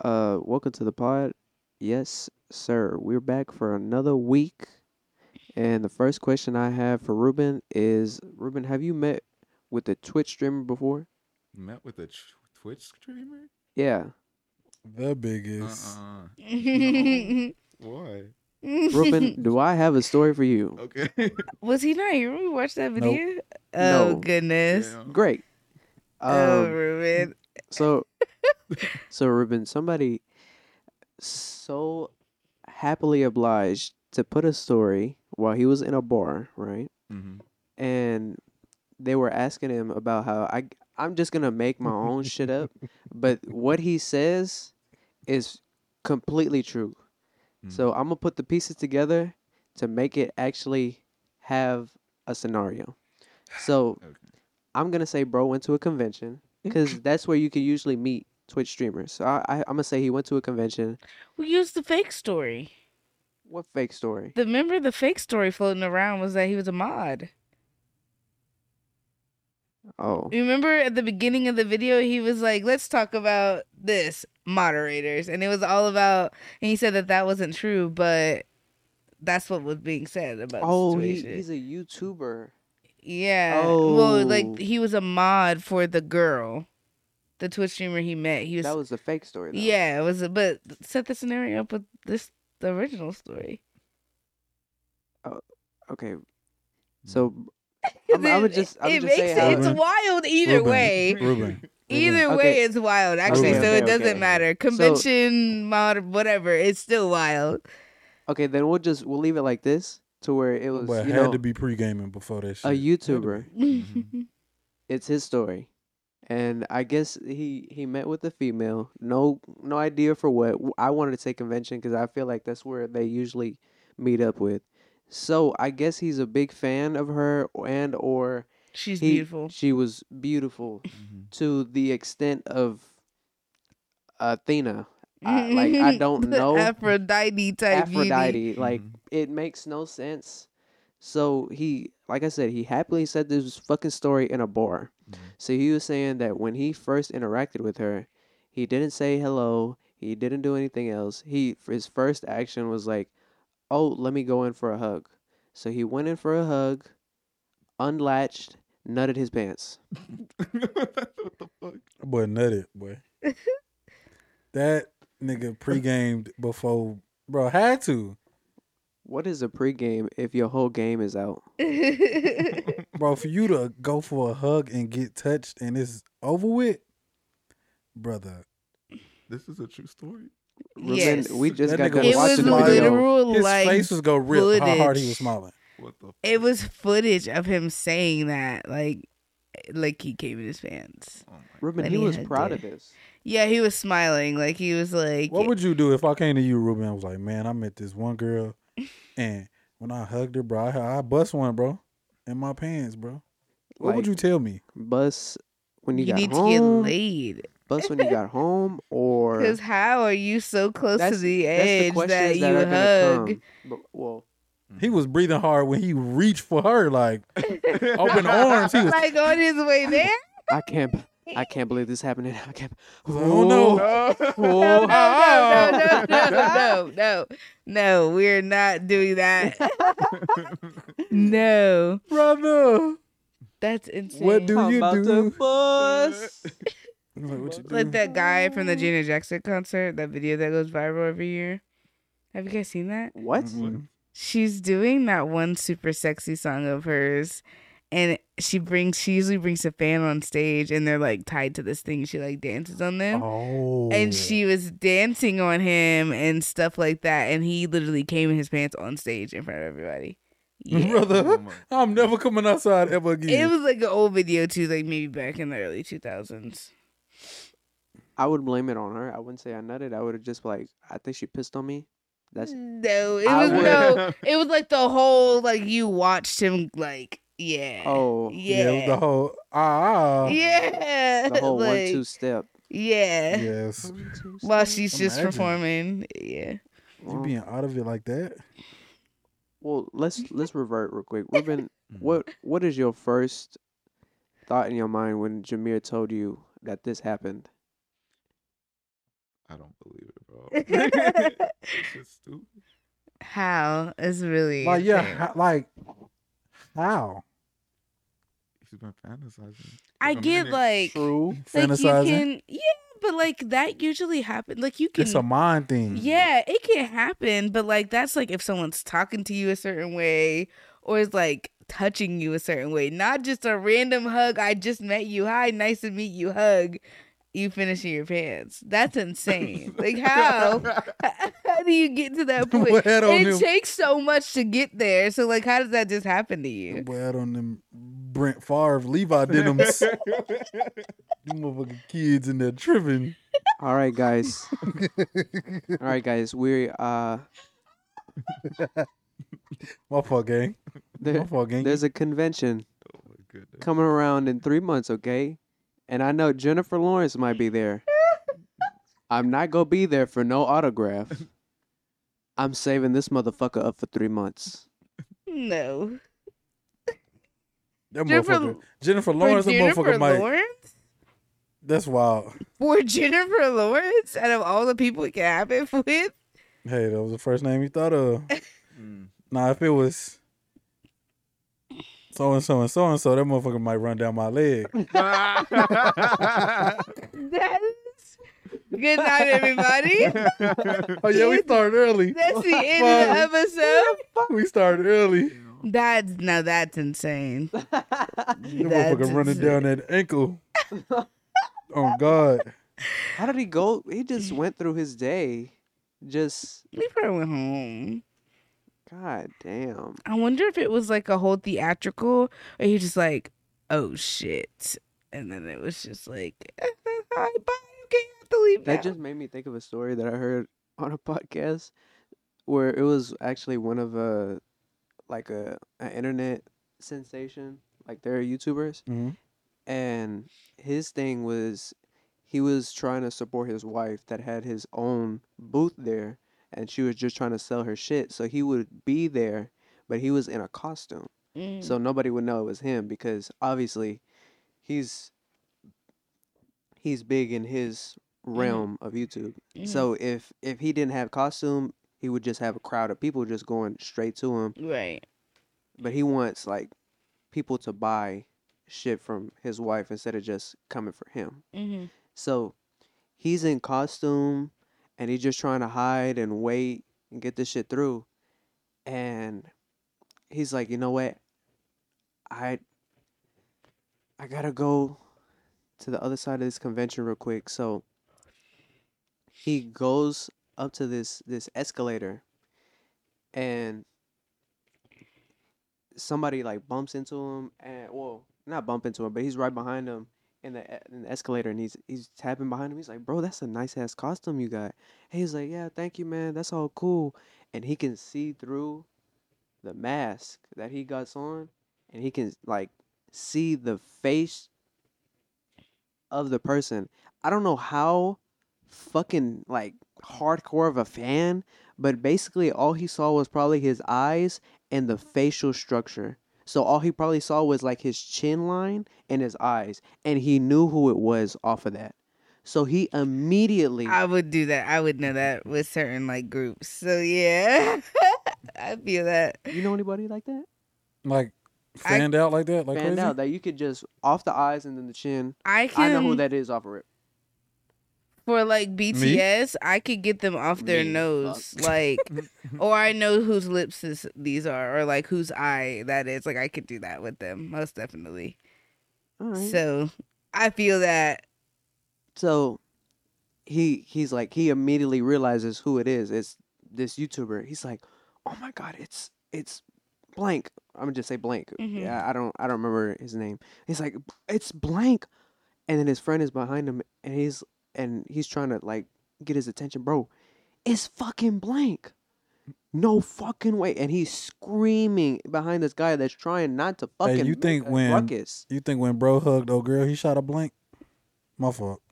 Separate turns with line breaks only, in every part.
Uh, welcome to the pod. Yes, sir. We're back for another week. And the first question I have for Ruben is Ruben, have you met with a Twitch streamer before?
Met with a tw- Twitch streamer?
Yeah.
The biggest.
Uh-uh. Why?
Ruben, do I have a story for you?
Okay.
Was he not here when we watched that
Nope.
video? Oh
No.
goodness.
Damn.
Great.
oh
Um,
Ruben.
so, so Ruben, somebody so happily obliged to put a story while he was in a bar, right?
Mhm.
and they were asking him about how I I'm just gonna make my own shit up, but what he says is completely true.
Mm.
So I'm gonna put the pieces together to make it actually have a scenario. So
Okay.
I'm gonna say bro went to a convention because that's where you can usually meet Twitch streamers. So I, I I'm gonna say he went to a convention.
We used the fake story.
What fake story?
The remember the fake story floating around was that he was a mod.
Oh,
You Remember at the beginning of the video, he was like, "Let's talk about this moderators," and it was all about. And he said that that wasn't true, but that's what was being said about.
oh,
the
he,
situation.
he's a YouTuber.
yeah. Well,
Oh.
like he was a mod for the girl, the Twitch streamer he met. He was.
That was the fake story. Though.
yeah, it was. But set the scenario up with this the original story.
Mm.
Okay. So I'm-
'Cause
I
it-
would just- I would
it
just say
makes
how-
it, it's
Ruben.
wild either
Ruben.
way.
Ruben.
Either
Okay.
way, it's wild. Actually,
Okay,
so
okay,
it doesn't
okay.
matter. Convention, mod, whatever. It's still wild.
Okay, then we'll just we'll leave it like this to where it was
But had
you know
to be pre gaming before that
a
shit.
YouTuber.
Mhm.
It's his story, and I guess he he met with a female. No no idea for what. W- I wanted to say convention because I feel like that's where they usually meet up with. So I guess he's a big fan of her and or
She's
he,
beautiful.
she was beautiful
Mhm.
to the extent of uh, Athena. I- like, I don't
The
know.
Aphrodite type Aphrodite.
Aphrodite. Like
Mhm.
it makes no sense. So he, like I said, he happily said this fucking story in a bar.
Mhm.
Mm-hmm.
So he was saying that when he first interacted with her, he didn't say hello. He didn't do anything else. He his first action was like, "Oh, let me go in for a hug." So he went in for a hug, unlatched, nutted his pants.
what the fuck?
Boy, nut it, boy. that nigga pre-gamed before, bro. Had to,
What is a pregame if your whole game is out?
bro. For you to go for a hug and get touched and it's over with, brother.
This is a true story.
Ruben,
Yes.
we just
That
got
nigga
done
it was
watching the
smile.
video.
literal
His
like
face was go rip how hard he
footage.
was smiling.
What the fuck?
it was footage of him saying that like like he came in his pants.
Oh my
Ruben,
Let
he
me
was
hug
proud
you.
of this.
Yeah, he was smiling like he was like
What would you do if I came to you, Ruben? I was like, man, I met this one girl, and when I hugged her, bro, I, I bust one, bro, in my pants, bro. What
Like,
would you tell me?
bus when you,
you
got
need to get
home,
laid.
bus when you got home, or
Because how are you so close to
That's-
the
that's the
edge
questions
that you
are gonna
hug?
come. But, well,
He was breathing hard when he reached for her, like
Oh
open arms. He was,
like on his way there.
I can't, I can't believe this happening. I can't.
Oh, no.
Oh, oh.
no, no, no, no, no, no, no, no, no. We're not doing that. no,
brother.
that's insane.
What do
I'm
you
about
do?
to bus.
I'm Like, what you do?
like that guy from the Janet Jackson concert? That video that goes viral every year. Have you guys seen that?
What?
Mm-hmm.
Mm.
She's doing that one super sexy song of hers. And she brings, she usually brings a fan on stage, and they're like tied to this thing. She like dances on them.
Oh.
and she was dancing on him and stuff like that and he literally came in his pants on stage in front of everybody yeah.
brother,
my
I'm never coming outside ever
it
again.
was like an old video too like maybe back in the early 2000s
I would blame it on her. I wouldn't say I nutted. I would have just like, I think she pissed on me. That's
no it
I
was
would-
no it was like the whole like you watched him like yeah
Oh, uh,
yeah,
yeah
it was the whole ah. ah.
yeah
the whole
like,
one-two step.
yeah,
Yes.
One-two
while
step.
she's just
Imagine.
performing yeah
You being out of it like that?
Well, let's let's revert real quick. Ruben,
Mhm.
what what is your first thought in your mind when Jameer told you that this happened?
I don't believe it, bro. it's just stupid.
How is really
Like yeah,
insane.
ho- like how?
He's been fantasizing.
I
for a
get
minute.
like
True.
like you
Fantasizing.
can yeah, but like that usually happen. Like you can
It's a mind thing.
Yeah, it can happen, but like that's like if someone's talking to you a certain way or is like touching you a certain way, not just a random hug. I just met you. Hi, nice to meet you. Hug. You finishing your pants. That's insane. like how? How do you get to that point?
Wet on
It
him.
takes so much to get there. So like, how does that just happen to you?
Well, on them Brent Favre Levi denims.
Oh
them motherfucking kids in there tripping.
All right, guys. All right, guys. We uh,
My fault, gang. My
there,
fault, gang.
there's a convention
Oh my goodness.
coming around in three months, okay? And I know Jennifer Lawrence might be there. I'm not gonna be there for no autograph. I'm saving this motherfucker up for three months.
No.
that
Jennifer-
motherfucker. Jennifer Lawrence,
For
that
Jennifer
motherfucker Mike.
Lawrence?
That's wild.
For Jennifer Lawrence? Out of all the people it can happen with?
Hey, that was the first name you thought of.
Mm.
Nah, if it was so and so and so and so, that motherfucker might run down my leg.
Mm.
That's good night, everybody.
Oh yeah, we started early.
That's the end of the episode.
We started early.
That's now that's insane.
That
That's
motherfucker running
insane.
down that ankle. oh God.
How did he go? He just went through his day. Just
We probably went home.
god damn.
I wonder if it was like a whole theatrical, or he just like, oh shit, and then it was just like, hi, bye, okay, I have to leave.
That
now.
just made me think of a story that I heard on a podcast where it was actually one of a like a an internet sensation. Like they're YouTubers,
Mhm.
and his thing was he was trying to support his wife that had his own booth there, and she was just trying to sell her shit. So he would be there, but he was in a costume,
Mm.
so nobody would know it was him because obviously he's he's big in his realm of YouTube.
Mhm.
So if if he didn't have costume, he would just have a crowd of people just going straight to him.
right,
But he wants like people to buy shit from his wife instead of just coming for him.
mm-hmm.
So he's in costume and he's just trying to hide and wait and get this shit through. And he's like, you know what? I I gotta go to the other side of this convention real quick. So he goes up to this this escalator and somebody like bumps into him and well not bump into him but he's right behind him in the, e- in the escalator and he's he's tapping behind him he's like bro that's a nice ass costume you got and he's like yeah thank you man that's all cool and he can see through the mask that he got on and he can like see the face of the person i don't know how fucking like hardcore of a fan but basically all he saw was probably his eyes and the facial structure so all he probably saw was like his chin line and his eyes and he knew who it was off of that so he immediately
I would do that. I would know that with certain like groups. So yeah, I feel that.
you know anybody like that
Like fanned out like that? Like
found
crazy?
out that you could just off the eyes and then the chin.
I
I
can
know who that is off of it.
for like BTS, I could get them off their
Me,
nose, like, or I know whose lips this, these are, or like whose eye that is. Like I could do that with them, most definitely.
All right. So,
So I feel that
he he's like he immediately realizes who it is. It's this YouTuber. He's like, oh my god, it's it's blank. I'm gonna just say blank.
Mhm.
Yeah, I don't I don't remember his name. He's like, it's blank, and then his friend is behind him, and he's and he's trying to like get his attention, bro. It's fucking blank. No fucking way. And he's screaming behind this guy that's trying not to fucking
you
make
think
a
when-
ruckus.
You think when bro hugged old girl, he shot a blank? My fault.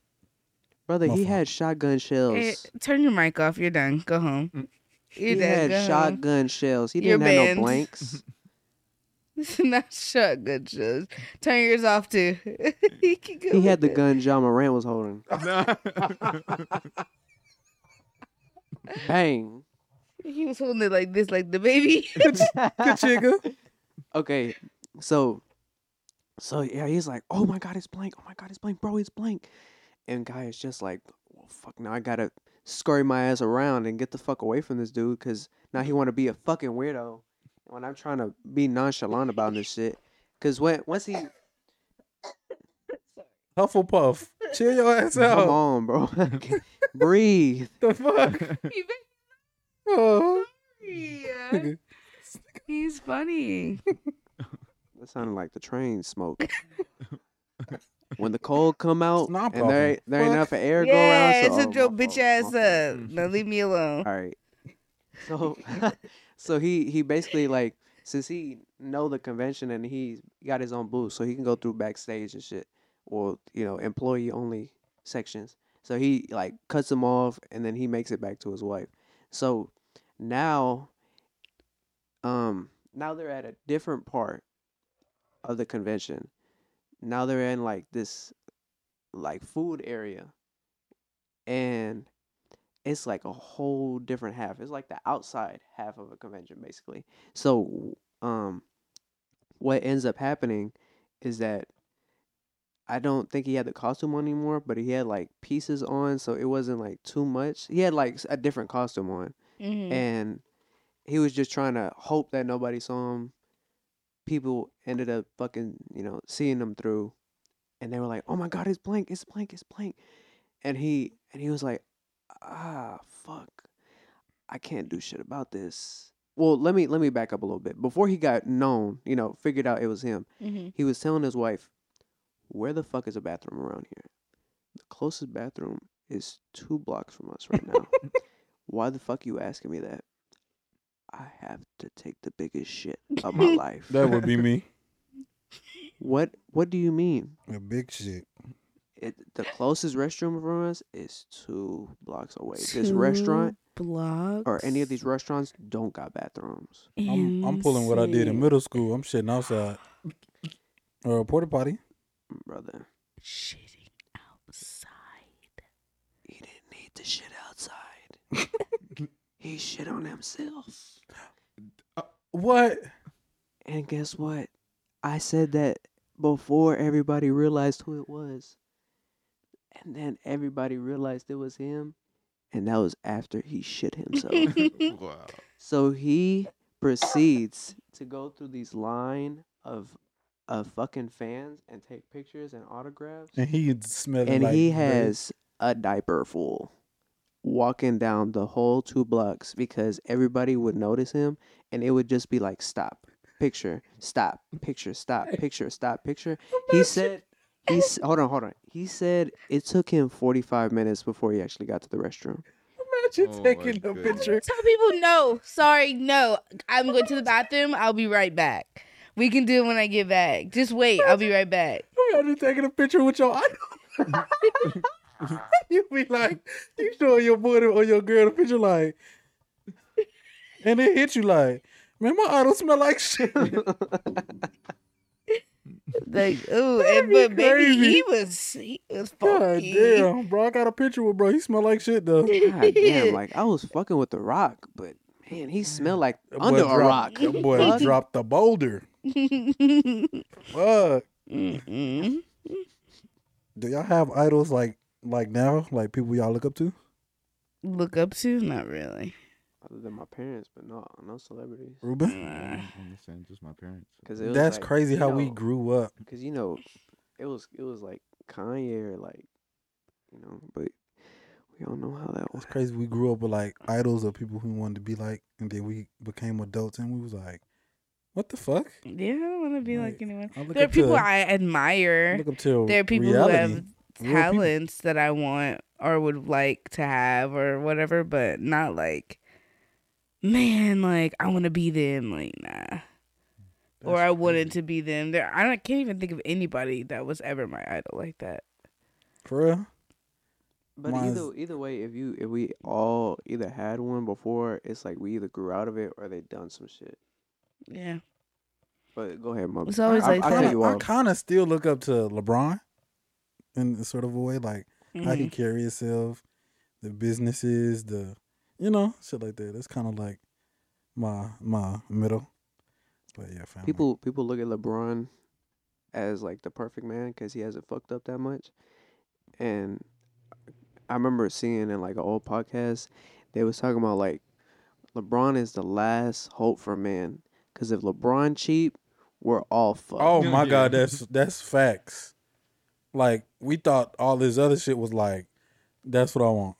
Brother,
My
he
fault.
had shotgun shells.
Eh, turn your mic off. You're done. Go home.
Mm.
You're
he
done.
had
Go home.
shotgun shells. He
You're
didn't have
banned.
no blanks.
This is not shotgun shows. Turn yours off too. he, can go
he
with
had the
it.
gun John Moran was holding. Bang.
He was holding it like this, like the baby.
Kachigga.
okay, so, so yeah, he's like, oh my god, it's blank. Oh my god, it's blank, bro, it's blank. And guy is just like, well, fuck, now I gotta scurry my ass around and get the fuck away from this dude because now he want to be a fucking weirdo when I'm trying to be nonchalant about this shit. Because when once he
Hufflepuff. Chill your ass
come
out.
on, bro, breathe.
The fuck?
He
Oh.
very-
nigga.
He's funny.
That sounded like the train smoke. when the cold come out
Snob
and there ain't- there ain't
Fuck.
enough air go around.
yeah,
so-
it's a
oh,
joke,
my
bitch
fault,
ass
my fault.
up. Now leave me alone.
All right. So so he he basically like since he know the convention and he got his own booth, so he can go through backstage and shit, or you know employee only sections. So he like cuts him off and then he makes it back to his wife. So now, um, now they're at a different part of the convention. Now they're in like this, like food area, and it's like a whole different half. It's like the outside half of a convention, basically. So, um, what ends up happening is that I don't think he had the costume on anymore, but he had like pieces on, so it wasn't like too much. He had like s- a different costume on,
Mhm.
and he was just trying to hope that nobody saw him. People ended up fucking, you know, seeing him through, and they were like, "Oh my god, it's blank, it's blank, it's blank," and he and he was like, "Ah, fuck, I can't do shit about this." Well, let me let me back up a little bit. Before he got known, you know, figured out it was him,
Mhm.
he was telling his wife, "Where the fuck is a bathroom around here? The closest bathroom is two blocks from us right now. Why the fuck you asking me that? I have to take the biggest shit of my life.
That would be me.
what What do you mean?
A big shit.
It, the closest restroom from us is two blocks away. this
Two
restaurant
blocks
or any of these restaurants don't got bathrooms.
I'm, I'm
and
pulling what I did in
six.
middle school. I'm shitting outside. Or a porta potty.
mm, Brother,
Shitting outside.
he didn't need to shit outside. he shit on himself.
What?
And guess what? I said that before everybody realized who it was. And then everybody realized it was him. And that was after he shit himself.
wow.
so he proceeds to go through these line of of fucking fans and take pictures and autographs.
And he smelling
And
like
he
very-
has a diaper full walking down the whole two blocks because everybody would notice him and it would just be like stop picture stop picture stop picture stop picture he said he s- hold on hold on he said it took him 45 minutes before he actually got to the restroom
Imagine
Oh my
taking a
goodness.
picture.
Tell people no. Sorry, no. I'm going to the bathroom. I'll be right back. We can do it when I get back. Just wait. I'll be right back.
Imagine taking a picture with your eye. you be like, you showing your boy or your girl the picture like, and it hit you like, man, my idol smell like shit.
Like, oh, and
That'd
but
be
baby,
crazy.
he was he was
God
funky.
damn, bro, I got a picture with bro. He smell like shit though.
God damn like i was fucking with the rock but man he smelled like
That boy
under a
dropped-
rock
That boy
Fuck.
dropped the boulder. Fuck.
Mm-mm.
Do y'all have idols like like now, like people y'all look up to?
Look up to? Not really.
other than my parents but no no celebrities
Ruben,
Uh,
I'm just saying, just my parents.
because
that's crazy how we
grew.
grew up.
Cause you know, it was it was like Kanye or like, you know, but we don't know how that
That's
was.
crazy. We grew up with like idols of people we wanted to be like, and then we became adults and we was like, what the fuck?
yeah, I don't want to be like
Like,
anyone.
I look
There are
up to-
people I admire.
look up to
there are people
reality.
who have
Real people.
talents that I want or would like to have or whatever, but not like, man, like I want to be them, like nah, or
That's
I wanted
crazy.
to be them. There, I don't, can't even think of anybody that was ever my idol like that.
For real?
But
Mine's-
either either way, if you if we all either had one before, it's like we either grew out of it or they done some shit.
Yeah,
But go ahead, mom.
It's always
I,
like
I,
that.
cut you um,
I
off.
kind of still look up to LeBron in sort of a way, like how he
Mhm.
Mm-hmm.
carry himself, the businesses, the You know, shit like that. That's kind of like my my middle. But yeah, family.
People people look at LeBron as like the perfect man because he hasn't fucked up that much. And I remember seeing in like an old podcast, they was talking about like LeBron is the last hope for man because if LeBron cheat, we're all fucked.
Oh
Yeah,
my
yeah.
god, that's that's facts. Like we thought all this other shit was like, that's what I want.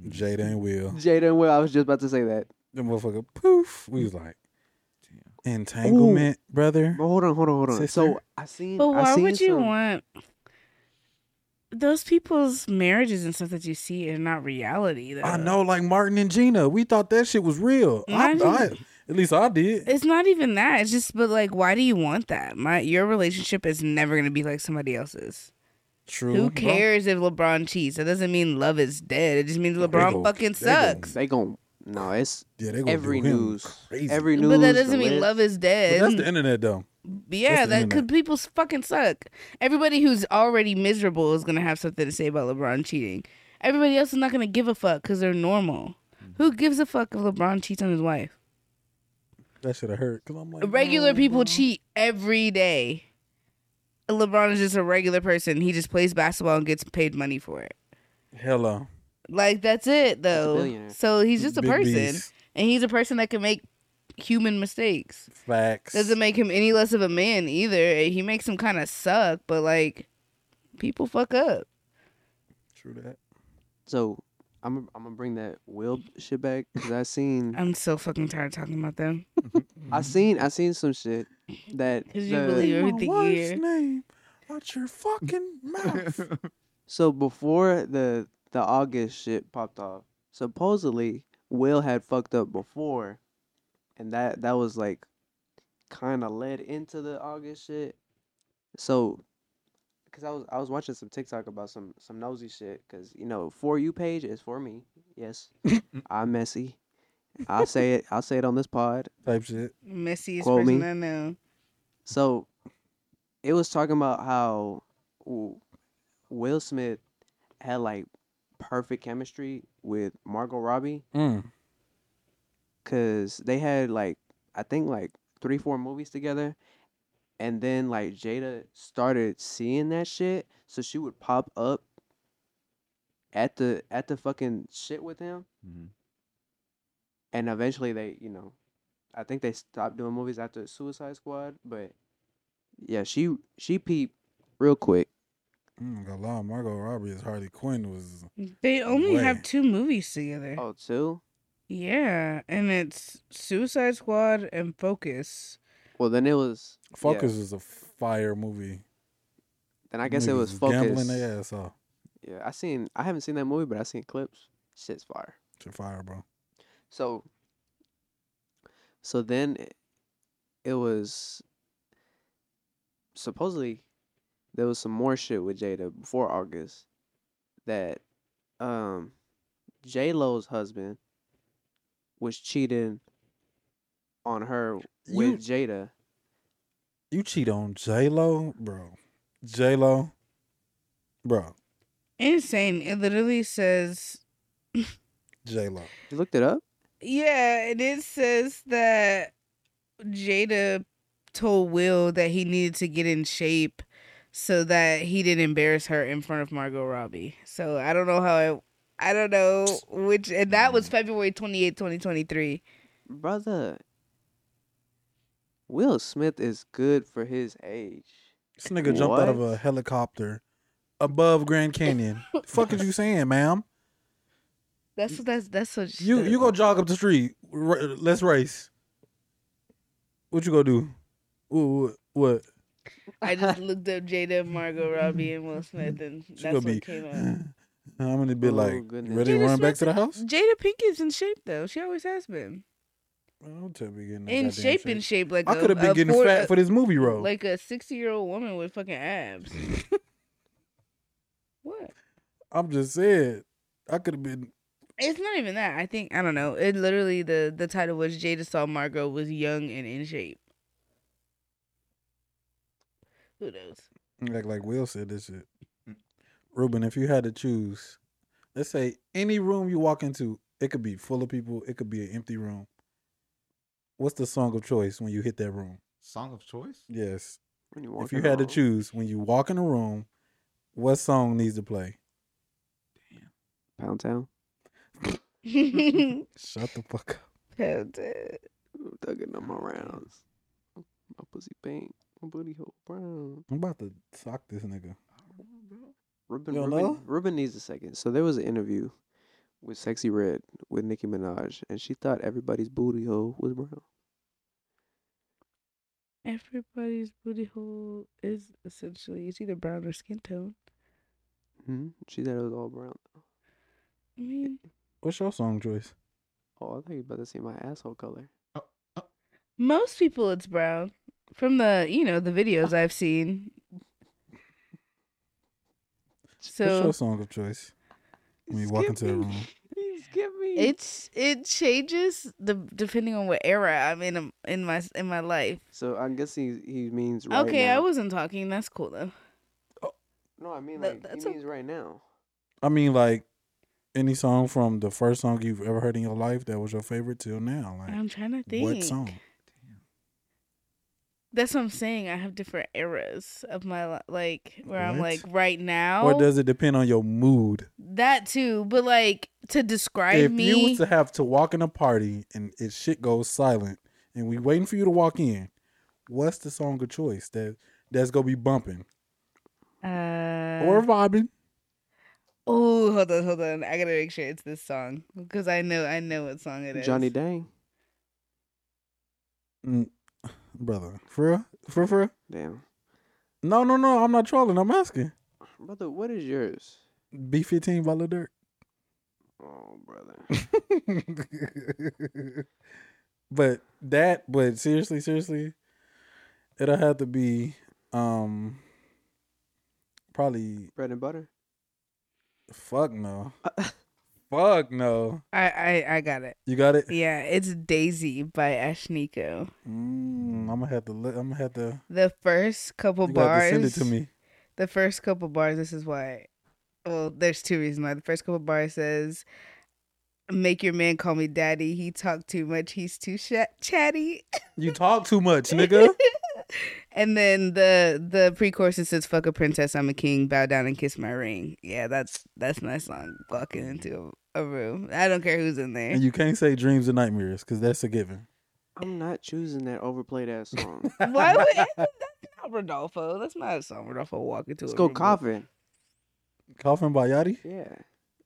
Mm-hmm.
Jada and Will,
Jaden, well, I was just about to say that.
the motherfucker, poof. We was like, entanglement, brother.
But hold on, hold on, hold on. So
Sister?
I seen.
But
I
why
seen
would you
some-
want those people's marriages and stuff that you see are not reality? Though.
I know, like Martin and Gina, we thought that shit was real. I,
Martin-
Mm-hmm.
I, at least I did.
It's not even that. It's just, but like, why do you want that? My your relationship is never gonna be like somebody else's.
True.
Who
bro.
cares if LeBron cheats? That doesn't mean love is dead. It just means LeBron
go-
fucking
they go
sucks.
They gon' no, it's
Yeah, they gonna
every
do him
news,
Crazy.
every news.
But that
the
doesn't mean
lit-
love is
But
dead.
that's the internet though.
yeah,
that's the
that
internet.
could people s- fucking suck. Everybody who's already miserable is gonna have something to say about LeBron cheating. Everybody else is not gonna give a fuck because they're normal. Who gives a fuck if LeBron cheats on his wife?
That should have hurt. Cause I'm like
Regular
no,
people
bro.
cheat every day. LeBron is just a regular person. He just plays basketball and gets paid money for it.
Hello.
Like that's it
That's a
though.
billionaire.
so he's just a
Big
person.
B's.
And he's a person that can make human mistakes.
Facts.
Doesn't make him any less of a man either. He makes him kind of suck, but like people fuck up.
True that.
So I'm I'm gonna bring that Will shit back because I seen
I'm so fucking tired of talking about them.
Mm-hmm.
I seen I seen some shit that
'Cause you
the-
believe- Everything
my wife's
here.
name out your fucking mouth.
Mm-hmm.
so before the the August shit popped off. Supposedly Will had fucked up before, and that that was like kind of led into the August shit. So, cause I was I was watching some TikTok about some some nosy shit. Cause you know, for you page is for me. Yes, I'm messy. I'll say it. I'll say it on this pod.
Type shit.
Messiest
Quote
person
me.
I know.
So it was talking about how w- Will Smith had like perfect chemistry with Margot Robbie
Mm.
because they had like I think like three four movies together, and then like Jada started seeing that shit, so she would pop up at the at the fucking shit with him, and eventually they you know i think they stopped doing movies after suicide squad but yeah she she peeped real quick
I'm not gonna lie, Margot Robbie as Harley Quinn was
They only
Boy.
have two movies together.
oh too
Yeah, and it's Suicide Squad and Focus.
well then it was yeah,
Focus is a fire movie.
then i guess it
Niggas
was
Gambling
focus
their ass off.
yeah i seen i haven't seen that movie but i seen clips shit's fire
Shit fire, bro.
so so then it, it was supposedly there was some more shit with jada before august that um J Lo's husband was cheating on her
You-
with Jada.
You cheat on J Lo, bro. J Lo, bro.
Insane. It literally says
J Lo.
You looked it up?
Yeah, and it says that Jada told Will that he needed to get in shape so that he didn't embarrass her in front of Margot Robbie. So I don't know how I I don't know which and that
Mm.
was February twenty eighth, 2023.
Brother. Will Smith is good for his age.
This nigga jumped out of
What?
a helicopter above Grand Canyon. fuck is you saying, ma'am?
That's what that's that's what she
You
said.
you go jog up the street. R- let's race. What you gonna do? Ooh, what?
I just looked up Jada, Margot Robbie and Will Smith and
She
that's what
gonna be.
came up.
I'm gonna be
Oh,
like,
goodness.
ready to
Jada
run back
Smith-
to the house?
Jada Pinkett's in shape though. She always has been.
Oh, Don't tell me getting no
In
goddamn
shape, in shape like
I
a-
could have been
a
getting
four-
fat
a-
for this movie role.
Like a 60 year old woman with fucking abs. what?
I'm just saying, I could have been.
It's not even that. I think I don't know. It literally the the title was Jada saw Margot was young and in shape. Who knows?
Mm. Like like Will said this shit. Ruben, if you had to choose, It say any room you walk into, it could be full of people, it could be an empty room. What's the song of choice when you hit that room?
Song of choice?
Yes.
When you
if
walk
you
in
had to
wrong.
choose when you walk in a room, what song needs to play?
Pound Town,
Shut the fuck up.
Hell, dude.
I'm thugging on my rounds. My pussy pink, my booty hole brown.
I'm about to sock this nigga.
Ruben,
You don't
Ruben,
know?
Ruben needs a second. So there was an interview with Sexy Red with Nicki Minaj, and she thought everybody's booty hole was brown.
Everybody's booty hole is essentially it's either brown or skin tone.
hmm She thought it was all brown.
I mean,
What's your song choice?
Oh, I thought you were about to say my asshole color.
most people it's brown. From the you know the videos I've seen.
What's
So
your song of choice? When you walk
Skip
into the
me.
room.
Please Skip me.
it's it changes the depending on what era I'm in in my in my life.
so I'm guessing he, he means right
okay,
now.
I wasn't talking. That's cool though.
No, I mean
Tha-
like
that's
he
a-
means right now.
I mean, like any song from the first song you've ever heard in your life that was your favorite till now. Like
I'm trying to think.
what song?
That's what I'm saying. I have different eras of my li- like where I'm
What?
like right now.
Or does it depend on your mood?
that too, but like to describe
if
me.
you was to have to walk in a party and it shit goes silent and we waiting for you to walk in, what's the song of choice that that's gonna be bumping
Uh,
or vibing?
oh, hold on, hold on. I gotta make sure it's this song because I know, I know what song it is.
Johnny Dang.
Mm, brother, for real? for for real?
Damn.
no no no, I'm not trolling. I'm asking.
Brother, what is yours?
B15 by Lil Durk.
Oh, brother.
but that, but seriously, seriously, it'll have to be um probably
Bread and butter.
fuck no.
Uh,
fuck no.
I, I, I got it.
You got it?
Yeah, it's Daisy by Ashniko.
Mm, I'm gonna have to look. I'm gonna have to,
The first couple
you gonna have
bars.
to send it to me.
the first couple bars this is why well there's two reasons why the first couple bars says make your man call me daddy he talk too much he's too sh- chatty
You talk too much, nigga.
and then the the pre-chorus it says fuck a princess i'm a king bow down and kiss my ring yeah that's that's my song walking into a, a room i don't care who's in there
and you can't say dreams and nightmares because that's a given.
I'm not choosing that overplayed ass song.
why would that's not rodolfo that's not a song rodolfo walk into
Let's
a
go
room.
coffin.
Coughing by Yachty
Yeah.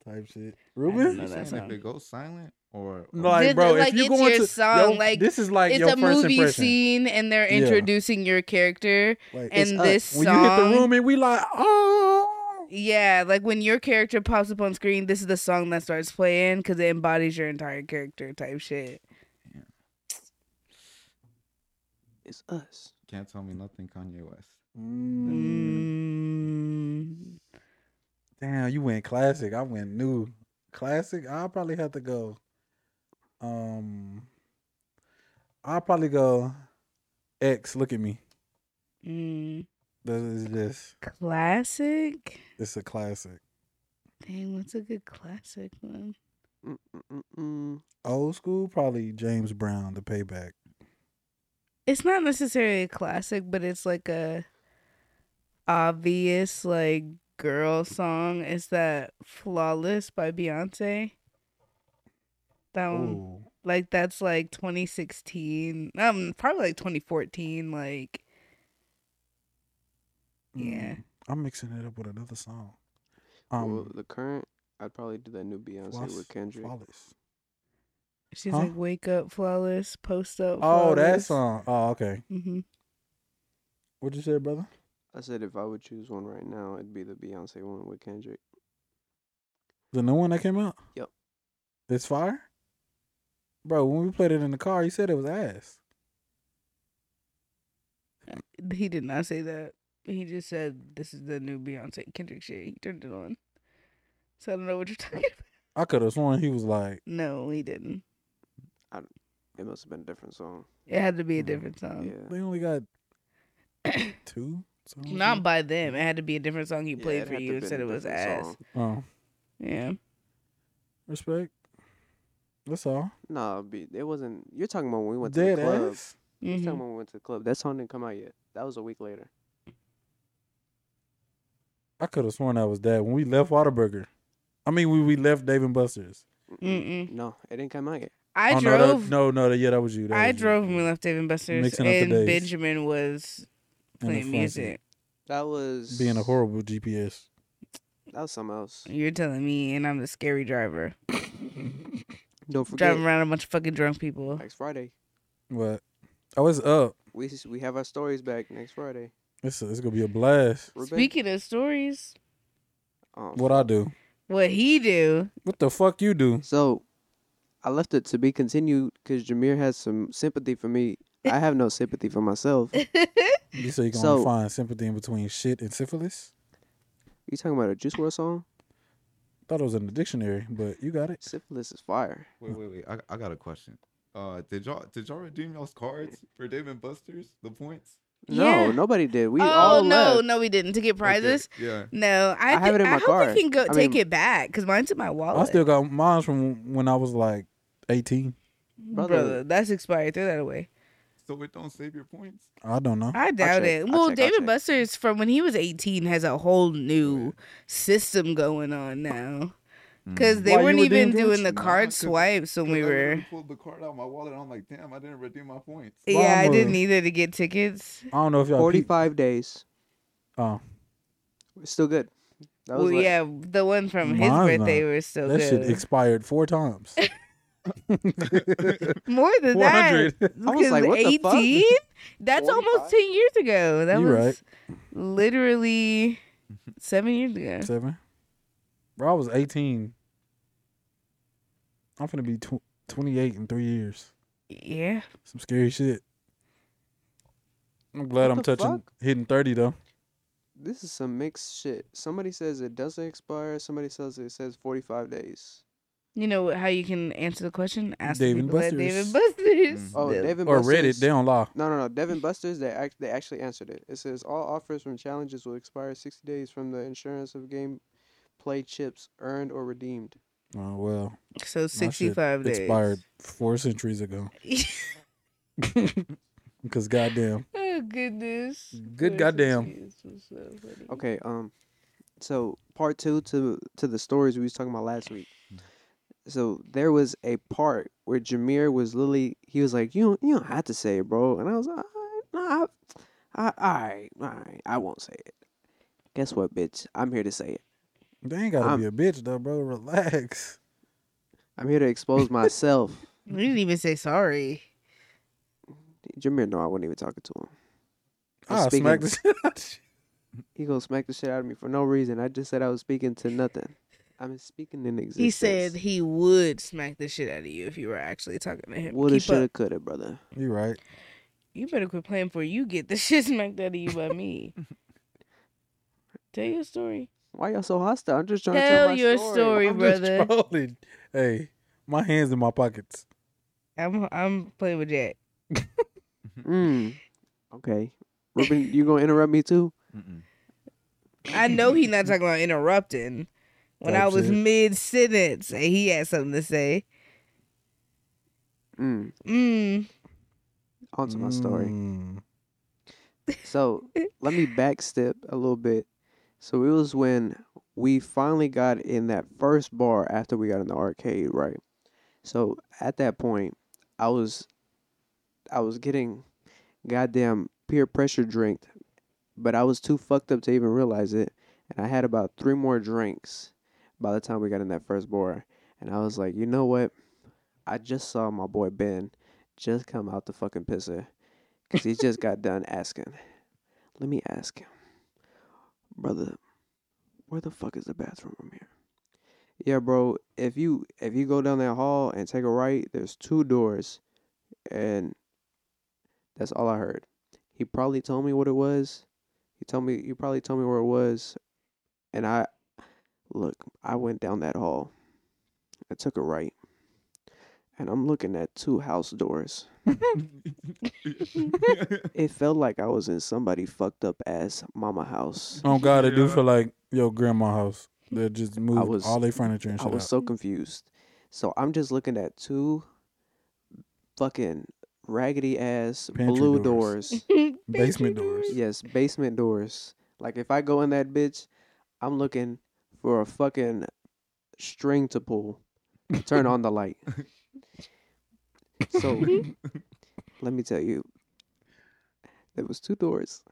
type shit.
I don't
Ruben?
know
You
that
saying if
song.
it goes silent or, or
No, Like,
Did-
bro,
like,
if you
it's
going
your
to
song,
yo,
like,
this is like
it's
your
a
first
movie
impression.
scene and they're
Yeah.
introducing your character
Like,
and
It's us.
this
when
song
you hit the room and we like, oh,
Yeah, like when your character pops up on screen, this is the song that starts playing because it embodies your entire character type shit.
It's us.
can't tell me nothing Kanye West.
Mm.
damn, you went classic. I went new classic. I'll probably have to go. Um, I'll probably go. X, look at me.
Mm.
This is this.
Classic?
It's a classic.
Dang, what's a good classic one?
Mm-mm-mm.
Um,
Old school, probably James Brown, The Payback.
It's not necessarily a classic, but it's like a obvious like girl song. It's that Flawless by Beyonce. That one.
Ooh,
Like that's like 2016, um, probably like 2014. Like, yeah,
Mm. I'm mixing it up with another song.
well,
Um,
the current, I'd probably do that new Beyonce
Floss-
with Kendrick.
Flawless.
she's
Huh?
like wake up, flawless, post up.
Oh, that
flawless."
song. Oh, okay.
Mhm.
What'd you say, brother?
I said if I would choose one right now, it'd be the Beyonce one with Kendrick.
The new one that came out?
Yep.
It's fire? Bro, when we played it in the car, you said it was ass.
He did not say that. He just said this is the new Beyonce Kendrick shit. He turned it on, so I don't know what you're talking about.
I could have sworn he was like,
No, he didn't.
It must have been a different song.
It had to be a
Mhm.
different song.
yeah.
they only got two songs.
Not by them. It had to be a different song he
Yeah,
played
it
for
had to
you
been
and said
a
it was
different
ass.
song.
Oh.
Yeah.
Respect. That's all.
Nah, be, it wasn't. You're talking about when we went to
Dead
the club.
ass.
You're
Mhm.
talking about when we went to the club. That song didn't come out yet. That was a week later.
I could have sworn that was that when we left Whataburger. I mean, when we left Dave and Buster's.
Mm-hmm. Mm-mm.
No, it didn't come out yet.
I
Oh, no, that-
drove.
No, no, that, yeah, that was you. that
I
was you.
drove when we left Dave and Buster's,
Mixing up the
and
days.
Benjamin was
In the
playing
front
music.
That was
seat. Being a horrible GPS.
That was something else.
You're telling me, and I'm the scary driver
Don't forget,
driving around a bunch of fucking drunk people.
next Friday
What? Oh, it's up.
we s- we have our stories back next Friday.
It's, it's going to be a blast.
Ruben,
Speaking of stories,
um,
What I do.
what he do?
What the fuck you do?
So, I left it to be continued because Jameer has some sympathy for me. I have no sympathy for myself.
You say you can
So-
only find sympathy in between shit and syphilis?
You talking about a Juice World song?
Thought it was in the dictionary, but you got it.
Syphilis is fire.
Wait, wait, wait. I, I got a question. Uh, did y'all did y'all redeem y'all's cards for Dave and Buster's? The points?
No,
Yeah.
nobody did. We
oh
all
no,
left.
no, we didn't to get
Okay,
prizes.
Yeah.
No, I,
I have
thi-
it in my
I hope
car.
we can go
I
take
mean-
it back because mine's in my wallet.
I still got mine from when I was like 18.
brother.
Brother.
that's expired. Throw that away.
So it don't save your points.
I don't know.
I doubt
check,
it.
I'll
Well,
check, I'll
David
check.
Buster's from when he was 18 has a whole new
Yeah.
system going on now
Mm.
Mm.
because they
Why, you
weren't
were
even
doing drugs?
doing the
Nah,
card
'cause-
swipes when we
I
were.
literally pulled the card out of my wallet and I'm like, damn, I didn't redeem my points.
Why
Yeah, I
I'm a-
didn't either to get tickets.
I don't know if y'all. peep-
Forty-five days.
Oh,
It's still good. That was
Well,
lit.
yeah, the one from his
Mine's
birthday was so
that
good.
shit expired four times.
More than that,
400.
I was like, what the fuck?
18? That's
45?
almost 10 years ago. That
You
was
right.
literally seven years ago.
Seven. Bro, I was 18. I'm finna be tw- 28 in three years.
Yeah.
Some scary shit. I'm glad
What
I'm
the
touching
fuck?
hitting 30 though.
This is some mixed shit. Somebody says it doesn't expire. Somebody says it says forty-five days.
You know how you can answer the question? Ask the
Dave and
people at Dave
Buster's.
and Buster's.
Mm.
Oh,
Yeah.
Devin
Or
Buster's.
Reddit, they don't lie.
No, no, no. Devin Buster's, they, act, they actually answered it. It says all offers from challenges will expire 60 days from the insurance of game play chips earned or redeemed.
Oh well.
So
my shit
65 days.
Expired four centuries ago. Because goddamn.
oh, goodness.
Good
Lord,
goddamn.
this is so funny.
Okay, um, so part two to to the stories we was talking about last week. So there was a part where Jameer was literally he was like, "You don't, you don't have to say it, bro," and I was like, "Uh, "Nah, I, I, all right, all right, I won't say it." Guess what, bitch? I'm here to say it.
They ain't gotta
I'm-
be a bitch though, bro. Relax.
I'm here to expose myself.
We didn't even say sorry.
Jameer, no, I wasn't even talking to him. And
I
speaking-
smack the shit out of you.
He gonna smack the shit out of me for no reason. I just said I was speaking to nothing. I'm speaking in existence.
He said he would smack the shit out of you if you were actually talking to him.
"Woulda,
Keep up.
shoulda, coulda, brother."
You right.
You better quit playing for you get the shit smacked out of you by me. Tell your story.
Why y'all so hostile? I'm just trying to tell
Tell
my
your
story.
story,
I'm just
brother.
trolling. Hey, my hands in my pockets.
I'm I'm playing with Jack.
Mm. Okay, Ruben, you gonna interrupt me too?
Mm-mm.
I know he not talking about interrupting. When I
Type
was
shit.
mid sentence and he had something to say.
Mm.
Mm.
On to my story.
Mm.
So let me backstep a little bit. So it was when we finally got in that first bar after we got in the arcade, right? So at that point, I was, I was getting, goddamn peer pressure drinked, but I was too fucked up to even realize it, and I had about three more drinks by the time we got in that first bar, and I was like, you know what? I just saw my boy Ben just come out the fucking pisser, cause he just got done asking. Let me ask him, brother, where the fuck is the bathroom from here? Yeah, bro. If you if you go down that hall and take a right, there's two doors, and that's all I heard. He probably told me what it was. He told me you probably told me where it was, and I look. I went down that hall. I took a right, and I'm looking at two house doors. It felt like I was in somebody fucked up ass mama house.
Oh God, it do
Yeah.
feel like your grandma house. They just moved
was-
all their furniture and
I
shit.
was
out.
so confused. So I'm just looking at two fucking raggedy ass
Pantry
blue
doors.
doors.
Basement doors.
yes, basement doors. Like if I go in that bitch, I'm looking for a fucking string to pull. Turn on the light. So let me tell you. There was two doors.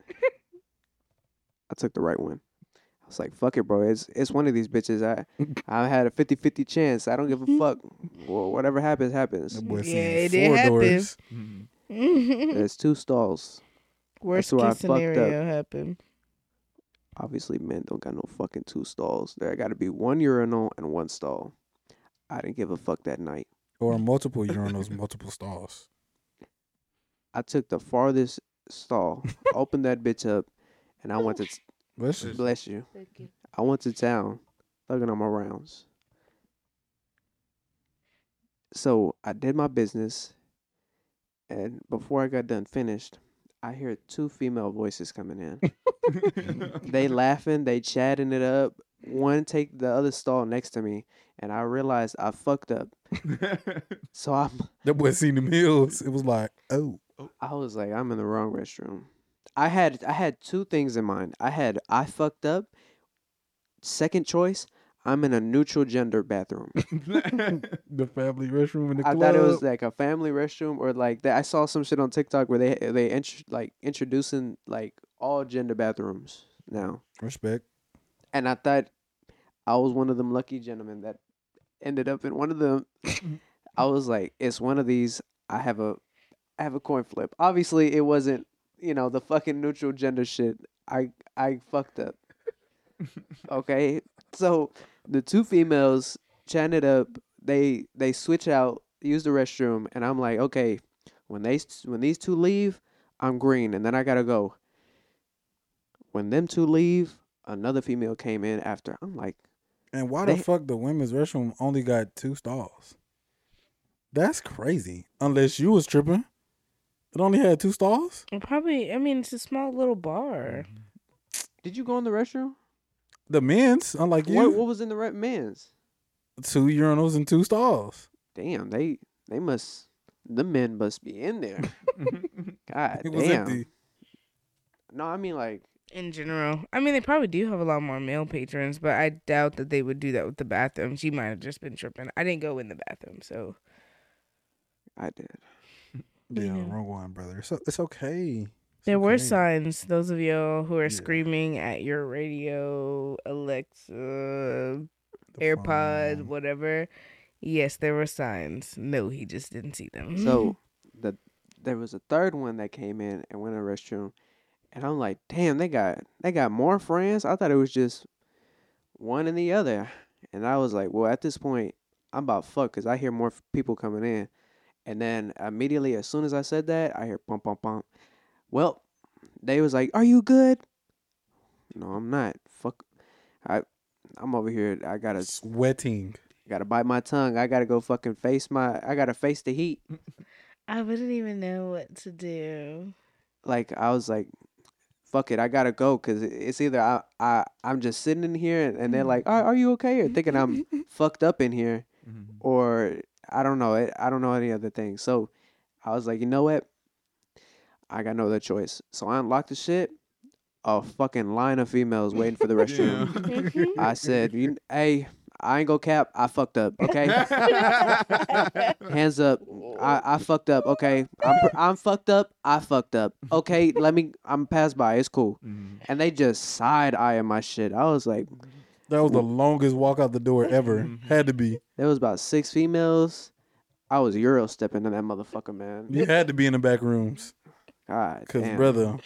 I took the right one. I was like, fuck it, bro. It's it's one of these bitches. I I had a 50-50 chance. I don't give a fuck. Well, whatever happens, happens.
That boy
Yeah,
seeing
it did happen.
Mhm.
Mm-hmm.
There's two stalls.
Worst
where I
case
fucked up.
scenario happened.
obviously men don't got no fucking two stalls. There got to be one urinal and one stall. I didn't give a fuck that night.
Or multiple urinals, multiple stalls.
I took the farthest stall, opened that bitch up, and I went to
Bless you.
bless you. I went to town, fucking on my rounds. So I did my business, and before I got done finished, I hear two female voices coming in. they laughing, they chatting it up. One take the other stall next to me, and I realized I fucked up. So I'm,
That boy seen them hills. It was like, oh,
I was like, I'm in the wrong restroom. I had, I had two things in mind. I had, I fucked up. Second choice, I'm in a neutral gender bathroom.
the family restroom in the
I
club.
thought it was like a family restroom or like that. I saw some shit on TikTok where they they intro, like introducing like all gender bathrooms now.
Respect.
and I thought I was one of them lucky gentlemen that ended up in one of them. I was like, it's one of these. I have a, I have a coin flip. Obviously, it wasn't you know the fucking neutral gender shit. I I fucked up. Okay, so the two females chatting it up. They they switch out, use the restroom, and I'm like, okay, when they s- when these two leave, I'm green, and then I gotta go. When them two leave, another female came in after. I'm like,
And why the
They-
fuck the women's restroom only got two stalls? That's crazy. Unless you was tripping. It only had two stalls?
Well, Probably, I mean, it's a small little bar.
did you go in the restroom?
The men's, unlike you,
What what was in the re- men's?
two urinals and two stalls.
Damn, they they must the men must be in there. God
It was
damn.
empty.
No, I mean like
In general, I mean, they probably do have a lot more male patrons, but I doubt that they would do that with the bathroom. She might have just been tripping. I didn't go in the bathroom, so
I did.
Yeah,
Yeah.
wrong one, brother. It's, o- it's okay. It's
there were
okay.
signs. Those of y'all who are
Yeah.
screaming at your radio, Alexa,
The
AirPod,
phone.
whatever. Yes, there were signs. No, he just didn't see them.
So the there was a third one that came in and went in the restroom, and I'm like, damn, they got they got more friends. I thought it was just one and the other, and I was like, well, at this point, I'm about fucked because I hear more f- people coming in, and then immediately as soon as I said that, I hear pump pump pump. Well, they was like, are you good? No, I'm not. Fuck, I I'm over here. I gotta
Sweating.
gotta bite my tongue. I gotta go fucking face my. I gotta face the heat.
I wouldn't even know what to do.
like I was like, fuck it, I gotta go because it's either I I I'm just sitting in here and, and they're like, are, are you okay? Or thinking I'm fucked up in here, or I don't know it. I don't know any other thing. So I was like, you know what? I got no other choice. So I unlocked the shit. A fucking line of females waiting for the restroom. I said, you, hey, I ain't go cap. I fucked up. Okay. Hands up. I, I fucked up. Okay. I'm, pr- I'm fucked up. I fucked up. Okay. Let me, I'm passed by. It's cool.
Mm-hmm.
And they just side eyeing my shit. I was like,
That was the longest walk out the door ever.
Mm-hmm.
Had to be.
there was about six females. I was Euro stepping in that motherfucker, man.
You had to be in the back rooms.
God.
Cause
damn.
brother,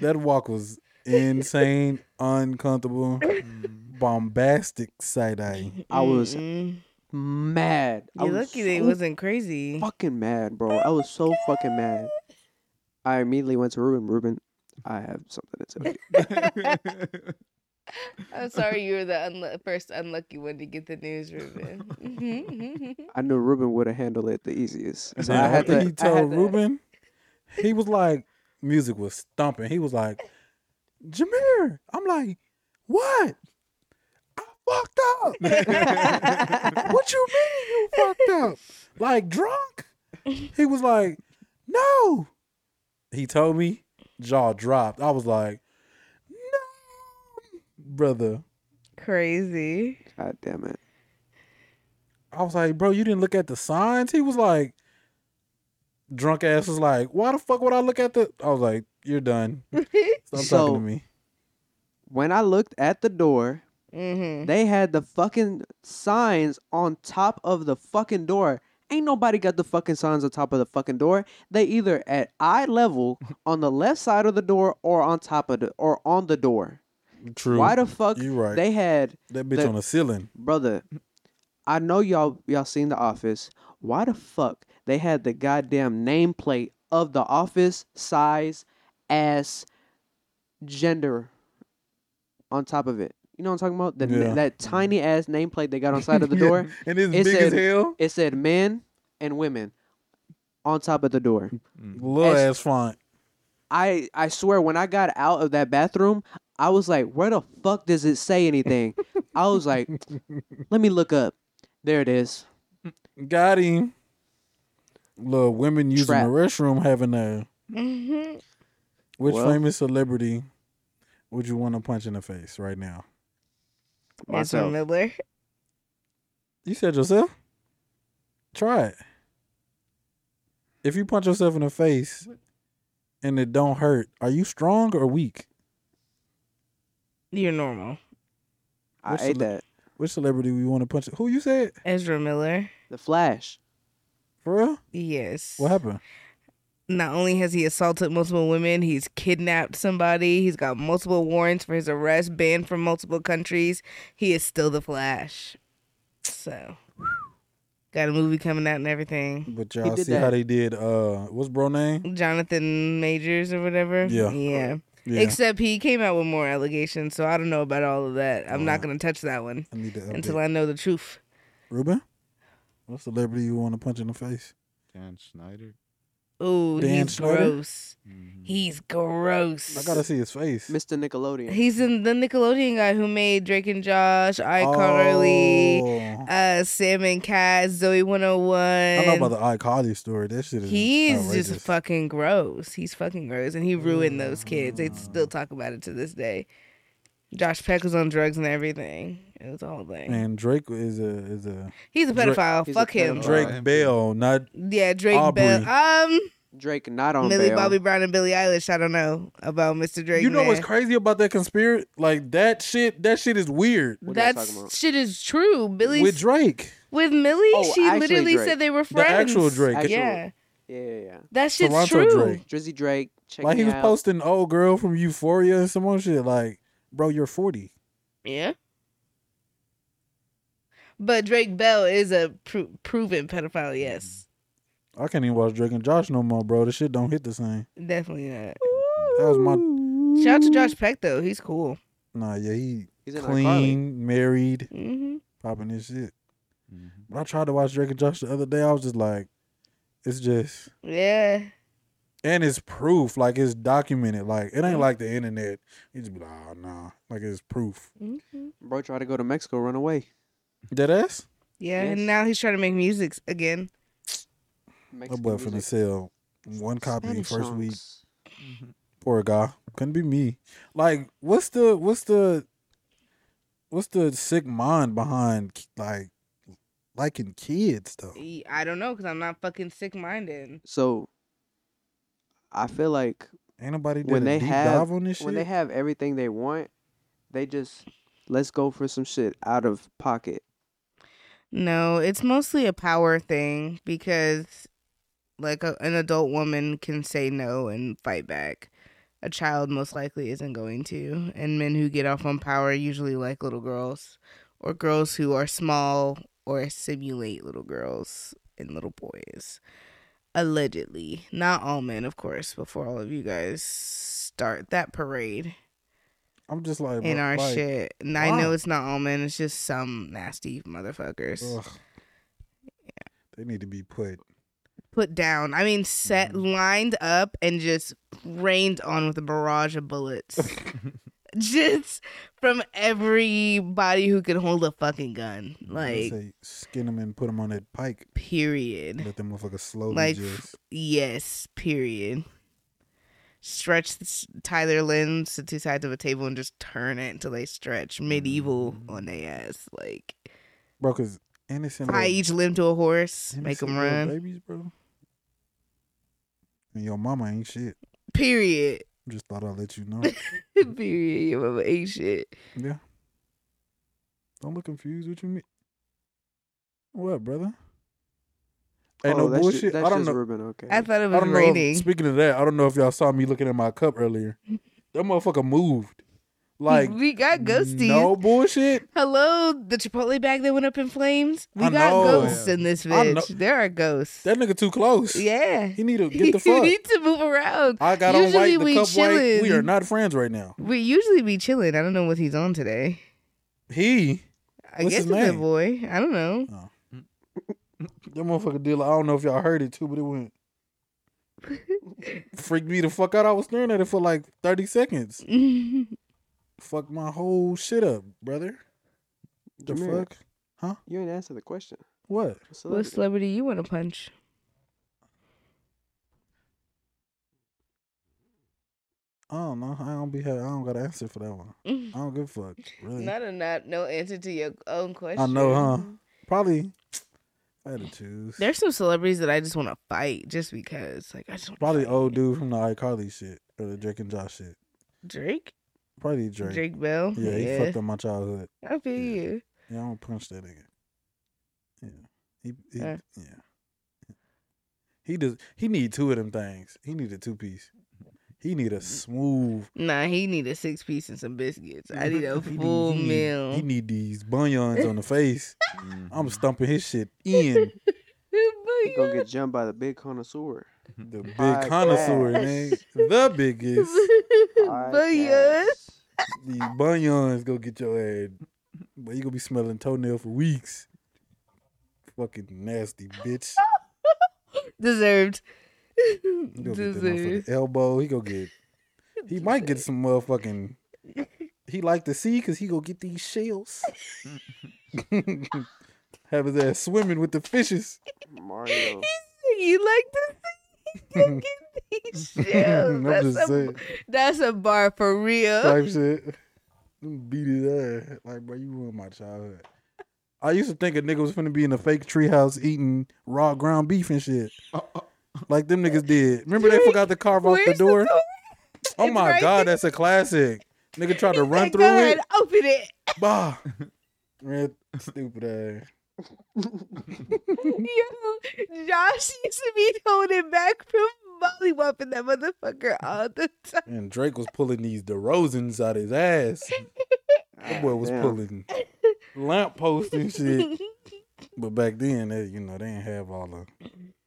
that walk was insane, uncomfortable, bombastic side eye.
I was
Mm-mm.
mad. I
You're
was
lucky they
so
wasn't crazy.
fucking mad, bro. I was so fucking mad. I immediately went to Ruben. Ruben, I have something to tell you.
I'm sorry you were the unlu- first unlucky one to get the news, Ruben.
I knew Ruben would have handled it the easiest. So I
I
had to.
he
I
told
had to-
Ruben, he was like, music was thumping. He was like, Jameer. I'm like, what? fucked up. what you mean you fucked up? Like drunk? He was like, no. He told me, jaw dropped. I was like, no, brother.
Crazy.
God damn it.
I was like, bro, you didn't look at the signs? He was like, drunk ass was like, why the fuck would I look at the? I was like, you're done. Stop
So-
talking to me.
When I looked at the door,
Mm-hmm.
they had the fucking signs on top of the fucking door. Ain't nobody got the fucking signs on top of the fucking door. They either at eye level on the left side of the door or on top of the or on the door.
True.
Why the fuck
You right.
they had
that bitch
the-
on the ceiling.
brother? I know y'all y'all seen the office. Why the fuck they had the goddamn nameplate of the office size, ass, gender on top of it? You know what I'm talking about? The,
Yeah.
That tiny ass nameplate they got on side of the door.
and it's
It
big as
said-
hell.
It said men and women on top of the door.
Little
It's-
ass font.
I I swear when I got out of that bathroom, I was like, where the fuck does it say anything? I was like, let me look up. There it is.
Got him. Little women using
Trap.
the restroom having a
Mm-hmm.
which
Well.
famous celebrity would you want to punch in the face right now?
Ezra
Myself.
Miller.
You said yourself. Try it. If you punch yourself in the face and it don't hurt, are you strong or weak?
You're normal.
I
What's the
ate
li-
that.
Which celebrity we want to punch? Who you said?
Ezra Miller.
The Flash.
For real?
Yes.
What happened?
Not only has he assaulted multiple women, he's kidnapped somebody. He's got multiple warrants for his arrest, banned from multiple countries. He is still the Flash. So, got a movie coming out and everything.
But y'all
did
see how
that.
they did. Uh, what's bro name?
Jonathan Majors or whatever.
Yeah.
Yeah.
Yeah,
Except he came out with more allegations, so I don't know about all of that. I'm
Wow.
not going to touch that one
I need to update.
until I know the truth.
Ruben, what celebrity you want to punch in the face?
Dan Schneider. Mm-hmm.
Ooh,
Dan
he's
Schneider?
gross. He's gross.
I gotta see his face.
Mr. Nickelodeon.
He's in the Nickelodeon guy who made Drake and Josh, iCarly,
Oh.
uh, Sam and Cat, Zoe 101.
I know about the iCarly story. That shit is
He's
outrageous.
just fucking gross. He's fucking gross, and he ruined those kids. They still talk about it to this day. Josh Peck was on drugs and everything. It was a whole thing.
And Drake is a is a
He's a
Drake-
pedophile.
he's a
Fuck him.
pedophile.
Drake
him too.
Bell, not
Yeah, Drake
Aubrey.
Bell. Um,
Drake not on
Millie
bail.
Bobby Brown and Billie Eilish. I don't know about Mr. Drake.
you know
man.
what's crazy about that conspiracy? Like that shit. That shit is weird.
What are y'all talking
That
about?
shit is true. Billy
With Drake,
with Millie,
Oh,
she
actually
literally
Drake.
said they were
The
friends.
actual Drake.
Actual-
Yeah,
Yeah, yeah, yeah.
that shit's
Toronto
true.
Drake.
Drizzy Drake. Check
like
me
he was
out.
posting old girl from Euphoria and some more shit. Like, bro, you're forty.
Yeah. But Drake Bell is a pro- proven pedophile. Yes,
I can't even watch Drake and Josh no more, bro. The shit don't hit the same.
definitely not.
That was my
Shout out to Josh Peck though. He's cool.
nah. Yeah, he
He's in iCarly.
clean, married,
hmm
popping his shit.
Mhm.
When I tried to watch Drake and Josh the other day, I was just like, it's just
Yeah.
and it's proof, like it's documented. Like it ain't
Mhm.
like the internet. You just be like, oh nah. Like it's proof.
hmm
Bro tried to go to Mexico, run away.
Dead ass?
Yeah,
Yes.
and now he's trying to make music s- again.
That
Mexican
boy finna
music.
sell one copy
Spanish
first week.
songs.
Poor guy. Couldn't be me. Like, what's the what's the what's the sick mind behind like liking kids though?
E- I don't know because I'm not fucking sick minded.
So I feel like
Ain't nobody did
When
a
they
deep
have-
dive on this shit.
when they have everything they want, they just let's go for some shit out of pocket.
No, it's mostly a power thing because, like, a, an adult woman can say no and fight back. A child most likely isn't going to. And men who get off on power usually like little girls or girls who are small or simulate little girls and little boys. Allegedly. Not all men, of course, before all of you guys start that parade
I'm just like,
in
bro,
our
like,
shit. And I
why?
know it's not all men, it's just some nasty motherfuckers.
ugh. They need to be put
put down. I mean,
Mm.
set lined up and just rained on with a barrage of bullets just from everybody who can hold a fucking gun. Like,
say, skin them and put them on that pike.
period.
Let them motherfuckers slowly
Like,
just.
Yes, period. Stretch this Tyler Lens to two sides of a table and just turn it until they stretch medieval
Mm.
on their ass. Like,
Bro, because innocent.
tie
little-
each limb to a horse, make
innocent
them
little
run.
Babies, bro. And your mama ain't shit.
Period.
Just thought I'd let you know.
Period. Your mama ain't shit.
yeah. Don't look confused. What you mean? What, brother? Ain't
oh,
no
that's ju-
bullshit.
that's
I don't
just
know.
Ruben. Okay.
I thought it
I
was
don't know. if-
raining.
speaking of that, I don't know if y'all saw me looking at my cup earlier. That motherfucker moved. Like
we got ghosties.
No bullshit.
Hello, the Chipotle bag that went up in flames. We
I
got
know.
ghosts in this
I know.
bitch. There are ghosts.
That nigga too close.
yeah.
He need to get the
you
fuck.
need to move around.
I got on
Usually
white, the
we
cup white. We
chillin'.
are not friends right now.
We usually be chilling. I don't know what he's on today.
He
I
What's
guess
his
it's a
name?
boy. I don't know.
that motherfucker dealer. I don't know if y'all heard it too, but it went freaked me the fuck out. I was staring at it for like thirty seconds. Fuck my whole shit up, brother. The
Jameer,
fuck?
You ain't answer the question.
What?
what
Celebrity.
celebrity you want to punch?
I don't know. I don't be. ha- I don't got an answer for that one. I don't give a fuck. Really.
Not a not no answer to your own question.
I know, huh? Probably. I had to choose.
There's some celebrities that I just want to fight just because. Like I just wanna
Probably
fight.
old dude from the iCarly shit or the Drake and Josh shit.
Drake.
Probably
Drake,
Drake.
Bell.
Yeah, he fucked up my childhood.
I feel
Yeah.
you.
Yeah, I'm gonna punch that nigga. Yeah, he, he
Yeah.
yeah. He does. He need two of them things. He need a two piece. He need a smooth.
Nah, he need a six piece and some biscuits. I need a
he need-
full
he need-
meal.
He need these bunions on the face.
Mhm.
I'm stumping his shit in
You gonna get jumped by the big connoisseur.
Mm-hmm.
the big
Podcast.
connoisseur, man. The biggest.
Booyah.
Podcast.
These bunions go get your head. But you gonna be smelling toenail for weeks. Fucking nasty bitch.
Deserved.
He gonna get that
Deserved.
motherfucking elbow. He gonna get. He might get some motherfucking. He like to see because he gonna get these shells. Have his ass swimming with the fishes.
Mario.
You like this? Get these shells.
I'm
That's,
just
a,
saying.
that's a bar for real.
Type shit. Them Beat his ass. Like, bro, you ruined my childhood. I used to think a nigga was finna be in a fake treehouse eating raw ground beef and shit.
Oh, oh,
Like them niggas did. Remember they forgot to carve off the
Where's
door? Oh
It's
my
right
god,
there.
that's a classic. Nigga tried to
He
run
said,
through
Go ahead,
it.
open it.
Bah. Red stupid ass.
Yo, Josh used to be holding back from mollywopping that motherfucker all the time.
And Drake was pulling these DeRozans out his ass. That boy was
Damn.
pulling lamp posts and shit. But back then, they, you know, they didn't have all the,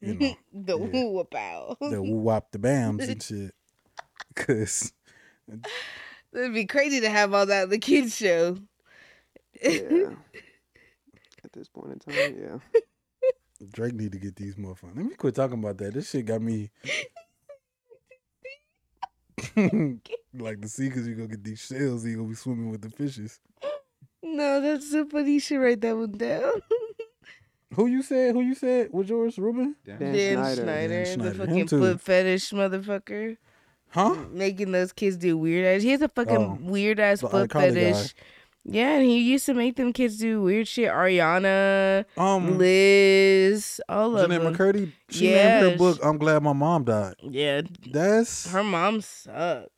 you know,
the
yeah.
whoop out.
the woo wop the bams and shit. Cause
It'd be crazy to have all that on the kids show.
Yeah. At this point in time, yeah.
Drake need to get these motherfuckers. Let me quit talking about that. This shit got me. like the sea, cause you gonna get these shells. You gonna be swimming with the fishes.
No, that's so funny. You should write that one down.
Who you said? Who you said? Was yours, Ruben?
Dan
damn.
Dan
Schneider.
Schneider,
Dan Schneider,
the
him
fucking
too.
foot fetish motherfucker,
Huh?
making those kids do weird ass. He has a fucking
Oh,
weird ass
the
foot
iCarly guy.
fetish. Yeah, and he used to make them kids do weird shit. Ariana,
Um,
Liz, all of
Jeanette
them.
McCurdy. She named her
Yes.
book. I'm glad my mom died.
Yeah,
That's
her mom sucked.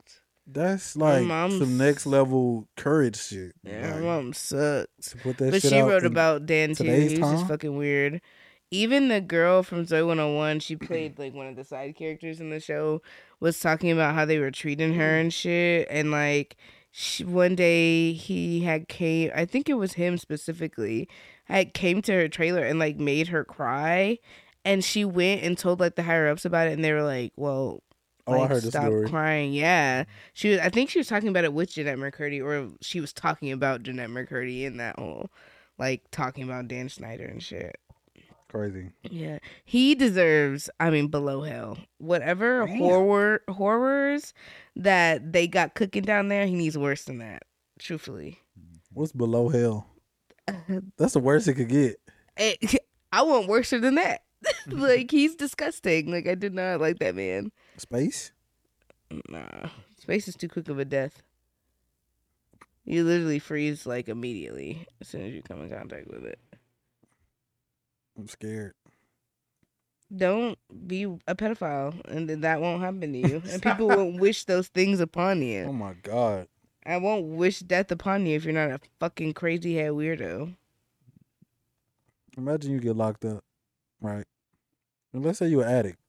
that's like
mom's-
some next level courage shit.
Yeah, her
Like,
mom sucked.
to put that
but
shit
she
out
wrote
in-
about Dan too.
today's
He was
time?
just fucking weird. Even the girl from Zoe 101, she played like one of the side characters in the show, was talking about how they were treating her and shit. And like, she, one day he had came, I think it was him specifically, had came to her trailer and like made her cry. And she went and told like the higher ups about it. And they were like, well,
Oh, I
like,
heard the
stop
story.
crying. Yeah, she was. I think she was talking about it with Jeanette McCurdy, or she was talking about Jeanette McCurdy in that whole, like, talking about Dan Schneider and shit.
Crazy.
Yeah, he deserves. I mean, below hell, whatever
Damn.
horror horrors that they got cooking down there, he needs worse than that. Truthfully,
What's below hell? That's the worst it could get.
It- Eh, I want worser than that. like he's disgusting. Like I did not like that man.
Space?
Nah, space is too quick of a death. You literally freeze like immediately as soon as you come in contact with it.
I'm scared.
Don't be a pedophile, and then that won't happen to you. And people won't wish those things upon you.
Oh my god.
I won't wish death upon you if you're not a fucking crazy head weirdo.
Imagine you get locked up, right? And let's say you're an addict,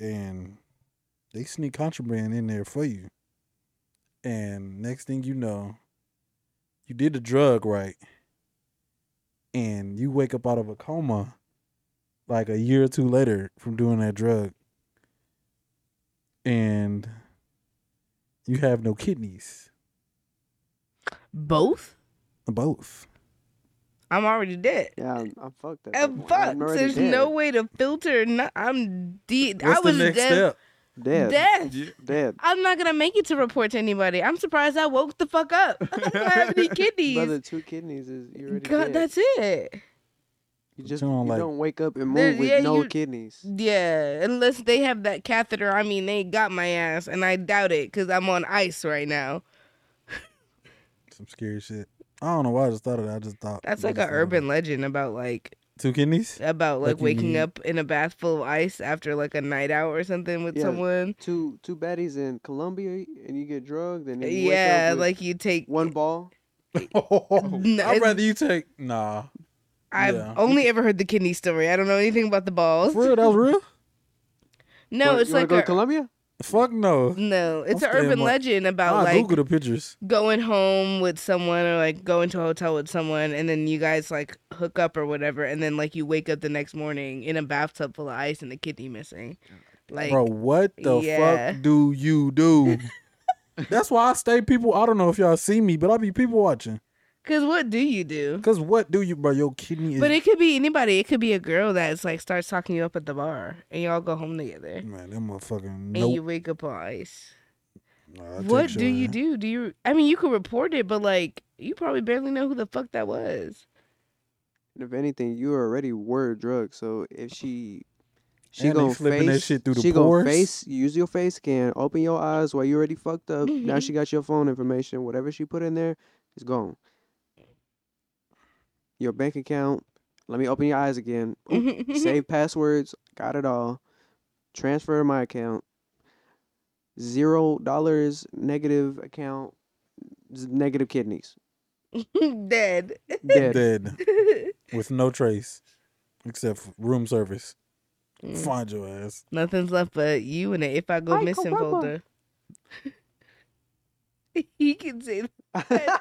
and they sneak contraband in there for you. And next thing you know, you did the drug right, and you wake up out of a coma, like a year or two later from doing that drug, and you have no kidneys,
Both?
both.
I'm already dead.
Yeah, I'm, I'm fucked. At
I'm
that point.
fucked.
I'm already
There's
dead.
no way to filter. No, I'm dead.
What's
I was
the next
dead.
step?
dead.
Death.
Yeah.
Dead.
I'm not gonna make it to report to anybody. I'm surprised I woke the fuck up. I don't have any kidneys.
Brother, two kidneys is you already
God,
dead.
that's it.
you just
You don't
you
like-
don't wake up and
There-
move with
yeah,
no
you-
kidneys.
Yeah, unless they have that catheter. I mean, they got my ass, and I doubt it because I'm on ice right now.
Some scary shit. I don't know why I just thought of that. I just thought
That's
I
like
just thought
an
of
urban
it.
legend about like
two kidneys.
about
Like
like,
you
waking
need-
up in a bath full of ice after like a night out or something with
Yeah.
someone.
Two two baddies in Colombia and you get drugged and then you wake
Yeah,
up with
like you take
one ball.
I'd rather you take nah.
I've
yeah.
only ever heard the kidney story. I don't know anything about the balls.
For real, that was real.
No,
What,
it's
you wanna
like
go
a,
to Colombia.
Fuck no.
no, it's
I'm
an
staying
urban
up.
legend about
I
like
Google the pictures.
going home with someone or like going to a hotel with someone, and then you guys like hook up or whatever, and then like you wake up the next morning in a bathtub full of ice and the kidney missing. Like,
Bro, what the
yeah.
fuck do you do? That's why I stay people. I don't know if y'all see me, but I be people watching.
cause what do you do?
Cause what do you, bro? Your kidney is.
But it could be anybody. It could be a girl that's like starts talking you up at the bar, and y'all go home together,
man, that motherfucking.
and you
Nope.
wake up on ice.
Nah, I take
what do
shit,
you
man.
do? Do you? I mean, you could report it, but like, you probably barely know who the fuck that was.
And if anything, you already were drugged. So if she she
And they
gonna
slipping that
face,
shit through the
she gonna
pores?
face. Use your face scan. Open your eyes while you already fucked up. Now she got your phone information. Whatever she put in there is gone. Your bank account. Let me open your eyes again. Oop, save passwords, got it all. Transfer to my account. Zero dollars negative account, z- negative kidneys.
Dead.
Dead.
Dead with no trace, except for room service.
Mm.
Find your ass.
Nothing's left but you and it. If I go
Hi,
missing
Corona.
folder, he can say that.
I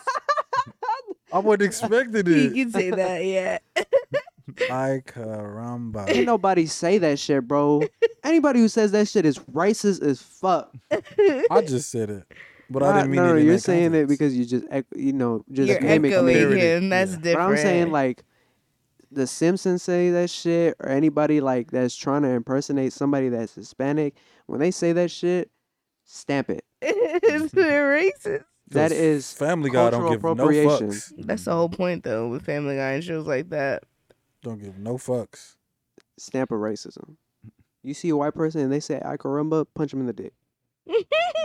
I wasn't expecting
he
it.
can say that. Yeah.
Ay caramba.
Ain't nobody say that shit, bro. Anybody who says that shit is racist as fuck.
I just said it, but
Nah,
I didn't mean
no,
it.
no,
in
you're
that
saying it
context.
because you just, ec- you know, just
You're
mimic me.
echoing
Parody,
him. That's
yeah.
But
different.
I'm saying like the Simpsons say that shit or anybody like that's trying to impersonate somebody that's Hispanic, when they say that shit, stamp it.
it's racist.
That
'Cause
is
Family Guy. Don't give
cultural
no
appropriation.
fucks.
That's the whole point, though, with Family Guy and shows like that.
Don't give no fucks.
Stamp of racism. You see a white person and they say "I caramba," punch them in the dick.
I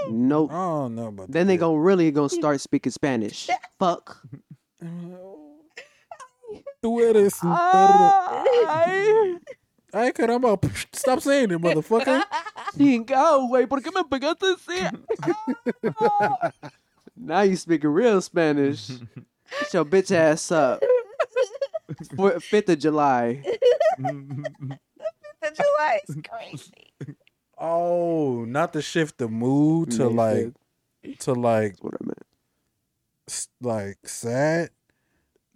Nope.
don't know about.
Oh. Then
that.
they gon' really gonna start speaking Spanish. Fuck.
Tú eres un
Ah.
perro. Ay caramba. Stop saying it, motherfucker.
Chingao, güey, ¿por qué me pegaste así? now you speaking real Spanish. Get your bitch ass up. Four- Fifth of July.
The July is crazy.
Oh, not to shift the mood to
May
like,
fifth.
to like,
That's what I meant.
s- like sad.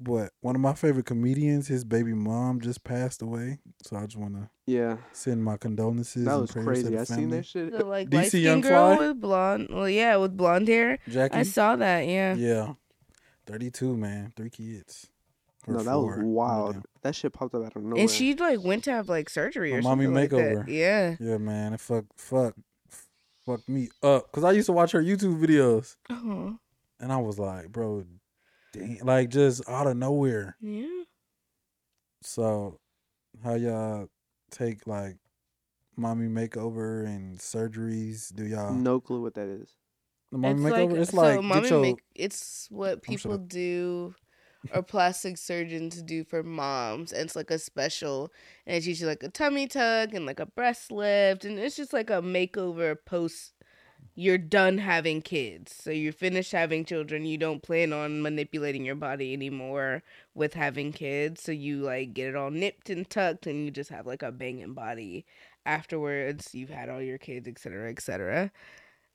But one of my favorite comedians, his baby mom just passed away. So I just want to
Yeah,
send my condolences.
that
and
was
prayers to
crazy.
the
I seen
family.
that shit.
The like
DC
light
Young
skinned
Fly?
girl
Mm-hmm.
with blonde. Well, yeah, with blonde hair.
Jackie.
I saw that. Yeah.
Yeah. 32, man. Three kids. Or
no, that was
four.
wild. That shit popped up out of nowhere.
And she like went to have like surgery
A
or
mommy
something like
makeover.
that. Yeah.
Yeah, man. It fuck, fuck, fuck me up. Cause I used to watch her YouTube videos,
Oh,
and I was like, bro, damn, like just out of nowhere.
yeah.
So, how y'all take like mommy makeover and surgeries? Do y'all
no clue what that is.
the mommy
it's
makeover?
like
it's
so
like
mommy
get your
make, it's what
I'm
people do or plastic surgeons do for moms and it's like a special and it's usually like a tummy tuck and like a breast lift and it's just like a makeover post you're done having kids so you're finished having children you don't plan on manipulating your body anymore with having kids so you like get it all nipped and tucked and you just have like a banging body afterwards you've had all your kids etc etc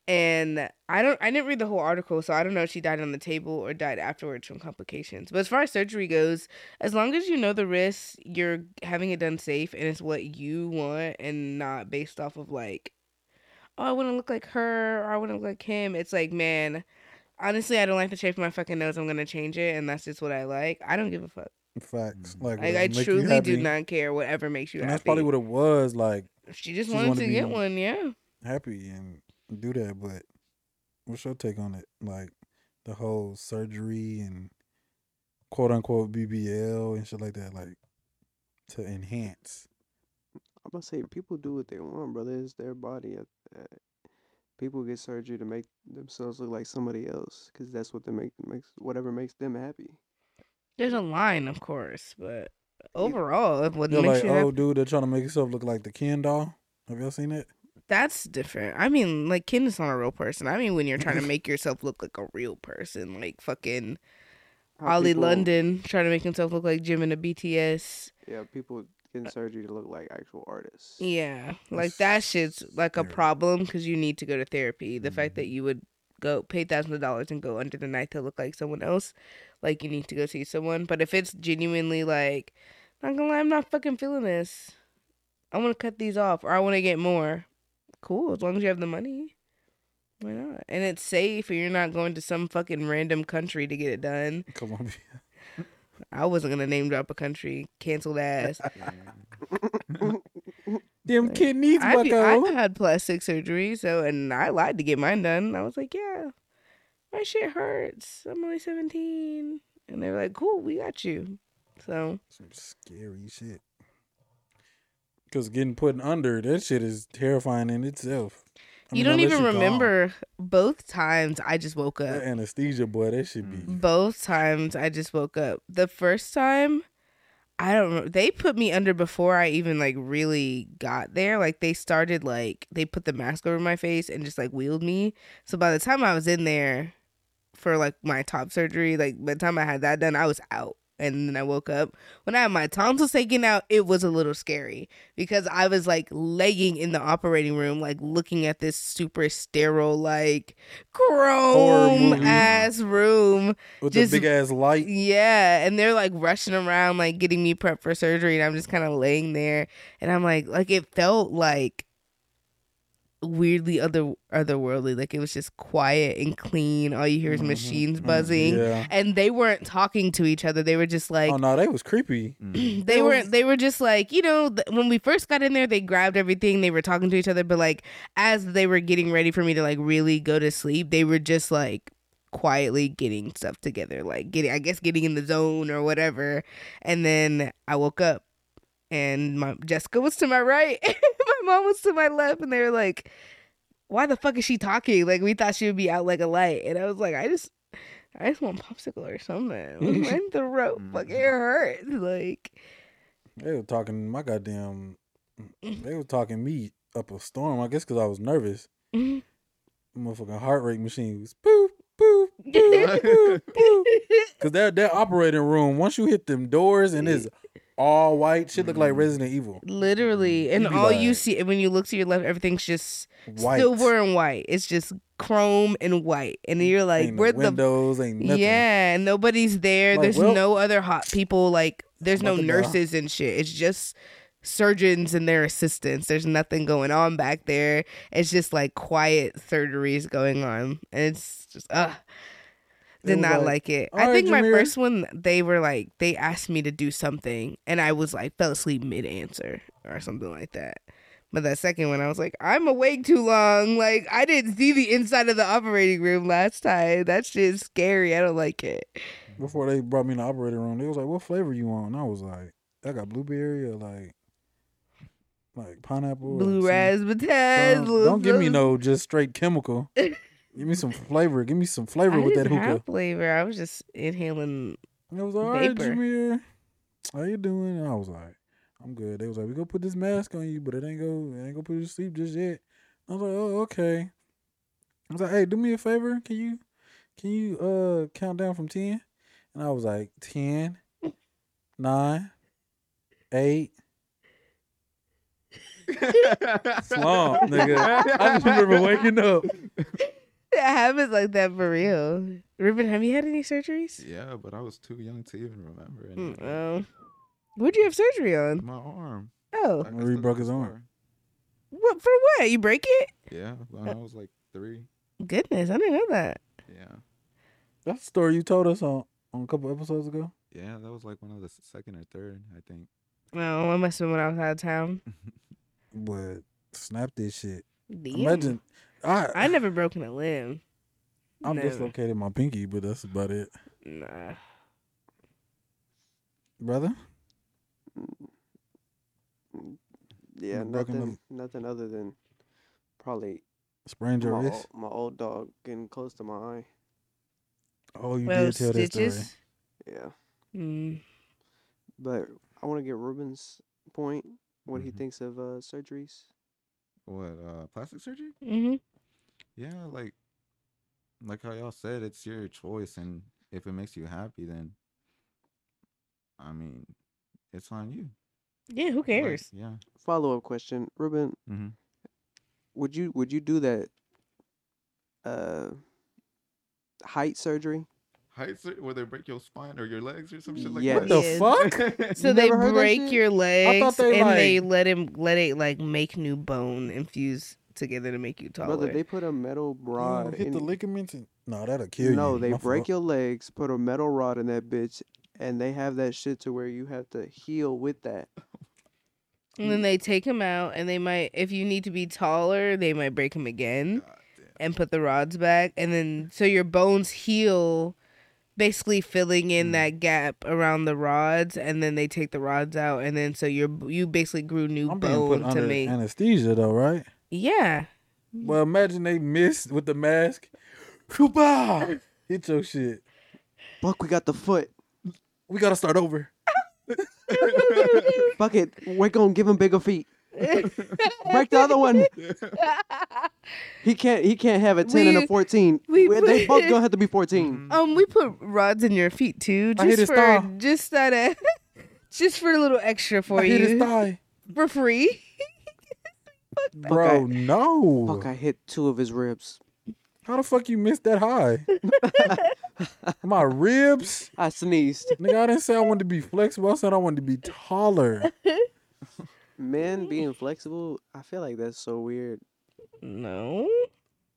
and I don't I didn't read the whole article, so I don't know if she died on the table or died afterwards from complications. But as far as surgery goes, as long as you know the risks, you're having it done safe and it's what you want and not based off of like, oh, I want to look like her or I want to look like him. It's like, man, honestly, I don't like the shape of my fucking nose. I'm gonna change it, and that's just what I like. I don't give a fuck.
facts.
Mm.
Mhm.
Like,
Like
whatever
I
make you
truly do
happy.
not care. Whatever makes you
And
happy.
that's probably what it was. Like
she just
she
wanted
wanted
to
to
get
be-
one. Yeah.
happy and do that. But what's your take on it? Like the whole surgery and quote unquote BBL and shit like that, like to enhance.
I'm gonna say people do what they want, brother. It's their body. Uh, People get surgery to make themselves look like somebody else, cause that's what they make makes whatever makes them happy.
There's a line, of course, but overall, it what
You're
makes
like,
you
oh,
happy,
dude, they're trying to make yourself look like the Ken doll. Have y'all seen it?
that's different. I mean, like Ken is not a real person. I mean, when you're trying to make yourself look like a real person, like fucking
How
Ollie
people-
London trying to make himself look like Jim in a BTS.
Yeah, people
Uh,
getting surgery to look like actual artists.
Yeah, like
That's
that shit's like a
terrible.
problem because you need to go to therapy. The fact
Mhm.
that you would go pay thousands of dollars and go under the knife to look like someone else, like you need to go see someone. But if it's genuinely like, not gonna lie, I'm not fucking feeling this. I want to cut these off, or I want to get more. Cool, as long as you have the money. Why not? And it's safe, and you're not going to some fucking random country to get it done.
Come on,
I wasn't gonna name drop a country, canceled ass.
them kid needs
I've, I've
bucko.
had plastic surgery, so and I lied to get mine done. I was like, yeah, my shit hurts. I'm only 17, and they were like, cool, we got you. So
Some scary shit. Cause getting put under that shit is terrifying in itself. I mean,
you don't
unless
even
you're gone.
remember both times I just woke up.
That anesthesia, boy. That should be
Both times I just woke up. The first time, I don't remember. They put me under before I even like really got there. Like they started like they put the mask over my face and just like wheeled me. So by the time I was in there for like my top surgery, like by the time I had that done, I was out. And then I woke up. When I had my tonsils taken out, it was a little scary because I was like laying in the operating room, like looking at this super sterile, like chrome
movie.
ass room.
with
Just-
the big ass light.
Yeah, and they're like rushing around, like getting me prepped for surgery, and I'm just kind of laying there, and I'm like, like it felt like weirdly other otherworldly, like it was just quiet and clean. All you hear is
Mhm,
machines
mhm,
buzzing,
Yeah.
and they weren't talking to each other. They were just like.
oh no, they was creepy.
Mm.
They were they were just like you know th- when we first got in there they grabbed everything they were talking to each other but like as they were getting ready for me to like really go to sleep they were just like quietly getting stuff together like getting I guess getting in the zone or whatever and then I woke up and my Jessica was to my right and my mom was to my left and they were like why the fuck is she talking like we thought she would be out like a light and I was like I just I just want popsicle or something. My throat fucking Oh,
Mm.
hurts. Like,
They were talking my goddamn.
Mm.
They were talking me up a storm. I guess because I was nervous.
Mhm.
Motherfucking heart rate machine was boop boop. Cause that that operating room. Once you hit them doors and it's all white, shit look like
Mm.
Resident Evil.
Literally, and
Mm, be
all you
like-
see when you look to your left, everything's just
White.
silver and white. It's just chrome and white, and you're like,
ain't no
"Where the
windows ain't nothing.
yeah?" and Nobody's there.
Like,
there's
well-
no other hot people. Like, there's no
Nothing going on.
nurses and shit. It's just surgeons and their assistants. There's nothing going on back there. It's just like quiet surgeries going on, and it's just ah.
They
did
was
not like, it.
"All
I
right,
think my
Jameer."
first one, they were like, they asked me to do something, and I was like, fell asleep mid answer or something like that. But that second one, I was like, I'm awake too long. Like, I didn't see the inside of the operating room last time. That shit is scary. I don't like it.
before they brought me in the operating room, they was like, "What flavor you want?" And I was like, "I got blueberry or like, like pineapple, or
Blue
some-
raspberry.
some-
Don't,
Don't give me no just straight chemical. give me some flavor. Give me some flavor
I
with that
didn't
hookah."
have flavor. I was just inhaling.
And it was like, "All right,
Vapor.
Jameer, how you doing?" And I was like, "I'm good." They was like, "We gonna put this mask on you, but it ain't go, it ain't gonna put you to sleep just yet." I was like, "Oh, okay." I was like, "Hey, do me a favor. Can you, can you uh count down from ten? And I was like, 10, 9, 8, Slump, nigga. I just remember waking up.
It happens like that for real. Ruben, have you had any surgeries?
Yeah, but I was too young to even remember.
Mm,
anything.
Oh. What'd you have surgery on?
My arm.
Oh.
Like, I
Marie
still
broke
got
his
the
arm.
scar.
What for what? You break it?
Yeah, when I was like three.
Goodness, I didn't know that.
Yeah,
That's the story you told us on, on a couple episodes ago.
yeah, that was like when I was s- second or third, I think.
No, I must have been when I was out of town.
But snap this shit.
Damn.
Imagine I
I never broken a limb.
I'm
Never.
dislocated my pinky, but that's about it.
Nah.
Brother?
Yeah,
Never broken
nothing, nothing other than probably
Sprained
my,
your
ol-
wrist.
my old dog getting close to my eye.
Oh, you
well,
did tell that story.
stitches.
Yeah,
Mm.
but I want to get Ruben's point. What he
Mm-hmm.
Mhm.
thinks of uh, surgeries.
What? Uh, plastic surgery?
hmm
Yeah, like, like how y'all said, it's your choice, and if it makes you happy, then, I mean, it's on you.
Yeah, who
Like,
cares?
yeah.
Follow up question, Ruben.
Mm-hmm.
Would you would you do that? Uh, height surgery.
Height surgery, whether they break your spine or your legs or some shit like
Yes.
What
that.
the
Yeah.
fuck?
So
You
they
never heard that
break
shit?
your legs
they,
and they
like-
let him let it like make new bone and fuse together to make you taller.
Brother, they put a metal rod.
Bro, hit
in,
the ligaments and no, that'll kill you.
no, they
My
break
fault.
your legs, put a metal rod in that bitch, and they have that shit to where you have to heal with that.
and then they take him out and they might if you need to be taller, they might break him again.
God damn.
and put the rods back and then so your bones heal basically filling in
Mm.
that gap around the rods and then they take the rods out and then so you're you basically grew new
I'm being put
bone to
under
me
anesthesia though, right?
yeah
Well, imagine they missed with the mask. Phew, bah! Hit your shit.
Fuck, we got the foot.
We gotta start over.
Fuck it, we're gonna give him bigger feet. Break the other one. He can't. He can't have a ten and
We-
a fourteen.
we
We- they both
put-
gonna have to be 14
Mm-hmm.
um we put rods in your feet too
I hit
just
his
for
thigh.
just that uh, just for a little extra for
I
you
hit his thigh.
for free
Bro, no.
Fuck, I hit two of his ribs.
How the fuck you missed that high? My ribs?
I sneezed.
Nigga, I didn't say I wanted to be flexible. I said I wanted to be taller.
Men being flexible, I feel like that's so weird.
no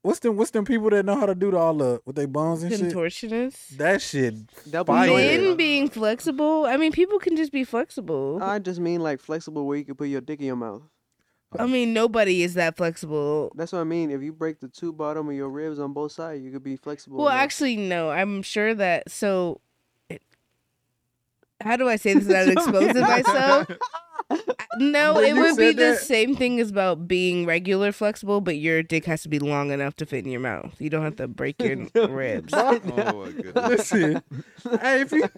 What's them what's them people that know how to do the all the with their bones and shit?
contortionist
That shit
Double
Fire.
men
jointed.
being flexible i mean people can just be flexible
I just mean like flexible where you can put your dick in your mouth.
I mean, nobody is that flexible.
That's what I mean. If you break the two bottom of your ribs on both sides, you could be flexible.
Well,
enough.
actually, no. I'm sure that. So, it- how do I say this without exposing myself? I- No,
But
it
you
would be
said
the
that-
same thing as about being regular flexible, but your dick has to be long enough to fit in your mouth. You don't have to break your ribs.
Oh my goodness.
Listen, hey, if you,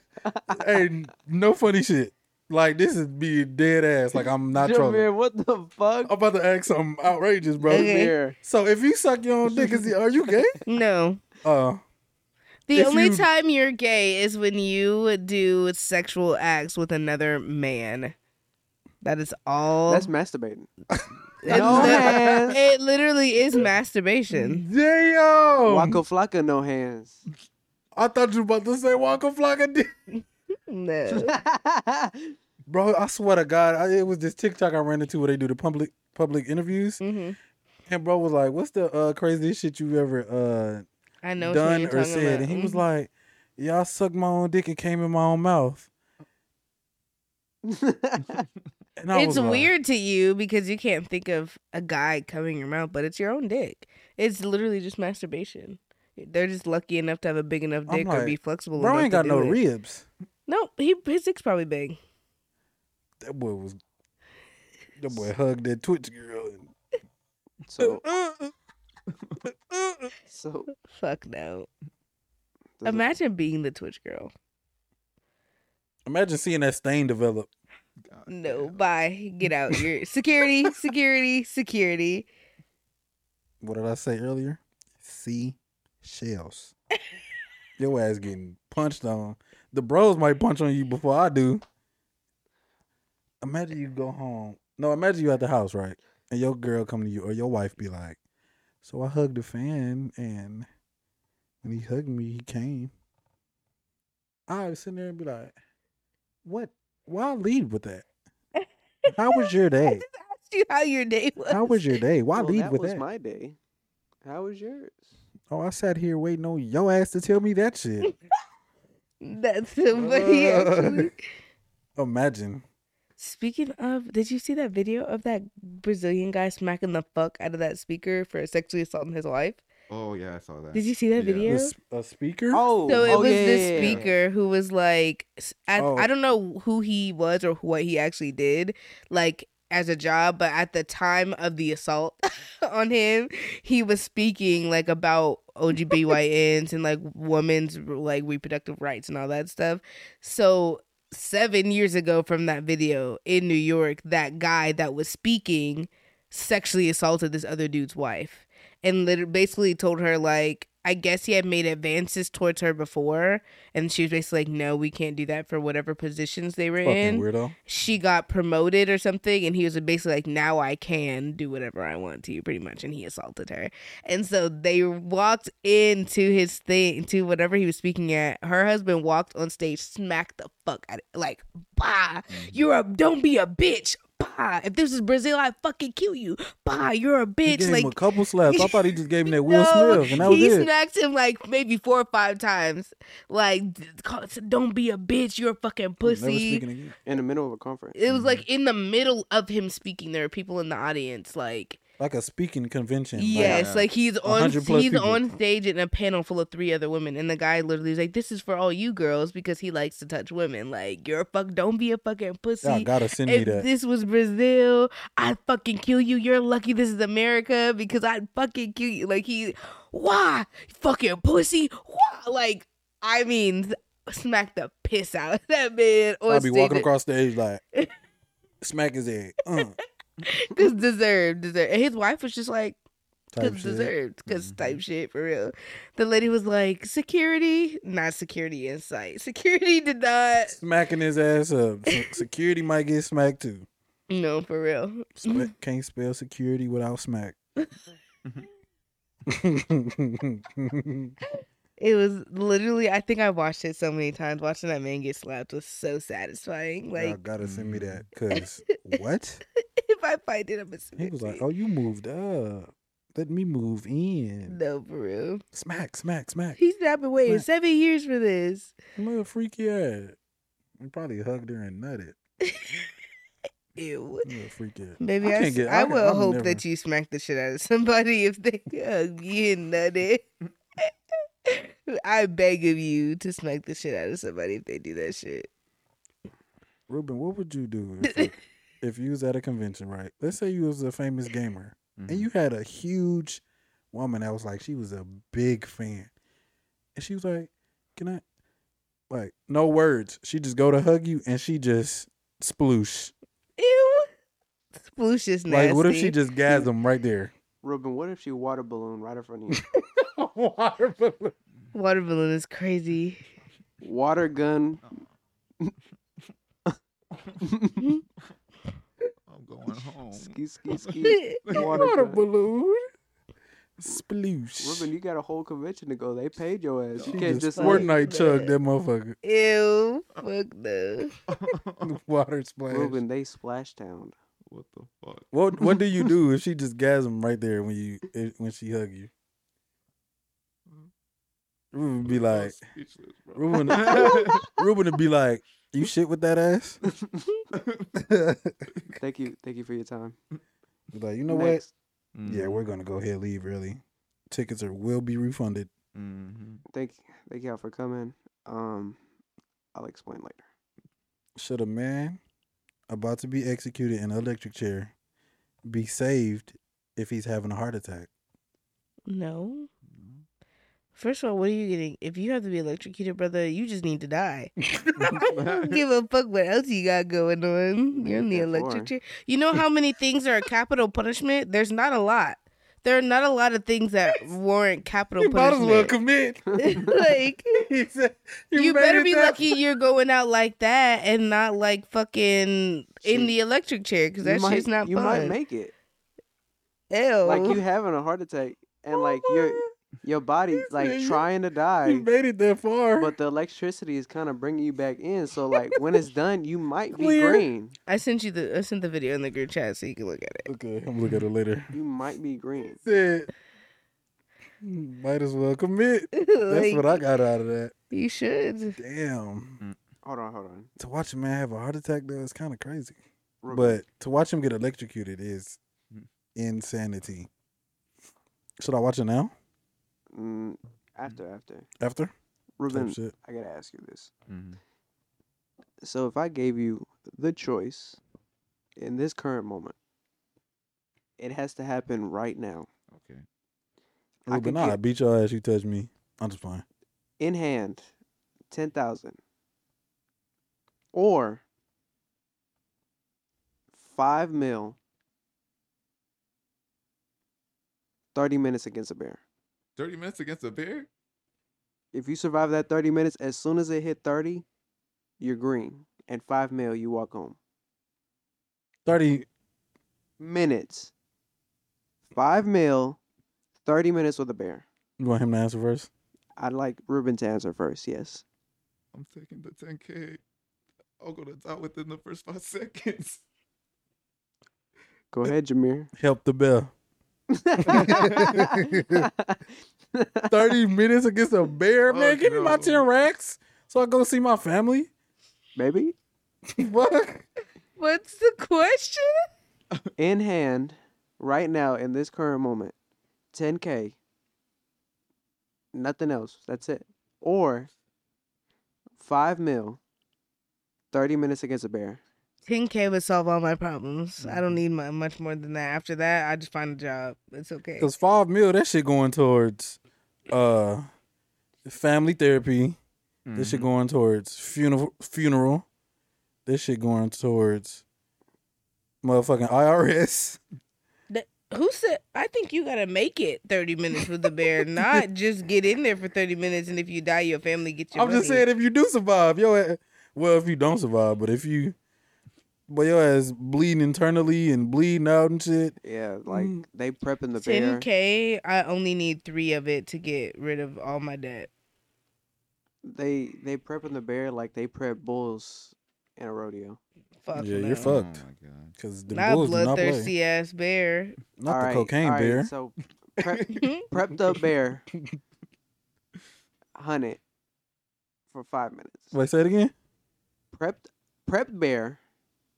hey, no funny shit. Like this is being dead ass. Like I'm not trolling.
Jameer, what the fuck?
I'm about to ask something outrageous, bro.
Okay.
Jameer.
So if you suck your own dick, is he, are you gay?
No.
Uh,
The
If
only
you-
time you're gay is when you do sexual acts with another man. That is all.
That's masturbating.
It
No
lit-
hands.
It literally is masturbation. Um,
Waka
damn.
flocka, no hands.
I thought you about to say Waka Flocka dick.
No.
Bro, I swear to God, I, it was this TikTok I ran into where they do the public public interviews,
hmm
and bro was like, "What's the uh, craziest shit you ever uh,
I know. which one
done
you're
or
talking
said?"
about.
And he was
Mhm.
like, y'all sucked my own dick and came in my own mouth. And I
it's
was like,
weird to you because you can't think of a guy coming in your mouth, but it's your own dick. It's literally just masturbation. They're just lucky enough to have a big enough
I'm
dick or
like,
be flexible.
Bro
enough
ain't
to
got
do
no
it.
ribs.
No, he his dick's probably big.
That boy was. That boy hugged that Twitch girl. And,
so so
Fuck no.
does it-
Imagine being the Twitch girl.
Imagine seeing that stain develop.
God
No,
damn.
bye. Get out. Your security, security, security.
What did I say earlier? Sea shells. Your ass getting punched on. The bros might punch on you before I do. Imagine you go home. No, imagine you at the house, right? And your girl come to you or your wife be like, So I hugged the fan and when he hugged me, he came. I was sitting there and be like, What? Why lead with that? How was your
I
day?
just asked you how your day was.
How was your day? Why
well,
lead
that
with
was
that?
my day. How was yours?
Oh, I sat here waiting on your ass to tell me that shit.
That's somebody
Uh.
actually.
Imagine.
Speaking of, did you see that video of that Brazilian guy smacking the fuck out of that speaker for sexually assaulting his wife?
Oh yeah, I saw that.
Did you see that
Yeah.
video?
This- a speaker?
Oh,
So it
oh,
was
yeah,
this
yeah, yeah.
speaker who was like, s- at,
Oh.
I don't know who he was or what he actually did, like as a job, but at the time of the assault on him, he was speaking like about OGBYNs and like women's like reproductive rights and all that stuff. So seven years ago from that video in New York, that guy that was speaking sexually assaulted this other dude's wife and liter- basically told her like I guess he had made advances towards her before and she was basically like no we can't do that for whatever positions they were
Fucking
in.
weirdo.
She got promoted or something and he was basically like now I can do whatever I want to you pretty much and he assaulted her. And so they walked into his thing to whatever he was speaking at. Her husband walked on stage smacked the fuck out of like bah
Mm-hmm.
Mhm.
you're a don't be a bitch. Bah. If this is Brazil, I fucking kill you. Bah, you're a
He
bitch.
gave
Like
him a couple slaps. I thought he just gave him that Will
no,
Smith, and that was
he
it.
smacked him like maybe four or five times. Like, d- call- said, don't be a bitch. You're a fucking
Never
pussy.
speaking again.
in the middle of a conference.
It was
Mm-hmm.
like in the middle of him speaking. There were people in the audience. Like,
Like a speaking convention. like-
yes,
yeah.
like he's on
100 plus
he's
people.
on stage in a panel full of three other women, and the guy literally is like, "This is for all you girls because he likes to touch women. Like, you're a fuck. Don't be a fucking pussy.
y'all gotta send me
If
that.
this was Brazil, I'd fucking kill you. You're lucky this is America because I'd fucking kill you. Like he, why fucking pussy? Why? Like I mean, smack the piss out of that man on
I'd be walking
stage.
across the stage like, smack his head. Uh,
Cause deserved, deserved. And his wife was just like,
type
cause
shit. Mm-hmm.
deserved, because
Mhm.
type shit for real. The lady was like, security, not security insight. Security did not.
Smacking his ass up. Se- Security might get smacked too.
No, for real.
Spe- can't spell security without smack.
Mm-hmm. It was literally, I think I watched it so many times. Watching that man get slapped was so satisfying.
Y'all
Like,
gotta send me that, cause what?
if I find it, I'm gonna send
He
it
was
to
like,
you.
"Oh, you moved up. Let me move in.
no, for real.
Smack, smack, smack.
He's not been waiting
Right.
seven years for this.
Little freaky ass. He probably hugged her and nutted.
Ew.
Little freaky. ass.
Maybe
I
I,
can't
s-
get-
I
I can-
will
I'm
hope
never-
that you smack the shit out of somebody if they hug you and nutted. I beg of you to smack the shit out of somebody if they do that shit.
Ruben, what would you do if, you- if you was at a convention, right? Let's say you was a famous gamer and
Mm-hmm.
you had a huge woman that was like she was a big fan, and she was like, "Can I?" Like no words. She just go to hug you and she just sploosh.
Ew. Sploosh is nasty.
Like what if she just gasm right there?
Ruben, what if she water balloon right in front of you?
Water balloon.
Water balloon is crazy.
water gun.
I'm going home.
ski ski ski. Water
Water
gun.
balloon. Sploosh.
Ruben, you got a whole convention to go. They paid your ass. You
She
can't just
just
squirt
like,
Fortnite chug
that.
that motherfucker.
Ew, fuck no.
Water splash.
Ruben. They splash town.
what the fuck?
What What do you do if she eh, just gasm right there when you if, when she hug you? Ruben be like,
Speechless, bro.
Ruben, Ruben would be like, you shit with that ass?
Thank you, thank you for your time.
Be like, you know
Next.
what?
Mm.
Yeah, we're gonna go ahead and leave. Really, tickets are will be refunded.
Mm-hmm.
Thank, thank y'all for coming. Um, I'll explain later.
Should a man about to be executed in an electric chair be saved if he's having a heart attack?
No.
Mm-hmm.
First of all, what are you getting? If you have to be electrocuted, brother, you just need to die. Give a fuck what else you got going on. You're in the
Yeah, for.
electric chair. You know how many things are a capital punishment? There's not a lot. There are not a lot of things that warrant capital punishment.
commit.
like
He said,
you
made
better
it
be
that
lucky you're going out like that and not like fucking in
Shit.
the electric chair because
you
that
might,
shit's not
you
fun.
might make it.
Ew.
Like you having a heart attack
Oh
and like your your body
This
like
nigga.
trying to
far.
die,
You made it that far.
but the electricity is kind of bringing you back in. So like when it's done, you might be
Clear.
green.
I sent you the I sent the video in the group chat so you can look at it.
okay, I'm gonna look at it later.
You might be green.
Said, might as well commit. That's
Like,
what I got out of that.
You should.
Damn.
Hold on, hold on.
To watch a man have a heart attack though is kind of crazy.
Real Mm. quick.
But to watch him get electrocuted is insanity. Should I watch it now?
Mm, after, after.
After? Type
Ruben,
shit.
I gotta ask you this.
Mm-hmm.
So if I gave you the choice in this current moment, it has to happen right now.
Okay.
I
Ruben,
could
nah, I
get-
beat your ass. You touch me. I'm just playing.
In hand, ten thousand. Or five mil thirty minutes against a bear.
Thirty minutes against a bear.
If you survive that thirty minutes, as soon as it hit thirty, you're green. And five mil you walk home.
30.
minutes. Five mil, thirty minutes with a bear.
You want him to answer first?
I'd like Ruben to answer first. Yes.
I'm taking the ten k. I'll go to top within the first five seconds.
Go ahead, Jameer.
Help the bell. 30 minutes against a bear, man.
Fuck
Give me my
no.
10 racks so I go see my family.
Maybe
Fuck.
What's the question?
in hand, right now in this current moment, ten k. Nothing else. That's it. Or five mil, thirty minutes against a bear.
10k would solve all my problems. I
Mm-hmm.
don't need my, much more than that. After that, I just find a job. It's okay.
Because five mil, that shit going towards uh family therapy.
Mm-hmm.
This
Mm-hmm.
shit going towards funeral funeral. This shit going towards motherfucking IRS.
Who said? I think you gotta make it 30 minutes with the bear, not just get in there for 30 minutes. And if you die, your family gets your
I'm just
money.
saying if you do survive, yo a- well, if you don't survive, but if you but your ass bleeding internally and bleeding out and shit.
Yeah, like
Mm.
they prepping the bear.
10k. I only need three of it to get rid of all my debt.
They they prepping the bear like they prep bulls in a rodeo.
Fuck
Yeah,
no.
you're
Oh
fucked.
my god.
Cause the
Not
bulls do not play.
bloodthirsty ass bear.
Not
All
the
right,
cocaine
all right,
bear.
So prep, prepped up bear, hunt it for five minutes.
Wait, say it again.
Prepped prepped bear,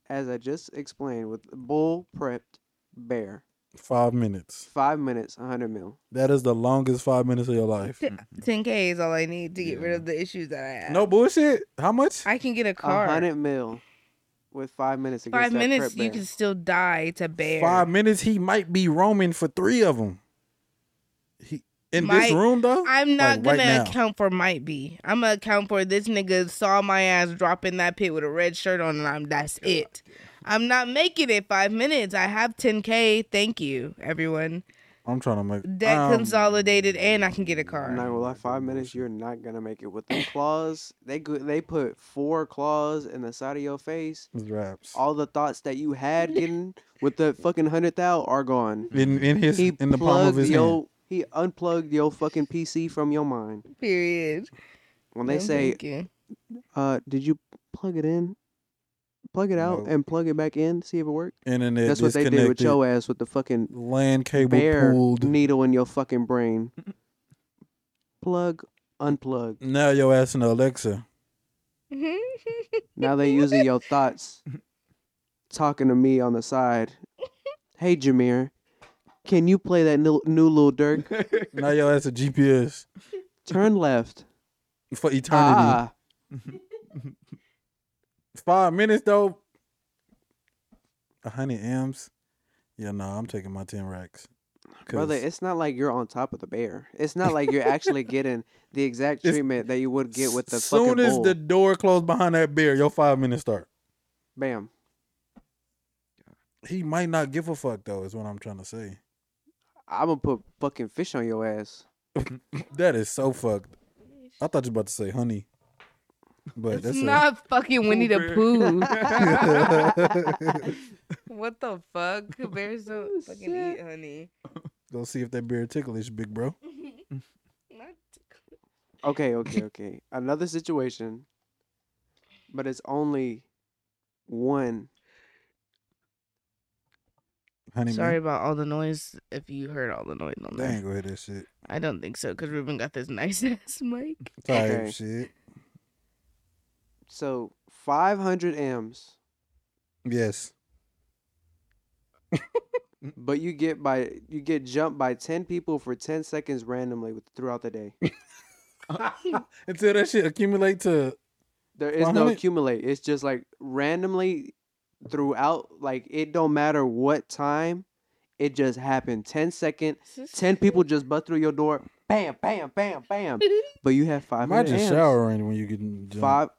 as I just explained with bull prepped bear.
Five minutes.
Five minutes, hundred mil.
That is the longest five minutes of your life.
10k is all I need to get rid
Yeah.
of the issues that I have.
No bullshit. How much?
I can get a
A
car.
hundred mil, with five minutes. Against
Five
that
minutes,
prep
you
bear.
can still die to bear.
Five minutes. He might be roaming for three of them. He in this
Might-
room though.
I'm not
Like, right
gonna
now.
account for might be. I'm gonna account for this nigga saw my ass drop in that pit with a red shirt on, and I'm that's it. I'm not making it five minutes. I have 10k. Thank you, everyone.
I'm trying to make
Debt
um,
consolidated, and I can get a
I'm not
car.
gonna lie, five minutes. You're not gonna make it with the claws. They go, they put four claws in the side of your face.
his raps.
All the thoughts that you had getting with the fucking hundred thou are gone.
In in his
He
in the palm of
plugged
his
your,
hand.
He unplugged your fucking PC from your mind.
Period.
When they
No,
say,
thank you.
uh, did you plug it in? Plug it out
Nope.
and plug it back in, see if it worked.
Internet
That's what they did with your ass with the fucking
land cable
bear
pulled.
needle in your fucking brain. plug unplug.
Now your ass in the Alexa.
Now they using your thoughts, talking to me on the side. Hey Jameer, can you play that new, new Lil Durk?
Now your ass a GPS
Turn left.
for eternity.
Ah,
Five minutes though. A hundred M's. Yeah, no, I'm taking my ten racks. 'Cause
brother, it's not like you're on top of the bear. It's not like you're actually getting the exact
It's-
treatment that you would get with the
soon
fucking
as
bull.
the door closed behind that beer, your five minutes start.
Bam.
He might not give a fuck though, is what I'm trying to say.
I'm gonna put fucking fish on your ass.
That is so fucked. I thought you were about to say honey. But
It's
that's
not fucking Winnie the Pooh.
a,
what the fuck? Bears don't fucking eat honey.
Go see if that beer ticklish, big bro.
Not
Okay, okay, okay. Another situation, but it's only one.
Honey
Sorry about all the noise. If you heard all the noise on
man. They
there,
ain't gonna hear that shit.
I don't think so because Ruben got this nice ass mic.
Type
Okay.
shit.
So 500 M's,
Yes.
but you get by you get jumped by 10 people for 10 seconds randomly with, throughout the day.
Until that shit accumulate to
There is no
100?
accumulate. It's just like randomly throughout. Like it don't matter what time, it just happened. 10 second, 10 people just butt through your door. Bam, bam, bam, bam. But you have 500
imagine
M's.
showering when you get jumped.
Five.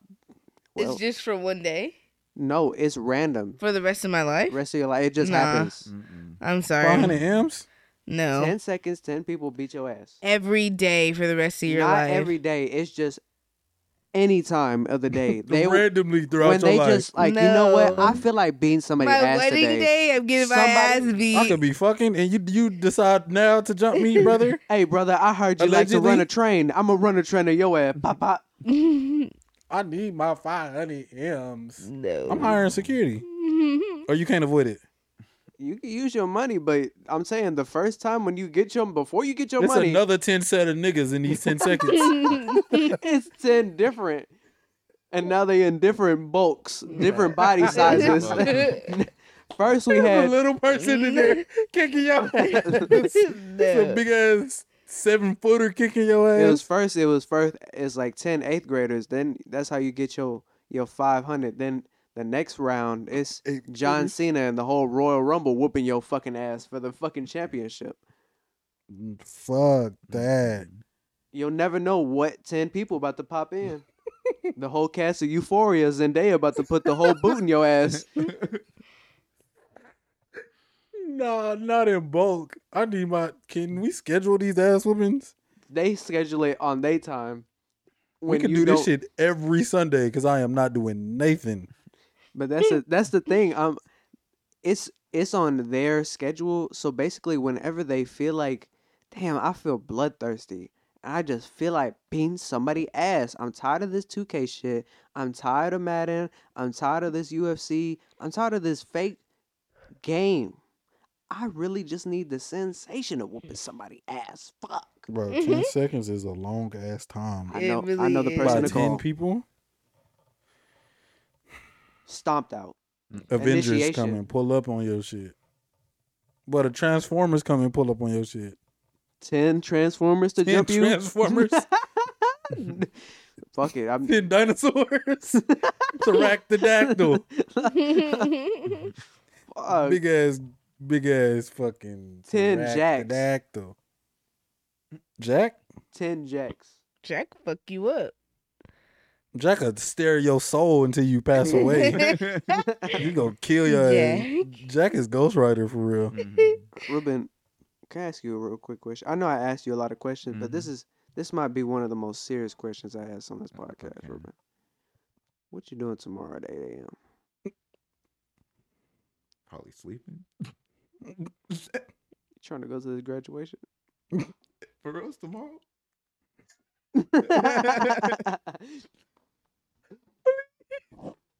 Well,
It's just for one day
No, it's random.
for the rest of my life.
Rest of your life, it just
Nah.
happens.
Mm-mm.
I'm sorry.
500 M's.
No,
Ten seconds, ten people beat your ass.
every day for the rest of your
Not
life.
every day. It's just any time of the day. They when
randomly throughout your
they
life.
just like you know what?
No.
I feel like beating somebody
my
ass
wedding
today.
day, I'm getting my
Somebody-
ass beat.
I could be fucking, and you you decide now to jump me, brother.
Hey brother, I heard you like to run
Allegedly.
a train. I'm gonna run a train to your ass. Pop pop.
I need my 500 M's.
no.
I'm hiring security, or you can't avoid it.
You can use your money, but I'm saying the first time when you get your before you get your
It's
money,
another 10 set of niggas in these 10 seconds.
it's ten different. And now they in different bulks, different body sizes. First we
a
had
little person in there kicking your ass. It's a
no.
big ass seven footer kicking your
It was
ass.
first. It was first. It's like 10 eighth graders. Then that's how you get your your five hundred. Then the next round it's
Eighth
John
graders.
Cena and the whole Royal Rumble whooping your fucking ass for the fucking championship.
Fuck that.
You'll never know what ten people about to pop in. the whole cast of Euphoria, Zendaya about to put the whole boot in your ass.
Nah, not in bulk. I need my. Can we schedule these ass whoopings?
They schedule it on their time.
We
When
can
you
do this
don't-
shit every Sunday because I am not doing Nathan.
But that's the that's the thing. Um, it's it's on their schedule. So basically, whenever they feel like, damn, I feel bloodthirsty, and I just feel like beating somebody ass. I'm tired of this 2K shit. I'm tired of Madden. I'm tired of this UFC. I'm tired of this fake game. I really just need the sensation of whooping somebody ass. Fuck.
Bro, 10 seconds is a long ass time.
Mm-hmm. I
It
know. I
really
know the
is.
person
By
to
10
call.
people?
Stomped out.
Avengers
Initiation.
come and pull up on your shit. But the Transformers come and pull up on your shit.
Ten Transformers to
Ten
jump you.
Transformers,
Fuck it. I'm
ten dinosaurs, Pterodactyl,
fuck.
big ass, big ass fucking
Ten jacks.
Pterodactyl. Jack,
ten jacks.
Jack, fuck you up.
Jack, will stare your soul until you pass away. he gonna
Oh,
kill your ass. Jack is Ghost Rider for real.
Ruben, can I ask you a real quick question? I know I asked you a lot of questions, but this is this might be one of the most serious questions I asked on this podcast,
okay.
Ruben. What you doing tomorrow at eight a.m.?
Probably sleeping.
You trying to go to this graduation?
For real tomorrow?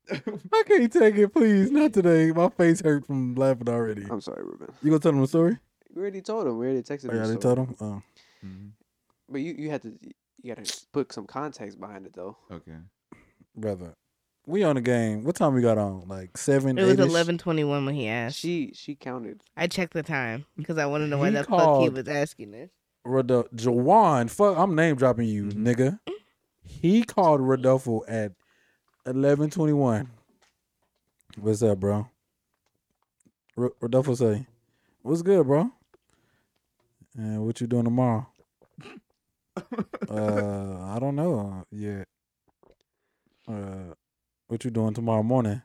I can't take it, please. Not today. My face hurt from laughing already.
I'm sorry, Ruben.
You gonna tell them a story?
We already told him. We already texted
Oh,
him.
yeah,
the
they
story.
told him. Oh.
Mhm.
But you you had to You gotta put some context behind it though.
Okay.
brother. We on the game. What time we got on? Like seven.
It was
eight-ish?
eleven twenty one when he asked.
She she counted.
I checked the time because I want to know why
He
the fuck he
called.
was asking this.
Rodolfo Jawan. Fuck, I'm name dropping you,
Mhm.
nigga. He called Rodolfo at eleven twenty one. What's up, bro? R- Rodolfo say, "What's good, bro? And what you doing tomorrow?" uh, I don't know yet. Uh, what you doing tomorrow morning?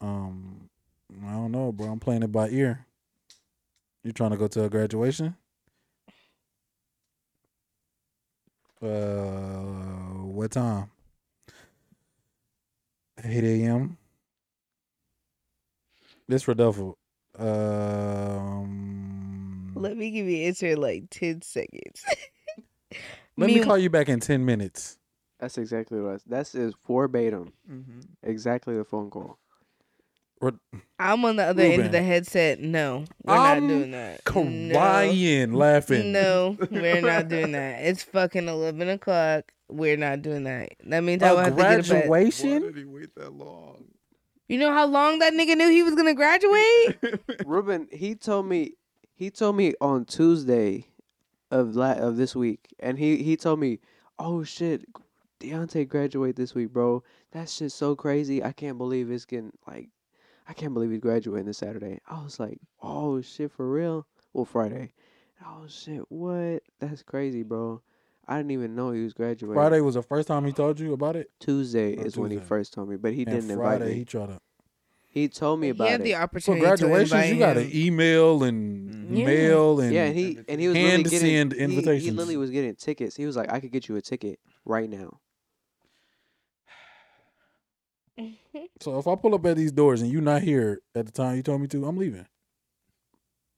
Um, I don't know, bro. I'm playing it by ear. You trying to go to a graduation? Uh, what time? 8 a.m. This Rodolfo. Um, let,
Let me give you an answer in like ten seconds.
me
Mean-
call you back in 10 minutes.
That's exactly what. I, that's is verbatim.
Mm-hmm.
Exactly the phone call.
I'm on the other end
Ruben.
of the headset. No, we're
I'm
not doing that. No.
Crying, laughing.
No, we're not doing that. It's fucking eleven o'clock. We're not doing that. That means I will
A
have to get to bed.
Why
graduation?
did he wait that long?
You know how long that nigga knew he was gonna graduate?
Ruben, he told me he told me on Tuesday of la- of this week, and he he told me, "Oh shit, Deontay graduate this week, bro. That shit's so crazy. I can't believe it's getting like, I can't believe he's graduating this Saturday." I was like, "Oh shit, for real? Well, Friday." Oh shit, what? That's crazy, bro. I didn't even know he was graduating.
Friday was the first time he told you about it.
Tuesday
Oh,
is when he
Tuesday.
first told me, but he
and
didn't invite
Friday, he
me.
tried to.
He told me
he
about
had
it.
the
For
opportunity to
graduations,
invite
you got
him. Mm-hmm.
to email and
Mhm.
Yeah.
mail and
Yeah, and he and he was literally
Hand
getting
send
he- He,
invitations.
literally was getting tickets. He was like, "I could get you a ticket right now."
So if I pull up at these doors and you not here at the time you told me to, I'm leaving.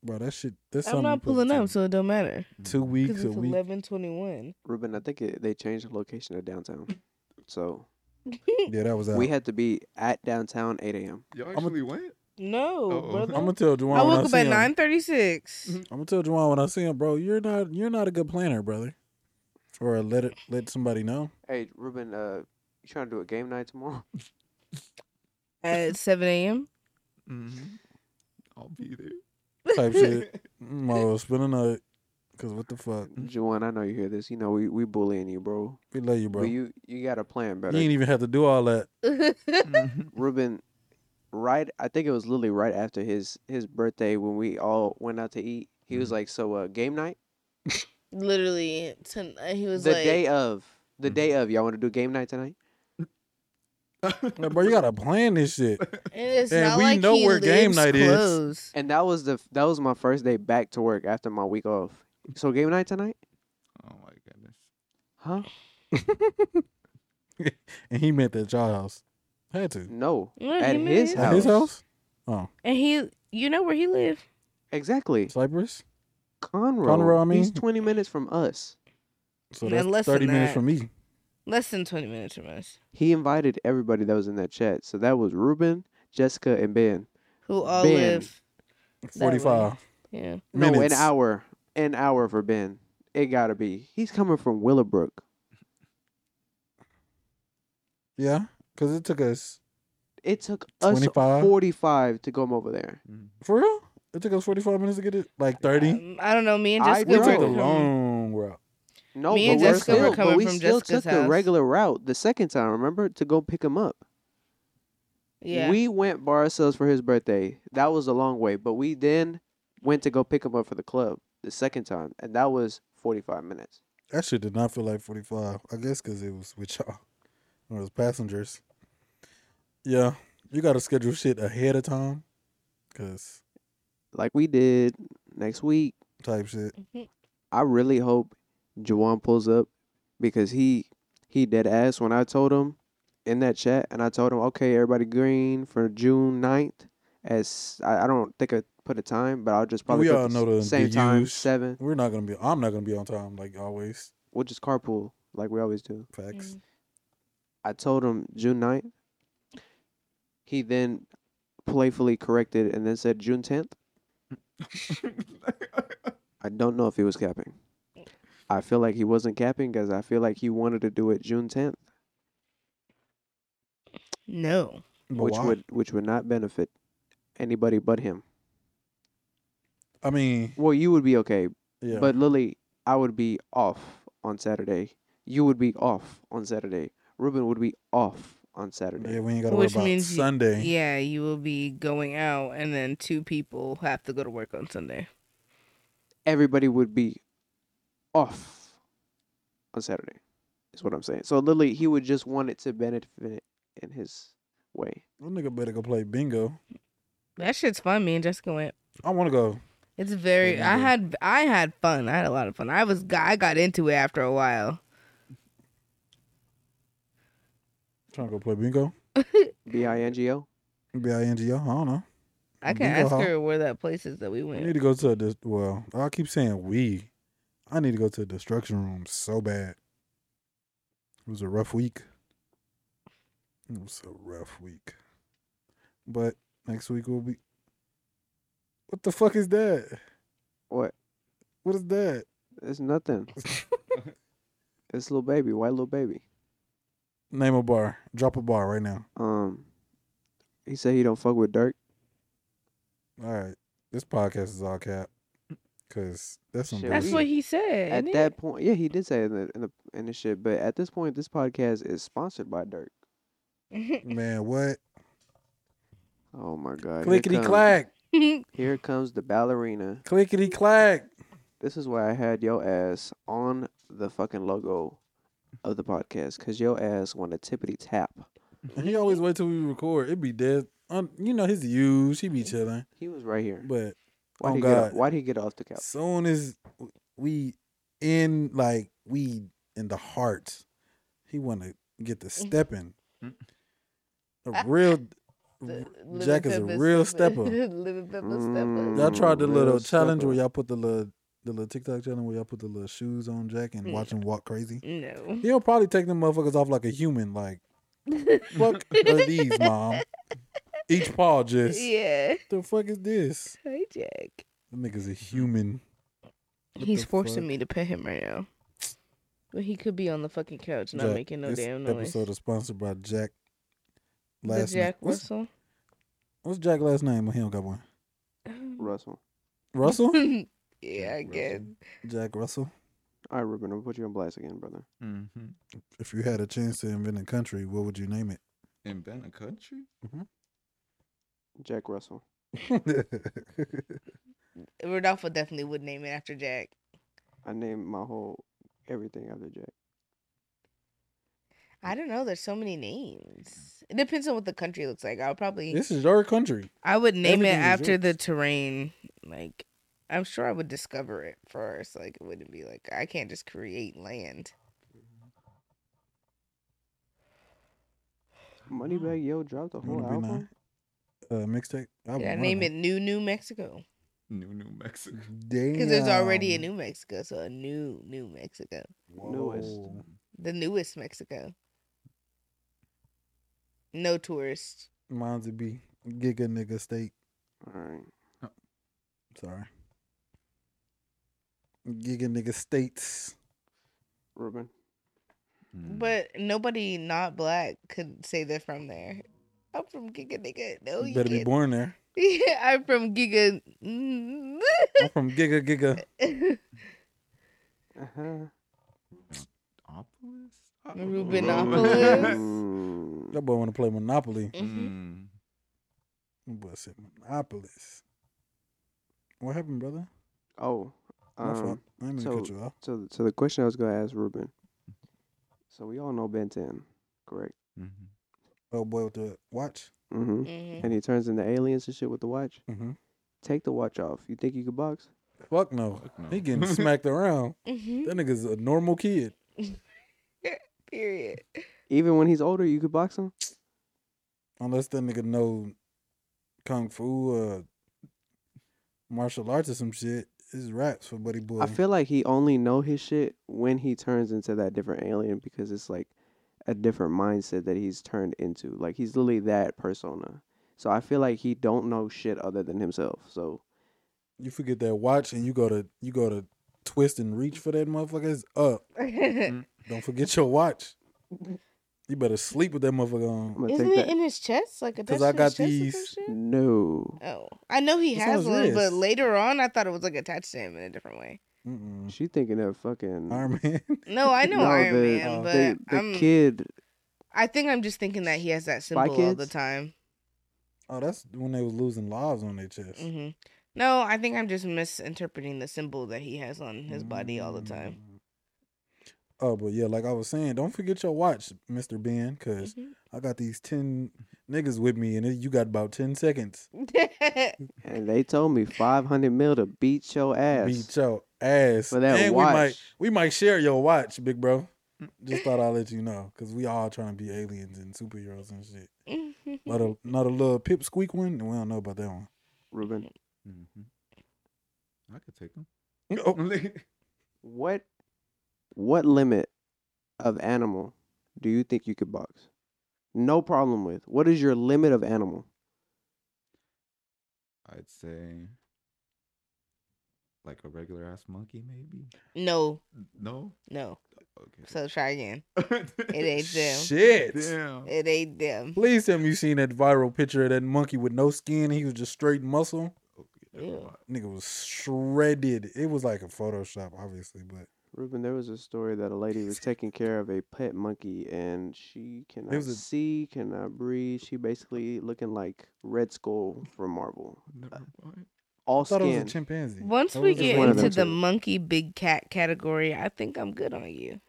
Bro, that shit. That's
I'm
something you
not
put
pulling
to-
up, so it don't matter.
two weeks
Because
a
it's
week.
eleven twenty one.
Ruben, I think it, they changed the location of downtown, so
Yeah, that was out.
we had to be at downtown 8 a.m.
Y'all
a-
actually went?
No,
Uh-oh.
brother.
I'm gonna tell Juwan
I
when
woke
I
up
see
at
him.
nine thirty six.
I'm gonna tell Juwan when I see him, bro. You're not. You're not a good planner, brother. Or let it. Let somebody know.
Hey, Ruben, uh, you trying to do a game night tomorrow?
At seven AM.
Mm-hmm. I'll be there.
Type shit. Mm, Mo, spend a night. Cause what the fuck?
Juwan, I know you hear this. You know we we bullying you, bro.
We love you, bro.
But
You,
you you got a plan better.
ain't e-, even have to do all that.
Mm-hmm.
Ruben, right? I think it was literally right after his his birthday when we all went out to eat. He
Mm-hmm.
was like, "So, uh, game night."
Literally, ten, uh, he was
the
like,
day of the
Mm-hmm.
Mhm.
day of y'all want to do game night tonight
Oh
Like, bro, you gotta plan this shit.
and it's
and
not
we
like
know
he
where game
lives
night is.
close.
and that was the that was my first day back to work after my week off so game night tonight
oh my goodness.
huh
And he meant that y'all house had to.
no
Yeah,
At
he
his
is.
At his
House.
house, oh
and he, you know where he lived.
exactly
Cypress.
conroe
Conroe, I
he's
mean.
20 minutes from us
So
Man,
that's
less than
thirty minutes
that.
from me.
Less than twenty minutes from us.
he invited everybody that was in that chat so that was ruben jessica and ben
Who all
Ben.
live?
Forty five.
Yeah.
no an
Minutes.
hour an hour for ben it gotta be he's coming from willowbrook
Yeah, because it took us
it took us
25?
45 to come over there
for real. It took us forty five minutes to get it, like thirty.
Um, I don't know. Me and
I
Jessica.
We
drove.
were
took the
from-
long route.
no
Me
but
and
we're
Jessica were
still, but
coming
we
from
still
Jessica's
took the
house.
regular route the second time remember to go pick him up
Yeah.
We went by ourselves for his birthday. That was a long way, but we then went to go pick him up for the club the second time, and that was 45 minutes.
That shit did not feel like 45. I guess because it was with y'all. It was passengers. Yeah. You got to schedule shit ahead of time. Because
Like we did next week.
type shit.
Mm-hmm.
I really hope Juwan pulls up because he he dead ass when I told him in that chat, and I told him, okay, everybody green for June 9th. As I, I don't think I put a time, but I'll just probably
We
put
all
the
know the- the
same time
use.
seven.
We're not going to be, I'm not going to be on time like always.
We'll just carpool like we always do.
Facts.
I told him June 9th. He then playfully corrected and then said
Mm-hmm.
June 10th. I don't know if he was capping. I feel like he wasn't capping because I feel like he wanted to do it June 10th,
No.
But
which
why?
would which would not benefit anybody but him.
I mean?
Well, you would be okay,
Yeah.
but Lily, I would be off on Saturday. You would be off on Saturday. Ruben would be off on Saturday.
yeah, we ain't got to worry
Which
about
means you-
Sunday.
Yeah, you will be going out, and then two people have to go to work on Sunday.
Everybody would be off on Saturday. Is what I'm saying. So Lily, he would just want it to benefit in his way.
That nigga better go play bingo.
That shit's fun. Me and Jessica went.
I want to go.
It's very.
Yeah,
I
yeah.
had I had fun. I had a lot of fun. I was I got into it after a while.
Trying to go play bingo.
B I N G O.
B I N G O. I don't know.
I can
Bingo
ask
hall.
her where that place is that we
I
went.
need to go to a dis- well. I keep saying we. I need to go to the destruction room so bad. It was a rough week. It was a rough week. But next week will be. What the fuck is that?
What?
What is that?
It's nothing. It's little baby, white little baby.
Name a bar. Drop a bar right now.
Um, he said he don't fuck with Dirk.
All right. This podcast is all cap. Cause that's some
Shit,
That's
we-
what he said.
At
innit?
that point, yeah, he did say it in the in the in the shit. But at this point, this podcast is sponsored by Dirk.
man. What?
Oh my god! Here
Clickety
comes-
clack.
Here comes the ballerina.
Clickety clack.
This is why I had your ass on the fucking logo of the podcast, cause your ass want to tippity tap.
He always wait till we record. It be dead. Um, you know his use. He be chilling,
He was right here.
but
Why
Oh,
would he get off,
God.
why did he get off the couch?
soon as we in, like we in the heart, he want to get the stepping. A real
The
Jack is a
living purpose
real
of it.
stepper.
Living purpose stepper.
Mm.
Y'all tried the
Real
little challenge
stepper.
where y'all put the little the little TikTok challenge where y'all put the little shoes on Jack and watch him walk crazy.
No.
He'll probably take them motherfuckers off like a human. Like fuck are these, mom? Each paw just.
Yeah.
The fuck is this?
Hey, Jack.
That nigga's a human. What
He's
the
forcing
fuck?
me to pet him right now. But he could be on the fucking couch not
Jack,
making no
this
damn noise.
Episode is sponsored by Jack.
The
Last
Jack
name. What's,
Russell.
what's Jack last name? He don't got one.
Russell.
Russell.
yeah, I
Jack
guess.
Russell.
Jack Russell.
All right, Ruben, I'm gonna put you on blast again, brother.
Mm-hmm.
If you had a chance to invent a country, what would you name it?
Invent a country?
Jack Russell.
Rodolfo definitely would name it after Jack.
I named my whole everything after Jack.
I don't know. There's so many names. It depends on what the country looks like. I would probably.
this is your country.
I would name it
everything is
after the
yours.
terrain. Like, I'm sure I would discover it first. Like, it wouldn't be like I can't just create land.
Moneybag Yo dropped a
You Mm. wanna
whole
be
album.
nine? Uh, mixtape. I
Did I name it New New Mexico?
New New Mexico.
Damn.
Because there's already a New Mexico, so a new New Mexico,
Newest.
Whoa.
the newest Mexico. No tourists.
Mine's would be Giga Nigga State.
All right.
Sorry. Giga Nigga States.
Ruben.
Mm.
But nobody not black could say they're from there. I'm from Giga Nigga. No,
you
you
better be
can't.
born there.
Yeah, I'm from Giga. Mm.
I'm from Giga Giga. Mm-hmm.
Uh huh.
Opolis?
Rubinopolis.
Mm.
That boy want to play Monopoly.
Mhm.
Mm.
That boy said Monopolis. What happened, brother?
Oh,
My fault.
um,
I didn't mean to cut
so-
you off.
so so the question I was gonna ask Ruben. So we all know Ben Ten, correct?
Mhm.
Oh boy, with the watch.
Mm-hmm.
Mhm.
And he turns into aliens and shit with the watch.
Mm-hmm.
Take the watch off. You think you could box?
Fuck no.
Fuck no.
He getting smacked around.
Mhm.
That nigga's a normal kid.
Period.
Even when he's older, you could box him.
Unless that nigga know kung fu or martial arts or some shit. It's raps for Buddy Boy.
I feel like he only know his shit when he turns into that different alien because it's like a different mindset that he's turned into. Like he's literally that persona. So I feel like he don't know shit other than himself. So
you forget that watch and you go to you go to twist and reach for that motherfucker is up. Don't forget your watch. You better sleep with that motherfucker on.
I'm gonna
Isn't
take
it
that.
in his chest? Like
Because
attached
I got
to his chest or some
these-
shit?
No,
Oh, I know he
It's on
has
his
one, but
wrist.
later on, I thought it was like attached to him in a different way.
Mm-mm.
she thinking of fucking.
Iron Man.
No, I know Iron
the,
Man,
uh,
but
the, the
I'm,
kid.
I think I'm just thinking that he has that
Spy
symbol all the
Kids?
time.
Oh, that's when they was losing lives on their chest.
hmm No, I think I'm just misinterpreting the symbol that he has on his body all the time.
Mm. Oh, but yeah, like I was saying, don't forget your watch, Mister Ben, because
Mhm.
I got these ten niggas with me, and you got about ten seconds.
And they told me 500 mil to beat your ass.
Beat your ass
for that
and
watch.
We might, we might share your watch, big bro. Just thought I'd let you know, cause we all trying to be aliens and superheroes and shit.
Mm-hmm.
Not a not a little pipsqueak one, and we don't know about that one.
Ruben.
Mm-hmm. I could take them.
Oh,
What what limit of animal do you think you could box? No problem with. What is your limit of animal?
I'd say like a regular ass monkey, maybe.
no,
No.
no.
Okay.
So try again. It ain't them.
shit!
Damn.
It ain't them.
Please tell me you seen that viral picture of that monkey with no skin. He was just straight muscle.
Okay, never
Ew.
mind.
Nigga was shredded. It was like a Photoshop, obviously, but
Ruben, there was a story that a lady was taking care of a pet monkey and she cannot
was a-
see, cannot breathe. She basically looking like Red Skull from Marvel.
Never mind.
All
I thought it
skin.
was a chimpanzee.
Once
That
we
was just
get
one of
into the
them two.
monkey big cat category, I think I'm good on you.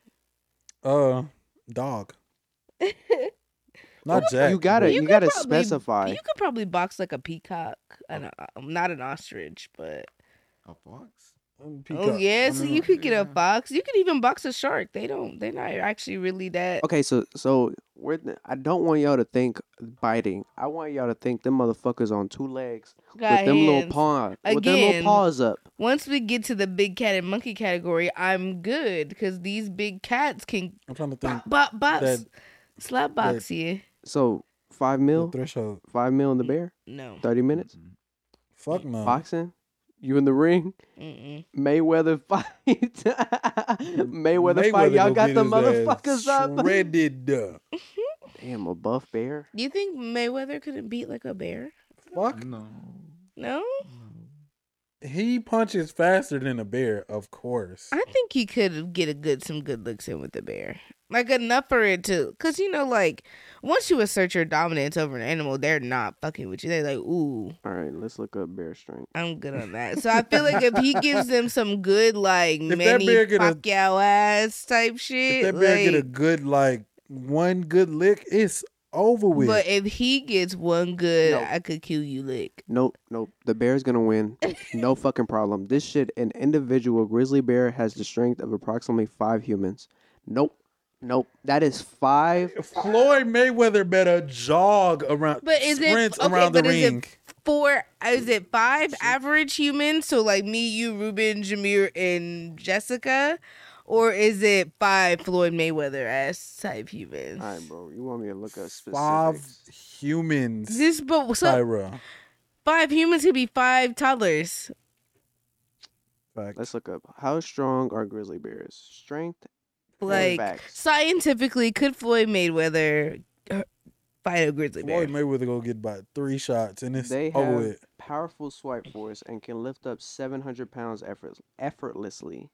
uh dog, not Jack.
you gotta
You
you,
could
gotta
probably-
specify.
You could probably box like a peacock, an, uh, not an ostrich, but
A fox?
Um,
oh
peacock.
yeah,
I
so
mean,
you could get a
yeah.
fox. You could even box a shark. They don't. They're not actually really that.
Okay, so so we're th- I don't want y'all to think biting. I want y'all to think them motherfuckers on two legs
got
with them little
hands.
paw with them little
Again.
paws up.
Once we get to the big cat and monkey category, I'm good because these big cats can
I'm trying to think.
bop bop box,
that-
slap box you.
So five
The
mil,
threshold.
five mil in the bear,
No,
thirty minutes
Mm-mm.
Fuck no.
boxing. You in the ring,
Mm-mm.
Mayweather fight, Mayweather, fight.
Mayweather
Y'all
gonna
got
get
the
his ass
motherfuckers up.
Shredded.
Damn, a buff bear.
you think Mayweather couldn't beat like a bear?
Fuck.
No.
No,
No.
He punches faster than a bear, of course.
I think he could get a good some good looks in with the bear, like enough for it to, cause you know, like once you assert your dominance over an animal, they're not fucking with you. They're like, ooh,
All right, let's look up bear strength.
I'm good on that. So I feel like if he gives them some good like
that
Manny
bear get a-
Pacquiao ass type shit,
If that bear get a
like-
good like one good lick, it's over with.
but if he gets one good,
No.
I could kill you lick.
Nope, nope. The bear's gonna win. No fucking problem. This shit, an individual grizzly bear has the strength of approximately five humans. Nope, nope. That is five.
Floyd Mayweather better jog around,
But is it-
sprints
okay,
around the
but is it-
ring.
Four is it five average humans? So like me, you, Ruben, Jameer, and Jessica, or is it five Floyd Mayweather ass type humans?
All right, bro. You want me to look up specifics?
Five humans,
This but so
Tyra.
five humans could be five toddlers.
Fact.
Let's look up how strong are grizzly bears? Strength. and
Like
facts.
scientifically, could Floyd Mayweather uh, fight a grizzly bear?
Floyd Mayweather gonna get about three shots, and it's
they
over
have
with.
powerful swipe force and can lift up 700 pounds effort- effortlessly.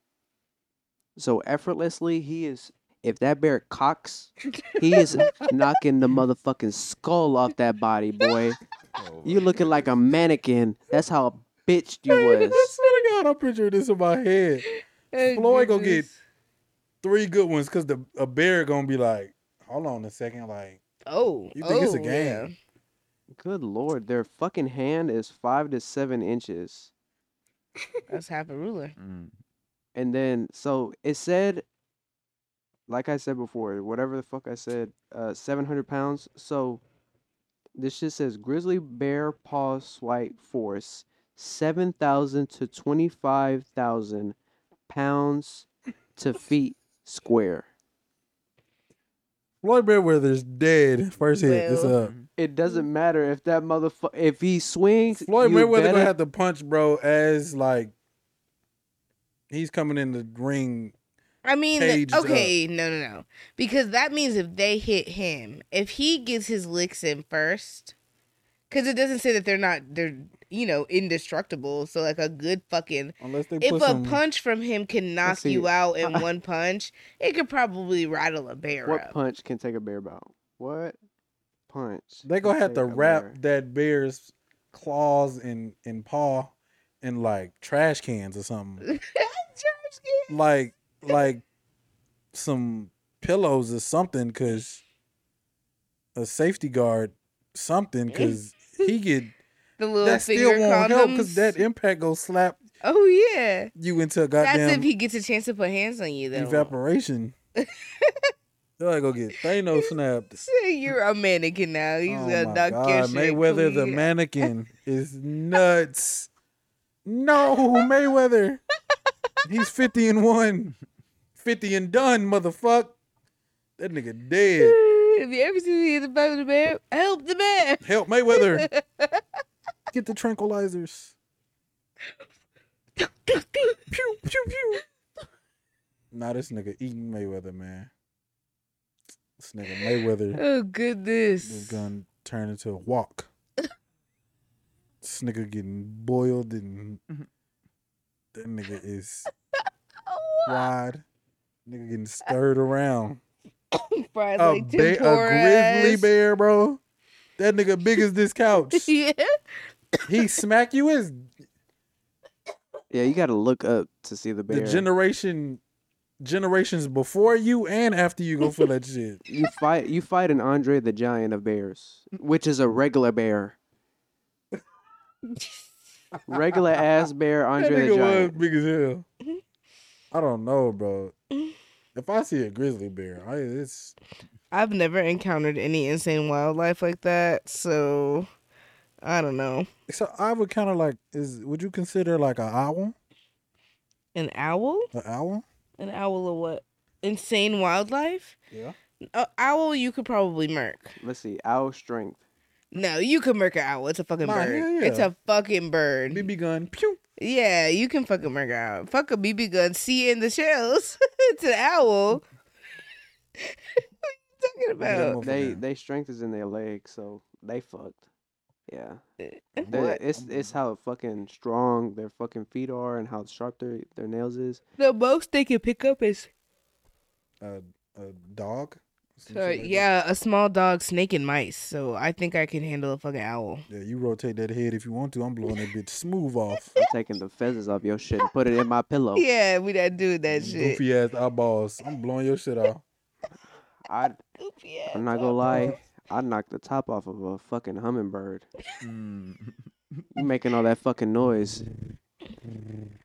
So effortlessly, he is. If that bear cocks, he is knocking the motherfucking skull off that body, boy.
Oh,
You looking like a mannequin. That's how bitched you
I
was.
swear to God, I'm picturing this in my head.
Oh,
Floyd gonna get
goodness.
three good ones, cause the a bear gonna be like, hold on a second, like
Oh,
you think it's a
oh,
game?
yeah.
Good lord, their fucking hand is five to seven inches.
That's half a ruler.
Mm.
And then, so it said, like I said before, whatever the fuck I said, uh, 700 pounds. So this shit says grizzly bear paw swipe force, 7,000 to 25,000 pounds to feet square.
Floyd Mayweather's dead. First hit, it's
Well.
up.
It doesn't matter if that motherfucker, if he swings,
Mm. Floyd
you
Mayweather
better-
gonna have to punch, bro, as like he's coming in the ring.
I mean,
Caged
okay, no, no, no, because that means if they hit him, if he gets his licks in first, because it doesn't say that they're not they're you know indestructible. So like a good fucking
Unless they
if
put
a
some,
punch from him can knock
Let's see.
you out in one punch, it could probably rattle a bear
What
up.
punch can take a bear out? What punch?
they
can
gonna have
take
to
a
wrap
bear?
that bear's claws and and paw in like trash cans or something,
Trash can.
like like some pillows or something, cause a safety guard something, cause he get
the little
that
finger
still won't help, cause
condoms.
that impact gonna slap
oh yeah,
you into a
that's
goddamn
if he gets a chance to put hands on you though.
evaporation. They're gonna get Thanos snapped.
Say you're a mannequin now. He's
oh
gonna
my
knock your
God.
shit
Mayweather the
clean.
mannequin is nuts. No, Mayweather. He's 50 and 1. 50 and done, motherfucker. That nigga dead.
Have you ever seen me in the back of the bear? Help the bear.
Help Mayweather. Get the tranquilizers. Pew, pew, pew. Nah, this nigga eating Mayweather, man. This nigga Mayweather.
oh
This
goodness.
gun turned into a walk. this nigga getting boiled and
Mm-hmm.
Mhm.
that nigga is
Oh, wow.
wide. Nigga getting stirred around.
Fries
A,
like
bear- a grizzly
temporas.
bear, bro. That nigga big as this couch.
yeah.
he smack you as
Yeah, you gotta look up to see the bear.
the generation generations before you and after you go for that shit.
you fight you fight an Andre the Giant of bears, which is a regular bear. regular ass bear
That
Andre the
nigga was
Giant.
big as hell.
Mm-hmm.
I don't know, bro. If I see a grizzly bear, I it's
I've never encountered any insane wildlife like that, so I don't know.
So I would kind of like is would you consider like an owl?
An owl?
An owl?
An owl of what? Insane wildlife?
Yeah.
A owl you could probably murk.
Let's see, owl strength.
No, you could murk an owl. It's a fucking
Nah,
bird.
hell yeah.
It's a fucking bird.
BB gun. Pew.
Yeah, you can fucking murk an owl. Fuck a BB gun. See you in the shells. it's an owl. what are you talking about?
Motherfucker.
They they strength is in their legs, so they fucked. Yeah. They-
What?
It's it's how fucking strong their fucking feet are and how sharp their, their nails is.
The most they can pick up is
A, a dog. Some
uh,
shit like that.
yeah, a small dog, snake, and mice. So I think I can handle a fucking owl.
Yeah, you rotate that head if you want to. I'm blowing that bitch smooth off.
I'm taking the feathers off your shit and put it in my pillow.
Yeah, we not doing that
Mm,
shit.
Mm, Goofy ass eyeballs. I'm blowing your shit off.
I
Goofy ass
I'm not gonna
owl.
lie, I knocked the top off of a fucking hummingbird.
Mm.
You making all that fucking noise.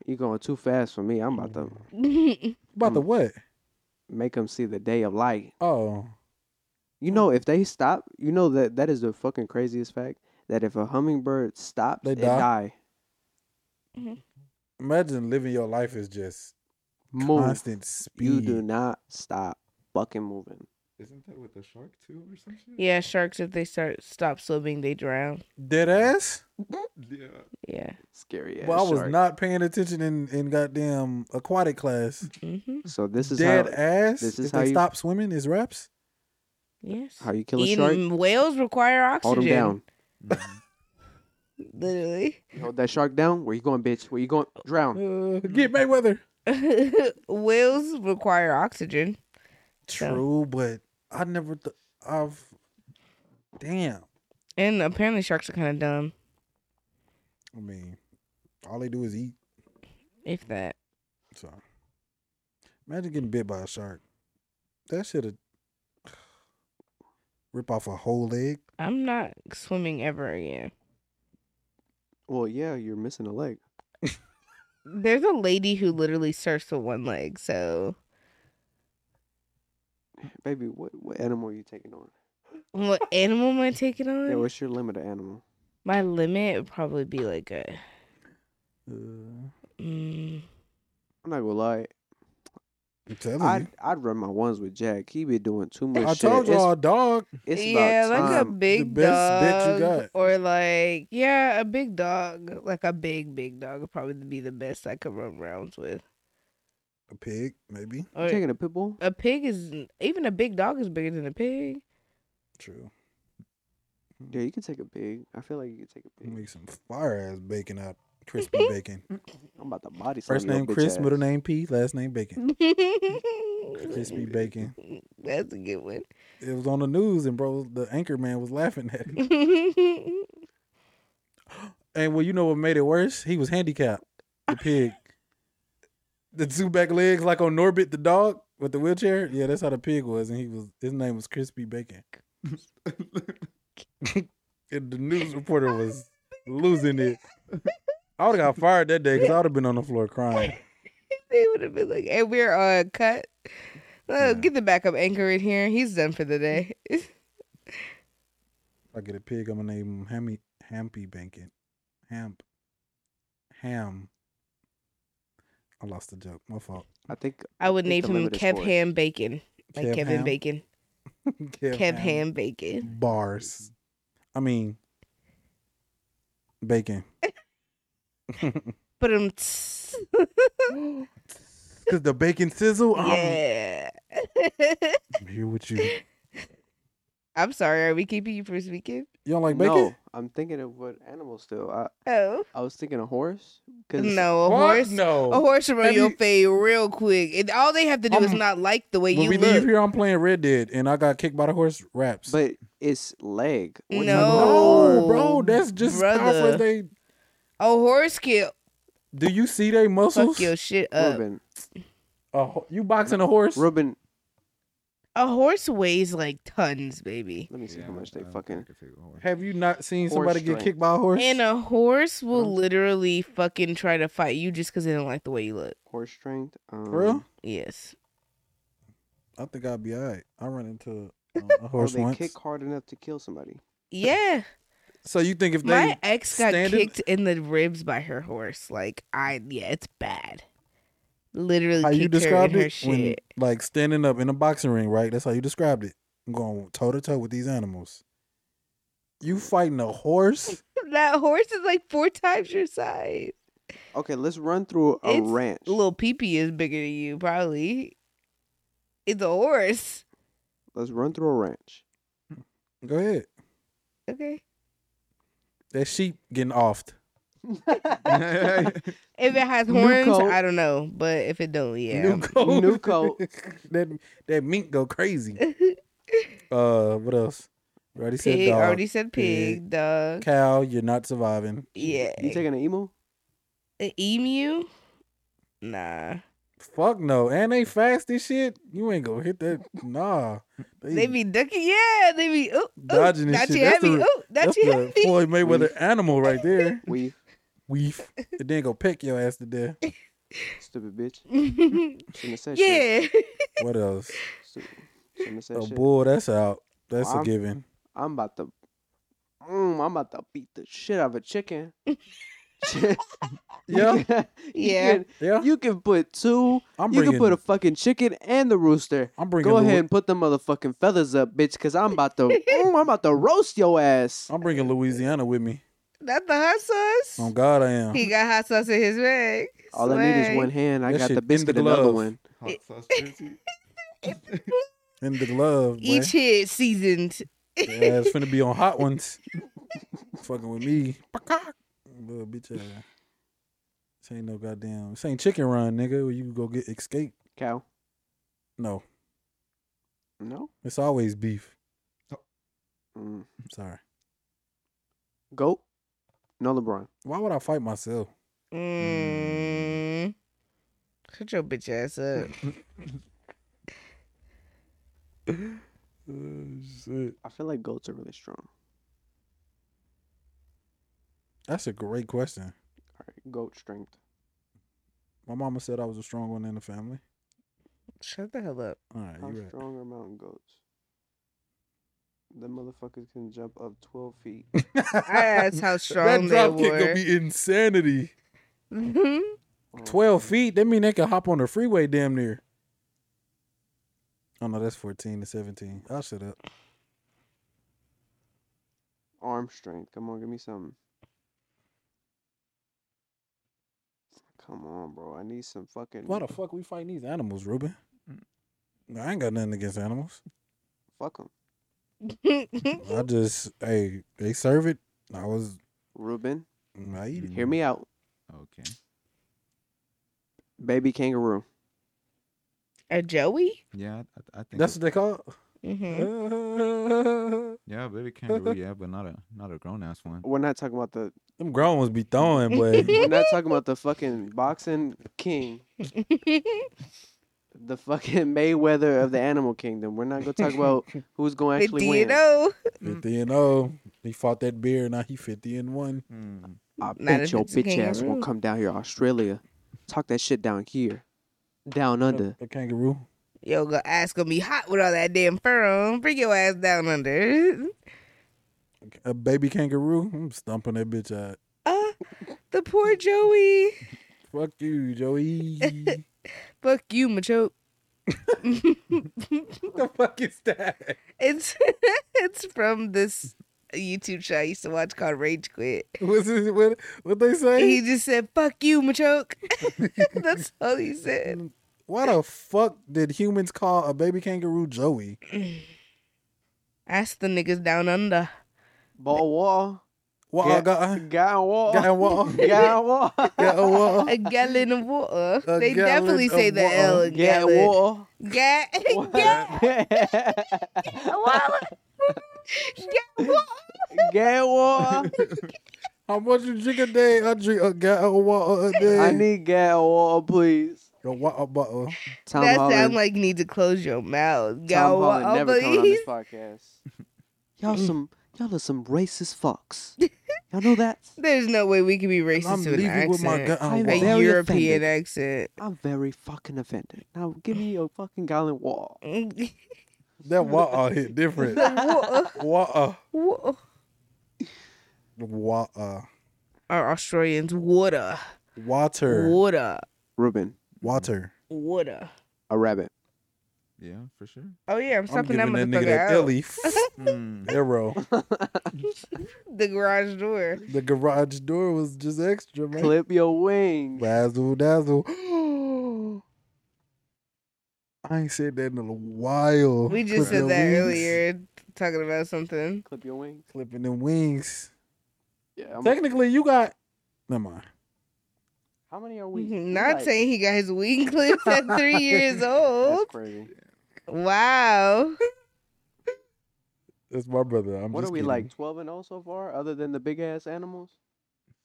You going too fast for me. I'm about to Mm.
About the what?
make them see the day of light.
Oh,
You know, if they stop, you know that that is the fucking craziest fact that if a hummingbird stops,
They
they die.
die? imagine living your life is just
Move.
constant speed.
You do not stop fucking moving.
Isn't that with a shark too or some shit?
yeah, sharks if they start stop swimming, they drown.
Dead ass.
Yeah.
Yeah.
Scary ass.
well, I was
shark.
not paying attention in in goddamn aquatic class.
Mm-hmm.
So this is
Dead
how,
ass.
this is
if
how
they
you-
stop swimming, is reps.
Yes.
how you kill a shark.
Even whales require
Hold
oxygen.
him down.
Mhm.
Literally.
You hold that shark down. Where you going, bitch? Where you going? Drown.
Uh,
Mm-hmm.
get Mayweather.
whales require oxygen. So-
True, but I never. Th- I've. Damn.
And apparently sharks are kind of dumb,
I mean, all they do is eat.
if that.
So imagine getting bit by a shark. That should have rip off a whole leg.
I'm not swimming ever again.
Well, yeah, you're missing a leg.
There's a lady who literally surfs with one leg, so
Baby, what what animal are you taking on?
what animal am I taking on?
Yeah, what's your limit of animal?
My limit would probably be like a
Uh,
mm,
I'm not gonna lie.
I'm telling
I'd,
you.
I'd run my ones with Jack. He be doing too much
I
shit.
told
It's-
y'all, dog.
It's
yeah,
about
like a
time.
big
best bet you
dog,
got.
or like yeah, a big dog, like a big big dog would probably be the best I could run rounds with.
A pig, maybe.
You taking a pit bull?
a pig is even a big dog is bigger than a pig.
True.
Yeah, you could take a pig. I feel like you could take a pig.
Make some fire ass bacon out, crispy bacon.
I'm about to body slam
First
your
name
bitch
Chris,
ass.
middle name P, last name Bacon. Crispy
Crispy
bacon.
That's a good one.
It was on the news, and bro, the anchor man was laughing at it. And well, you know what made it worse? He was handicapped. The pig, the two back legs, like on Norbit the dog with the wheelchair. Yeah, that's how the pig was, and he was. His name was Crispy Bacon. and the news reporter was losing it. I would have got fired that day because I would have been on the floor crying.
they would have been like, "Hey, we're uh cut. Oh,
Yeah.
Get the backup anchor in here. He's done for the day."
If I get a pig, I'm gonna name him Hammy Hampy Bacon. Hamp. Ham. I lost the joke. My fault.
I think
I would
think
name
the
him
limit is
Kev
four.
Ham Bacon, like
Kev
Kevin
Ham?
Bacon.
Kev
Kev Ham Bacon.
Bars. I mean bacon.
But um,
Cause the bacon sizzle. I'm
yeah.
here with you. You
I'm sorry. Are we keeping you from speaking?
don't like bacon?
No, I'm thinking of what animal still. I
Oh
I was thinking a horse. Cause
no, a
What?
horse. Oh,
No.
A horse will run
Have
your
you-
fade real quick. And all they have to do is
Um,
not like the way
when
you
we
look.
leave here, I'm playing Red Dead, and I got kicked by the horse. Raps.
but it's leg. What you-
No.
No, bro, that's just how
Brother.
far they.
A horse can
Do you see they muscles?
fuck your shit up.
Ruben,
A ho- you boxing a horse?
Ruben,
A horse weighs like tons, baby.
let me see
Yeah,
how much
I
they
don't think I
fucking.
could take a horse.
Have you not seen
Horse
somebody get
strength.
kicked by a horse?
And uh, a horse will
Um,
literally fucking try to fight you just because they don't like the way you look.
Horse strength. Um,
For real?
Yes.
I think I'll be alright. I run into um,
Oh,
a
Or
horse
they
once.
kick hard enough to kill somebody.
Yeah.
So you think if they?
My ex got
standing-
kicked in the ribs by her horse. Like, I, yeah, it's bad. Literally
how you
kicked her in
described
her
it? When,
shit.
like standing up in a boxing ring, right? That's how you described it. I'm going toe to toe with these animals. You fighting a horse?
That horse is like four times your size.
Okay, let's run through a
It's
ranch.
Little peepee is bigger than you, probably. It's a horse.
Let's run through a ranch.
Go ahead.
Okay.
That sheep getting offed.
If it has
New
horns,
coat.
I don't know. But if it don't, yeah.
New coat.
New coat.
that that mink go crazy. Uh, what else? We already said
pig.
dog.
Already said pig. Dog.
Cow, you're not surviving.
Yeah.
You taking an emu?
An emu? Nah.
Fuck no. And they fast as shit. You ain't gonna hit that. Nah.
They be ducking. Yeah. They be. Ooh, ooh,
Dodging and
not
shit.
you
That's
heavy.
the-
ooh, not
that's
you
the
heavy.
Floyd Mayweather animal right there.
We
Weef. It then go peck your ass to death.
stupid bitch. Shouldn't have said shit.
yeah.
What else?
Stupid. Shouldn't have said
A
shit.
bull, Oh, that's out. That's a
I'm-
given.
I'm about to, mm, I'm about to beat the shit out of a chicken.
Yeah,
Yeah.
You
yeah.
can, you can put two.
I'm
you
bringing.
can put a fucking chicken and the rooster.
I'm bringing.
Go
Lu-
ahead and put the motherfucking feathers up, bitch, cause I'm about to, mm, I'm about to roast your ass.
I'm bringing Louisiana with me.
Not the hot sauce.
On God, I am.
He got hot sauce in his bag.
All I need is
Swag.
one hand. I
That
got
shit
the
in the
biscuit, another
glove.
one.
Hot sauce jersey.
In the glove. Boy.
Each head seasoned.
Yeah, it's finna be on hot ones. Fucking with me. Little bitch ass. This ain't no goddamn. This ain't chicken run, nigga, where you go get escape.
Cow.
No.
No.
It's always beef.
Mm.
I'm sorry.
Goat. No LeBron.
Why would I fight myself?
Mm. Shut your bitch ass up.
Oh,
I feel like goats are really strong.
That's a great question.
All right, goat strength.
My mama said I was a strong one in the family.
Shut the hell up.
All right,
How
you right.
strong are mountain goats? The motherfuckers can jump up 12 feet.
I asked how strong
that
they
drop kick
were.
could be insanity.
Mhm.
Um,
Twelve feet. That mean they can hop on the freeway damn near. Oh no, that's fourteen to seventeen. I'll shut up.
Arm strength. Come on, give me something. Come on, bro. I need some fucking
Why the fuck we fighting these animals, Ruben? I ain't got nothing against animals.
fuck him,
I just, hey, they serve it. I was,
Ruben.
I eat it.
Hear me out,
Okay.
baby kangaroo.
a Joey?
Yeah, I, I think
That's what they call
Mm-hmm.
it.
yeah, baby kangaroo. yeah, but not a not a grown ass one.
We're not talking about the.
Them grown ones be throwing, but
We're not talking about the fucking boxing king, the fucking Mayweather of the animal kingdom. We're not gonna talk about who's gonna
the
actually win. I
Dino.
50 and 0. He fought that beer, now he 50 and 1.
Mm.
Not
bet
if
your
it's a
bitch ass
kangaroo.
won't come down here, Australia. Talk that shit down here, down under.
A kangaroo.
Yo, go ass gonna be hot with all that damn fur on. Bring your ass down under.
A baby kangaroo. I'm stumping that bitch out.
Uh, the poor Joey.
Fuck you, Joey. what
Fuck you, Machoke.
the fuck is that?
It's it's from this YouTube show I used to watch called Rage Quit.
What's this, what, what they
He
say?
just said, "Fuck you, Machoke." That's all he said.
Mm, Why the fuck did humans call a baby kangaroo Joey?
Ask the niggas down under.
Ball wall,
Why
Yeah.
I got,
guy wall,
got a wall.
guy wall,
Got a wall.
A gallon of water.
A
they
gallon
definitely
of
say the
water.
L.
guy
Gallon.
wall.
Ga- ga- ga- wa-
Gay water.
How much you drink a day? I drink a gallon of water a day. uh,
I need gay water, please.
a water bottle.
Tom
That
Holland.
sound like you need to close your mouth.
Tom
Go
Holland
wa-
never coming on this
please.
podcast. y'all some y'all are some racist fucks. y'all know that?
There's no way we can be racist
I'm
with an
leaving
accent.
with my uh,
I
gallon
bet
of
you-
water.
a
Very
European
offended.
accent.
I'm very fucking offended. Now give me your fucking gallon wall.
That water hit different. uh,
Wa-
Water.
wa-
Water.
Our Australians water,
Water.
water,
Ruben,
Water.
water.
a rabbit.
Yeah, for sure.
Oh yeah, I'm
I'm
stopping
giving
that
that nigga
motherfucker
that
out.
Ellie.
Mm.
Arrow.
The garage door.
The garage door was just extra, man.
Clip your wings.
Razzle dazzle. I ain't said that in a while.
We just said
Clipping
that
the wings.
earlier, talking about something.
Clip your wings.
Clipping the wings.
Yeah. I'm-
Technically, you got. Never mind.
how many are we?
Mm-hmm.
we
Mm-hmm. Not
like-
saying he got his wing clipped at three years old.
That's crazy.
Wow.
That's my brother. I'm
What
just
are we
kidding.
like? Twelve and zero so far, other than the big ass animals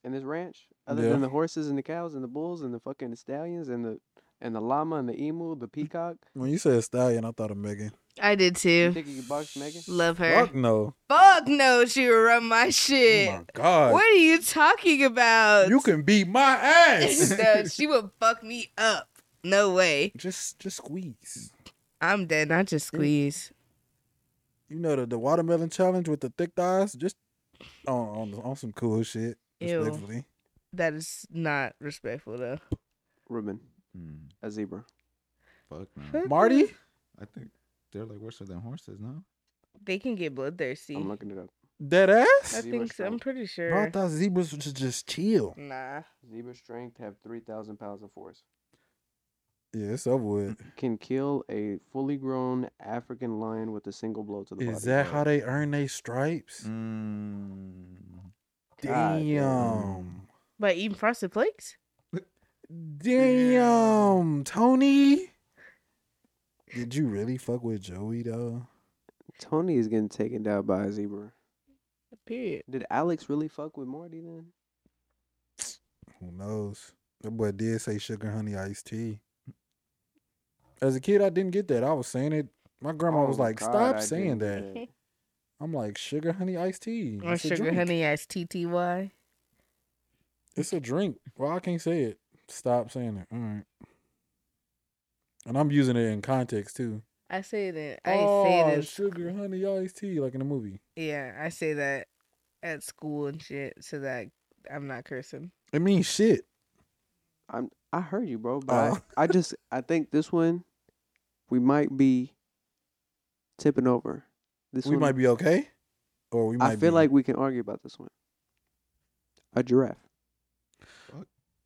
in this ranch, other
Yeah.
than the horses and the cows and the bulls and the fucking stallions and the and the llama and the emu, the peacock.
When you said stallion, I thought of Megan.
I did
You
too.
think you could box Megan?
Love her.
Fuck no.
Fuck no, she would rub my
Oh
shit.
my God.
what are you talking about?
You can beat my ass.
no, she would fuck me up. No way.
just, just squeeze.
I'm dead. I just squeeze.
You know the, the watermelon challenge with the thick thighs. Just on on, on some cool shit.
Ew.
Respectfully.
That is not respectful though.
Ruben,
Mm.
a zebra.
Fuck no.
Marty.
I think they're like worse than horses, no?
They can get bloodthirsty.
I'm looking it up.
Dead
I
ass.
Zebra
think so. I'm
strength.
pretty sure.
Bro, I thought zebras was just chill.
Nah.
Zebra strength have three thousand pounds of force.
Yeah, it's over with.
Can kill a fully grown African lion with a single blow to the body.
Is that how they earn their stripes?
Mm.
God
Damn.
By eating frosted flakes?
Damn, Tony. Did you really fuck with Joey though?
Tony is getting taken down by a zebra.
Period.
Did Alex really fuck with Marty then?
Who knows? That boy did say sugar honey iced tea. As a kid, I didn't get that. I was saying it. My grandma was
Oh,
like,
God,
"Stop
I
saying
didn't
that."
do that.
I'm like, "Sugar honey iced tea."
Or
It's a
sugar
drink.
honey as TTY.
It's a drink. Well, I can't say it. Stop saying it. All right. And I'm using it in context too.
I say that. I say
Oh,
this.
sugar honey iced tea, like in the movie.
Yeah, I say that at school and shit so that I'm not cursing.
It means shit.
I'm I heard you, bro, but
Oh.
I, I just I think this one we might be tipping over. This
we
one,
might be okay, or we might.
I feel
be-
like we can argue about this one. A giraffe.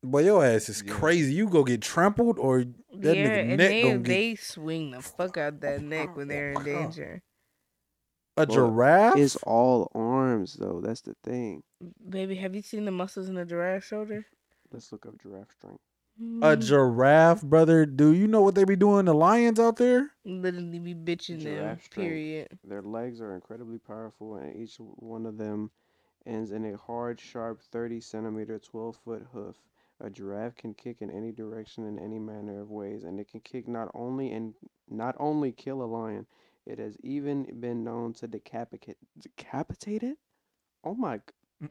Boy, your ass is
Yeah.
crazy. You go get trampled or that
yeah,
nigga
and
neck
they,
gonna get
they swing the fuck out that neck when they're in danger.
a
Well,
giraffe.
It's all arms though. That's the thing.
Baby, have you seen the muscles in the giraffe's shoulder?
Let's look up giraffe strength.
a
Mm,
giraffe, brother. Do you know what they be doing? The lions out there.
literally be bitching them.
Giraffe strength.
Period.
Their legs are incredibly powerful, and each one of them ends in a hard, sharp 30 centimeter, 12 foot hoof. A giraffe can kick in any direction in any manner of ways, and it can kick not only and not only kill a lion. It has even been known to decapitate. Decapitate it? Oh my! g-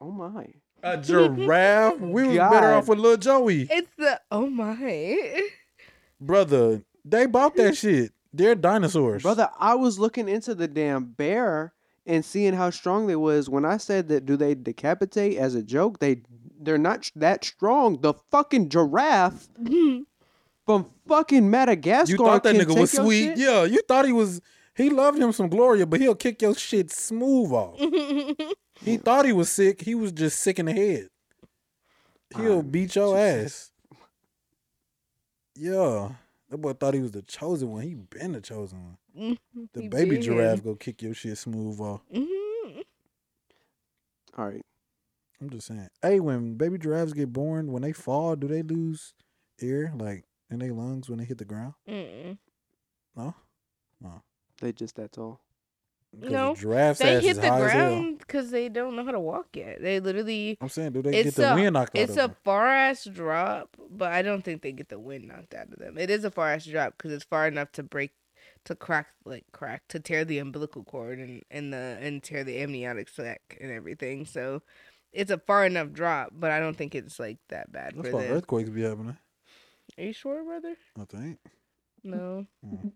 Oh my!
A giraffe. We was better
God.
off with little Joey,
It's the oh my.
brother. They bought that shit. They're dinosaurs,
Brother, I was looking into the damn bear and seeing how strong they was. When I said that, do they decapitate as a joke? They they're not sh- that strong. The fucking giraffe from fucking Madagascar.
You thought that
can
nigga was
take your
sweet,
shit?
yeah. You thought he was. He loved him some Gloria, but he'll kick your shit smooth off. He thought he was sick. He was just sick in the head. He'll
Um,
beat your
Jesus.
ass. Yeah. That boy thought he was the chosen one. He been the chosen one. The baby giraffe go kick your shit smooth off.
Mm-hmm.
All right,
I'm just saying. Hey, when baby giraffes get born, when they fall, do they lose air, like in their lungs when they hit the ground?
Mm-mm.
No.
they just that tall.
'Cause
No.
A giraffe's
They
ass
hit
is
the
high as hell.
ground because they don't know how to walk yet. They literally.
I'm saying, do they
It's
get the
a-
wind knocked out
It's
of
a
them?
far ass drop, but I don't think they get the wind knocked out of them. It is a far ass drop because it's far enough to break, to crack, like crack, to tear the umbilical cord and and the and tear the amniotic sac and everything. So, it's a far enough drop, but I don't think it's like that bad
That's
for
why
them.
earthquakes be happening.
Are you sure, brother?
I think.
No.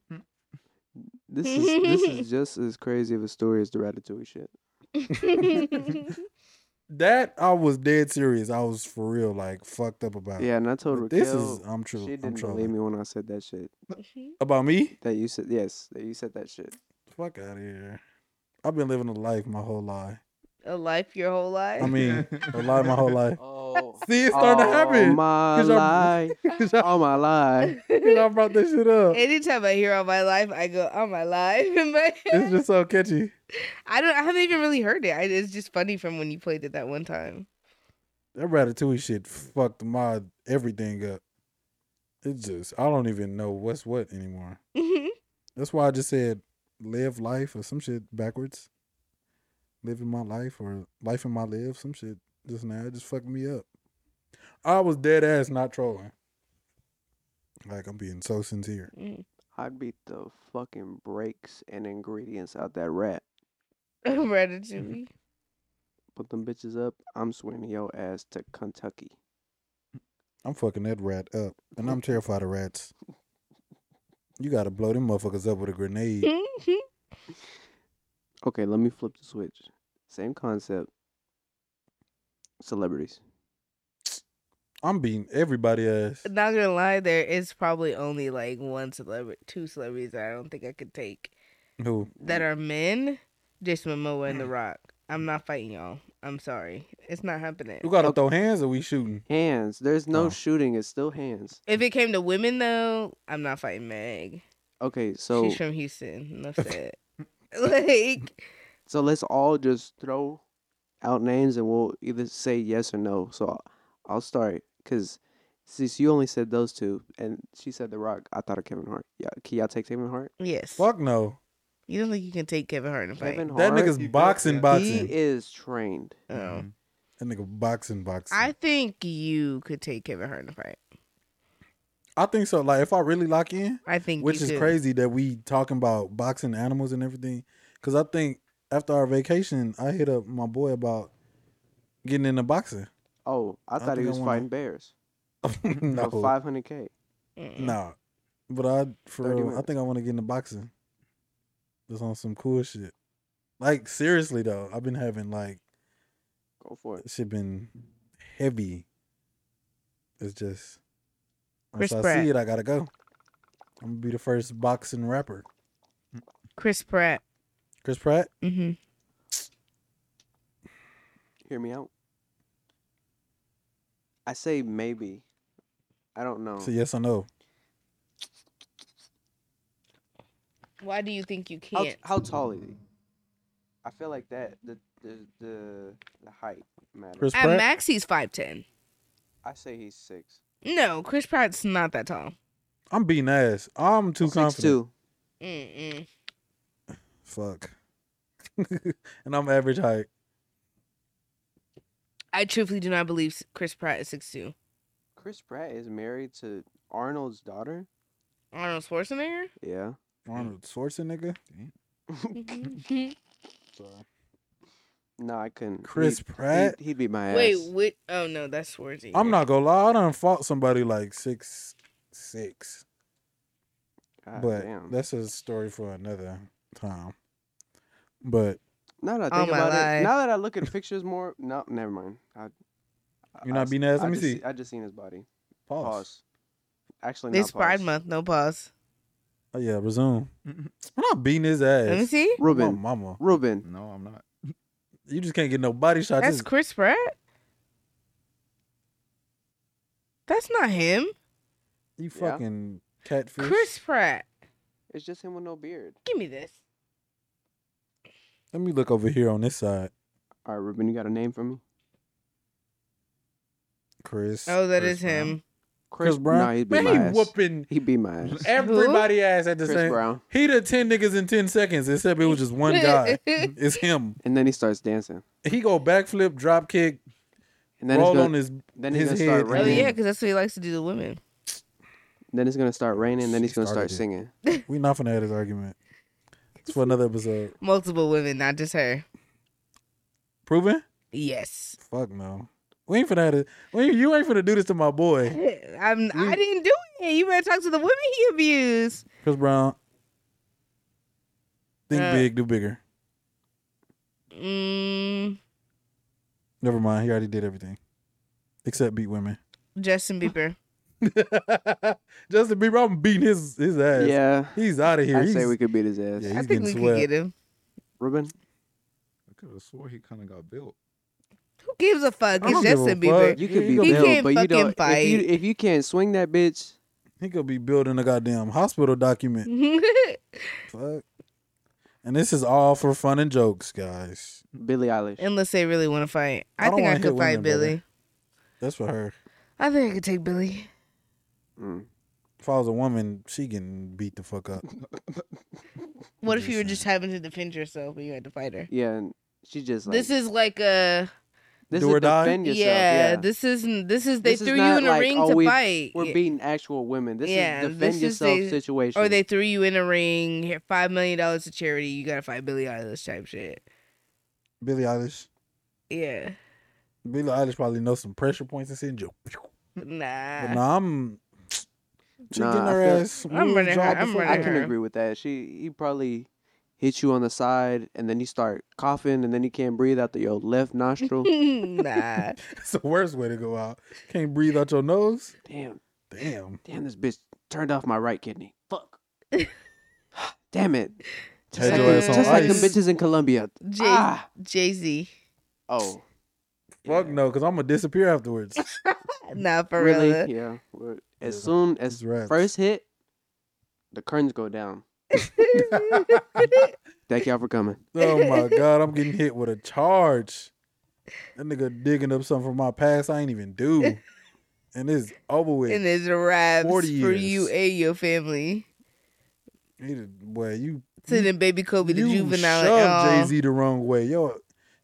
This is this is just as crazy of a story as the Ratatouille shit.
That I was dead serious. I was for real, like fucked up about it.
Yeah, and I told Raquel
But this is I'm true.
she
I'm
didn't believe
trolling.
me when I said that shit.
About me?
That you said yes. That you said that shit.
Fuck out of here. I've been living a life my whole life.
a life your whole life.
I mean, a life my whole life.
Oh,
See, it's starting to happen.
my
'Cause I'm-
life. Oh my life.
I brought this shit up.
Anytime I hear all my life, I go, "Oh my life!" In my
It's just so catchy.
I don't. I haven't even really heard it. I, it's just funny from when you played it that one time.
That Ratatouille shit fucked my everything up. It just I don't even know what's what anymore.
Mm-hmm.
That's why I just said live life or some shit backwards. Living my life or life in my live, some shit just now. It just fucked me up. I was dead ass not trolling. Like I'm being so sincere.
I beat the fucking brakes and ingredients out that rat.
Ratatouille.
Put them bitches up. I'm swinging your ass to Kentucky.
I'm fucking that rat up. And I'm terrified of rats. You gotta blow them motherfuckers up with a grenade.
Mm-hmm. Okay, let me flip the switch. Same concept. Celebrities.
I'm beating everybody ass.
Not gonna lie, there is probably only like one celebrity, two celebrities that I don't think I could take
Who?
that are men. Jason Momoa
Mm.
and The Rock. I'm not fighting y'all. I'm sorry, it's not happening.
You gotta throw hands or we shooting?
Hands. There's no
Oh.
shooting. It's still hands.
If it came to women though, I'm not fighting Meg.
Okay, so
She's from Houston. Enough said. like
so let's all just throw out names and we'll either say yes or no. So I'll, I'll start because since you only said those two and she said The Rock, I thought of Kevin Hart. Yeah, can y'all take Kevin Hart?
yes.
Fuck no.
You don't think you can take Kevin Hart in a fight?
Kevin
That
Hart.
nigga's
You
boxing
built
he
boxing. Uh,
is trained.
Oh.
Mhm.
That nigga boxing boxing.
I think you could take Kevin Hart in a fight.
I think so. Like if I really lock in,
I think
which
you
is
could.
crazy that we talking about boxing animals and everything. Cause I think after our vacation, I hit up my boy about getting into boxing.
Oh, I,
I
thought he
think I
was
wanna-
fighting bears.
no,
For 500k.
Mm.
nah. But I for
30
real, I think I want to get into boxing. Just on some cool shit. Like seriously though, I've been having like
Go for it.
shit been heavy. It's just
Chris
once I
Pratt.
see it, I gotta go. I'm gonna be the first boxing rapper.
Chris Pratt.
Chris Pratt.
Mm-hmm.
Hear me out. I say maybe. I don't
Oh.
know.
So yes or no?
Why do you think you
how,
can't?
how tall is he? I feel like that the the the, the height matters.
Chris
At
Pratt?
max, he's five ten.
I say he's six.
No, Chris Pratt's not that tall.
I'm beating ass. I'm too
six
confident.
two.
Mm-mm.
Fuck. and I'm average height.
I truthfully do not believe Chris Pratt is six two.
Chris Pratt is married to Arnold's daughter.
Arnold Schwarzenegger.
Yeah.
Arnold Schwarzenegger.
Mm-hmm.
No, I couldn't.
Chris
He'd-
Pratt?
He'd, he'd be my ass.
Wait, what? Oh no, that's Schwarzenegger.
I'm not gonna lie. I done fought somebody like six, six.
God
but
Ah, damn.
that's a story for another time. But
now that I
all
think
Oh my
about it,
life.
now that I look at pictures more, no, never mind. I,
You're not being ass?
I
Let me
just,
see.
I just seen his body.
pause.
Pause. Actually,
This
not pause.
Pride Month, no pause.
Oh yeah, resume. I'm not beating his ass.
Let me see.
My
Ruben.
mama,
Ruben.
No, I'm not.
you just can't get no body shot.
That's
This-
Chris Pratt. That's not him.
you
Yeah.
fucking catfish.
Chris Pratt.
It's just him with no beard.
Give me this.
Let me look over here on this side.
All right, Ruben, you got a name for me?
Chris.
Oh, that is
Chris Brown.
him.
Chris Brown.
Nah, he'd be
Man,
my
he
ass.
whooping
He beat my ass.
Eh. everybody ass at the
Chris
same.
Brown.
He the ten niggas in ten seconds, except it was just one guy. it's him.
And then he starts dancing.
He go backflip, drop kick,
And then it's
roll
gonna,
on his.
then he's
his
gonna start
head.
Oh
raining.
yeah, because that's what he likes to do to women.
Then it's gonna start raining. Then he's gonna start
Started it.
singing.
We not finna have this argument. It's for another episode.
Multiple women, not just her.
Proven?
Yes.
Fuck no. We ain't finna have this. We, you ain't finna do this to my boy,
I'm. I
You-
didn't do it. You better talk to the women he abused.
Chris Brown. Think
Uh.
big, do bigger.
Mm,
Never mind. He already did everything, except beat women.
Justin Bieber.
Justin Bieber, I'm beating his his ass.
Yeah,
He's out of here.
I
He's,
say we could beat his ass.
Yeah,
I
he's
think
getting
we
swept.
can get him.
Ruben.
I could have swore he kind of got built.
Who gives a fuck?
I
It's
don't give a fuck.
Justin Bieber.
You could
He
be
gonna-
Bill,
can't
but you
fucking
don't. If you
fight.
if you can't swing that bitch,
he could be building a goddamn hospital document. Fuck. And this is all for fun and jokes, guys.
Billie Eilish.
Unless they really want to fight. I,
I don't
think I
wanna
could
hit
fight
women,
Billy.
brother. That's for her.
I think I could take Billy.
Mm.
If I was a woman, she can beat the fuck up.
What if you were
Listen.
just having to defend yourself but you had to fight her?
Yeah, and she just like
this is like a
this
Do or
is
die?
defend
yeah,
yourself. Yeah,
This isn't. This is they
This is
threw you
not
in a
like,
ring
oh,
to
we-
fight,
we're beating actual women. This
Yeah,
is defend
this is
yourself
the-
situation.
or they threw you in a ring. here, Five million dollars to charity. You gotta fight Billy Eilish type shit.
Billie Eilish.
Yeah,
Billie Eilish probably knows some pressure points and send you. But
nah.
nah, I'm. She
Nah,
getting
I
her
feel-
ass.
I'm
moved,
running her-
job
I'm
before-
running
I can
her.
agree with that. She he probably hits you on the side, and then you start coughing, and then you can't breathe out the your left nostril.
nah.
It's the worst way to go out. Can't breathe out your nose.
damn,
Damn.
damn, this bitch turned off my right kidney. Fuck. damn it. Just,
Had
like,
your
the-
ass on
just like them
ice.
bitches in Colombia.
Jay
Ah.
Jay Z.
Oh.
Fuck
Yeah.
no, because I'm going to disappear afterwards.
Nah, for
Really?
real.
Yeah. We're- As
Yeah.
soon as
It's rats.
first hit, the curtains go down. Thank y'all for coming.
Oh my god, I'm getting hit with a charge. That nigga digging up something from my past I ain't even do. And it's over with.
and it's wraps
40
for you
years.
and your family.
He did- boy, you
Sending baby Kobe to
you
juvenile. and all.
shoved Jay Z the wrong way. Yo,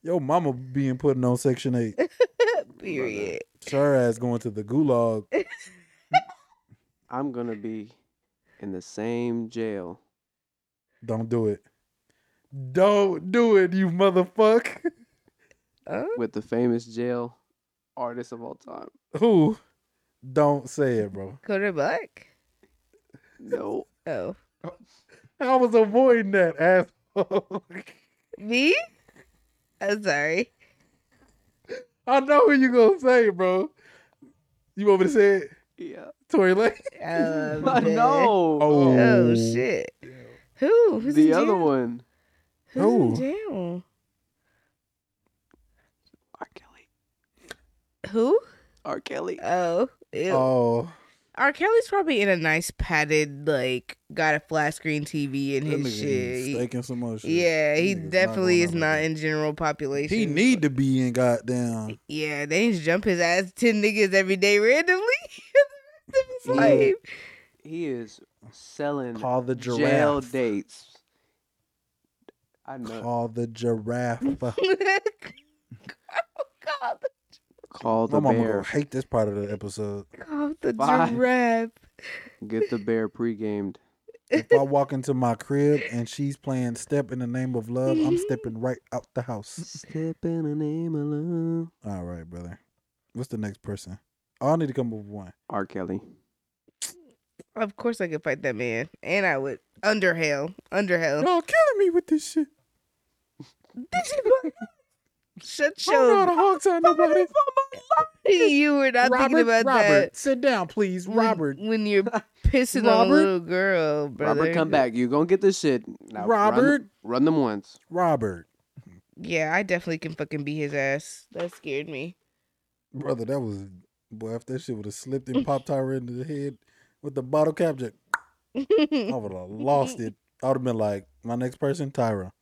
yo, mama being put on Section Eight.
Period.
Her ass going to the gulag.
I'm gonna be in the same jail.
Don't do it. Don't do it, you motherfucker.
Huh?
with the famous jail artist of all time.
Who? Don't say it, bro.
Kodak Black.
No,
Oh,
I was avoiding that asshole.
me? I'm sorry.
I know who you gonna say, bro. You want me to say it?
yeah,
Tory Lane.
Um,
no,
Oh.
Oh shit. Who? Who's in
the other
jail?
one.
Who's in jail?
R. Kelly.
Who?
R. Kelly.
Oh, ew.
Oh,
R. Kelly's probably in a nice padded, like, got a flat screen TV in
that
his
nigga
shit.
is staking some more shit.
Yeah,
That
he
nigga's not
definitely
going
is
out like
not
that.
in general population.
He need to be in goddamn.
Yeah, they need to jump his ass ten niggas every day randomly. It's
Yeah.
like,
He is selling
Call the
jail
giraffe.
dates. I know. Call,
Call the giraffe. My
oh, God,
the
mama gonna
bear.
hate this part of the episode.
God, Oh, the
Five.
giraffe.
Get the bear pre-gamed.
If I walk into my crib and she's playing "Step in the Name of Love," I'm stepping right out the house.
Step in the name of love.
All right, brother. What's the next person? Oh, I need to come up with one.
R. Kelly.
Of course, I could fight that man, and I would under hell, under hell.
Y'all killing me with this shit.
Shut
I don't know how
your.
to hog tie nobody.
You were not thinking about
Robert,
that. Mm.
sit down, please,
when-
Robert.
when, you're pissing on a
Robert?
little girl, brother.
Robert, come back. You gonna get this shit. Now,
Robert?
Run, run them once.
Robert,
Yeah, I definitely can fucking beat his ass. That scared me.
brother, that was boy. If that shit would have slipped and popped her in the head with the bottle cap, just I would have lost it. I would have been like, my next person, Tyra.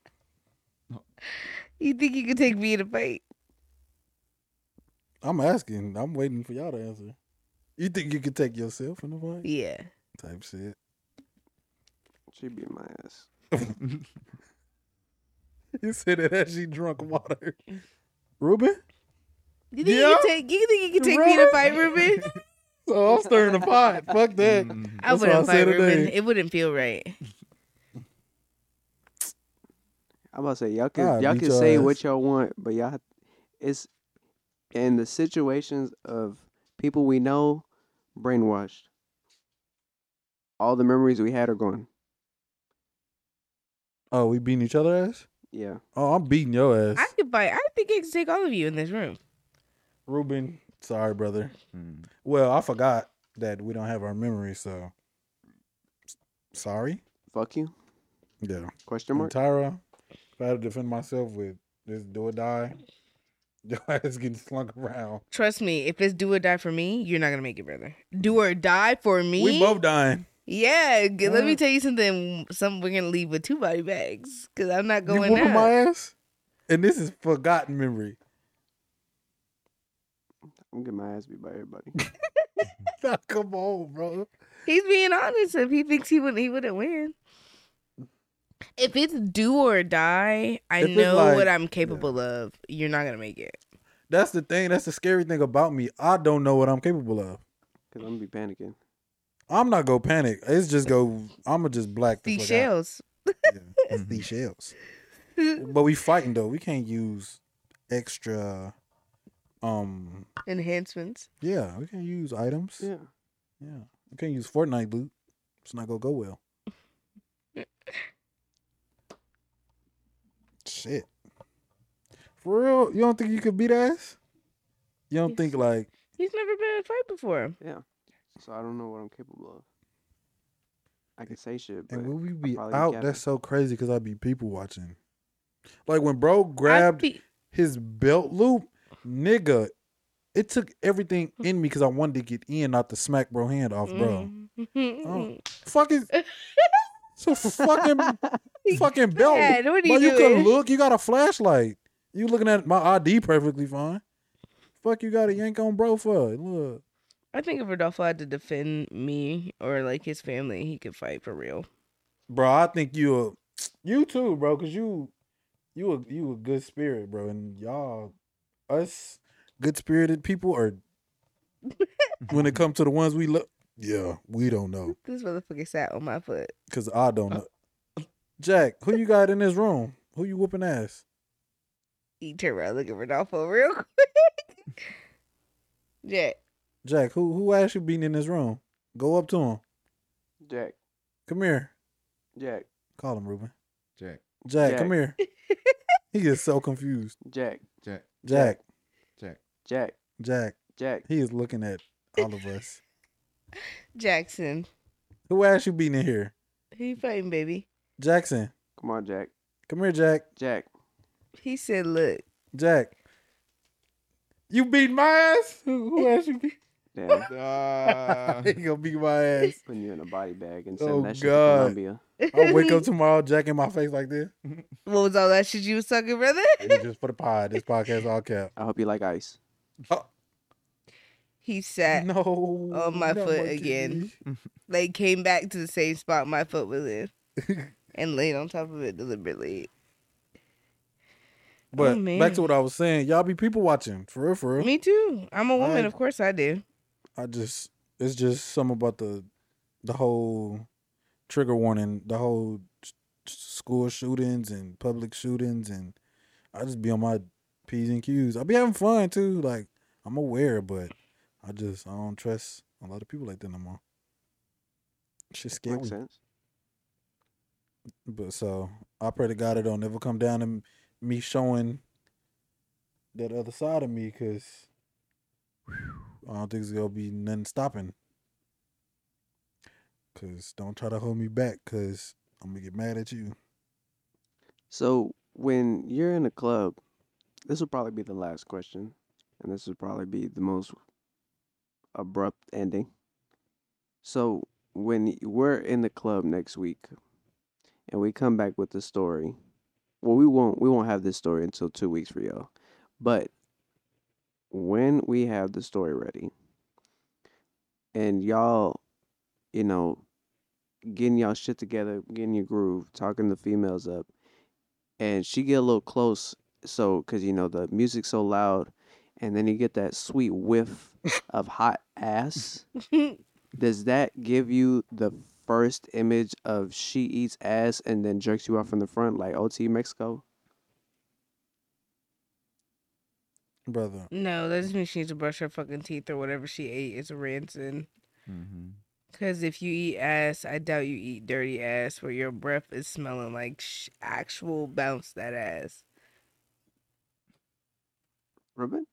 You think you could take me in a fight?
I'm asking. I'm waiting for y'all to answer. You think you could take yourself in the fight?
Yeah.
Type shit.
She beat my ass.
You said it as she
Mm.
drunk water. Ruben?
You think you
Yeah?
could take? You think you could take me in a
Ruben?
fight, Ruben?
Oh, I'm stirring the pot. Fuck that.
Mm,
I
That's what I said
wouldn't fight Ruben.
today.
It wouldn't feel right.
I'm about to say y'all can
I'll
y'all
beat
can
your
say
ass.
what y'all want, but y'all have- it's in the situations of people we know brainwashed. All the memories we had are gone.
Oh, we beating each other ass?
Yeah.
Oh, I'm beating your ass.
I could fight. I think I could take all of you in this room.
Ruben, sorry, brother.
Mm-hmm.
mm.
Well, I forgot that we don't have our memory, so S- sorry.
Fuck you?
Yeah.
Question
And
mark.
Tyra, if I had to defend myself with this do or die, your ass getting slunk around.
Trust me, if it's do or die for me, you're not gonna make it, brother. Do or die for me.
We both dying.
Yeah. g- Let me
What?
tell you something. Some we're gonna leave with two body bags because I'm not
you
going
whooping
out.
my ass? And this is forgotten memory.
I'm getting my ass beat by everybody.
Nah, Come on, bro.
He's being honest. If he thinks he wouldn't, he wouldn't win. If it's do or die, I
If it's
know
like-
what I'm capable of. You're not gonna make it.
That's the thing. That's the scary thing about me. I don't know what I'm capable of.
Cause I'm gonna be panicking.
I'm not gonna panic. It's just go. I'ma just black the fuck out.
Seashells.
It's these shells. But we fighting though. We can't use extra. Um.
Enhancements.
Yeah, we can't use items. Yeah,
Yeah.
we can't use Fortnite loot. It's not gonna go well. Shit. For real, you don't think you could beat ass? You don't
Yes.
think like
He's never been in a fight before.
So I don't know what I'm capable of. I can say shit, but
And when we be
probably be
out,
capping.
that's so crazy because I be people watching. Like when bro grabbed
I'd be-
his belt loop, nigga, it took everything in me because I wanted to get in, not to smack bro Oh. hand off, bro.
Mm.
Fucking, it's a fucking fucking belt.
Dad, what are
Bro,
you
you
doing?
could look. You got a flashlight. You looking at my ID perfectly fine. Fuck, you got to yank on bro for look.
I think if Rodolfo had to defend me or like his family, he could fight for real.
bro. I think you a you too, bro, because you you a you a good spirit, bro, and y'all us good spirited people are
Mm-hmm.
when it comes to the ones we love. Yeah, we don't know
This motherfucker sat on my foot.
because I don't know. Jack, who you got in this room? Who you whooping ass?
He turned around, look at Rodolfo real quick. yeah.
Jack, who who ass you beating in this room? Go up to him.
Jack.
Come here.
Jack.
Call him, Ruben.
Jack,
Jack, come
Jack.
here. He gets so confused.
Jack.
Jack,
Jack,
Jack.
Jack.
Jack,
Jack.
he is looking at all of us.
Jackson.
Who ass you beating in here?
Who you fighting, baby?
Jackson,
Come on, Jack.
Come here, Jack.
Jack.
He said, look.
Jack. You beat my ass? Who, who asked you beat?
Yeah,
Ah.
he gonna beat my ass.
putting you in a body bag and sending
Oh,
that shit
God.
to Colombia.
I'll wake up tomorrow, Jack in my face like this.
What was all that shit you was talking, brother?
It was just for the pod. This podcast all cap.
I hope you like ice.
He sat,
No.
on my
not
foot
monkey.
again. like, came back to the same spot my foot was in, and laid on top of it deliberately.
But
Oh,
back
man.
to what I was saying. Y'all be people watching. For real, for real.
Me too. I'm a woman,
Alright.
of course I do.
I just it's just something about the the whole trigger warning, the whole s- school shootings and public shootings, and I just be on my p's and q's. I be having fun too. Like I'm aware, but I just I don't trust a lot of people like that no more. Shit's scary.
Makes sense.
But so I pray to God it don't ever come down to m- me showing that other side of me because I don't think it's gonna be nothing stopping. Cause don't try to hold me back, cause I'm gonna get mad at you.
So when you're in a club, this will probably be the last question, and this would probably be the most abrupt ending. So when y- we're in the club next week, and we come back with the story, well, we won't we won't have this story until two weeks for y'all, but when we have the story ready, and y'all, you know, getting y'all shit together, getting your groove, talking the females up and she get a little close so because you know the music's so loud and then you get that sweet whiff of hot ass does that give you the first image of she eats ass and then jerks you off in the front like ot mexico
Brother,
no, that just means she needs to brush her fucking teeth or whatever she ate is rancid.
Mm-hmm.
Mhm.
Because if you eat ass, I doubt you eat dirty ass where your breath is smelling like sh- actual bounce that ass.
ruben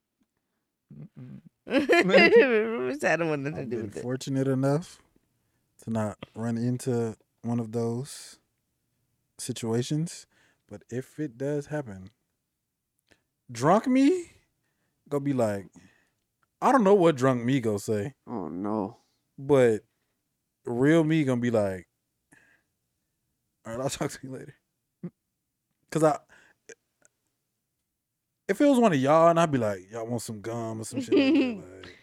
Mm-mm.
I don't want nothing to
I've
do
been
with it.
fortunate enough to not run into one of those situations. But if it does happen, drunk me gonna be like, I don't know what drunk me gonna say,
oh no
but real me gonna be like, all right, I'll talk to you later. Cause I, if it was one of y'all and I'd be like, y'all want some gum or some shit like that. Like,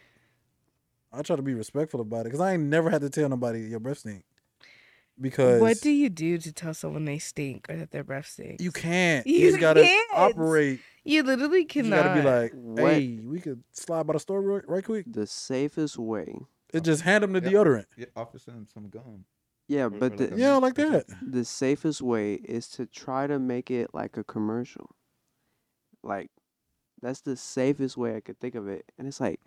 I try to be respectful about it because I ain't never had to tell nobody your breath stink. Because
What do you do to tell someone they stink or that their breath stinks?
you can't.
You
You just gotta
can't.
operate.
You literally
You
cannot.
gotta be like,
What?
hey, we could slide by the store right, right quick.
the safest way
It just hand them the
Yeah.
deodorant.
Yeah, offer some some gum.
yeah
Or- or
but
a
the,
Yeah,
mint
like
or
that.
something.
the safest way is to try to make it like a commercial like that's the safest way i could think of it and it's like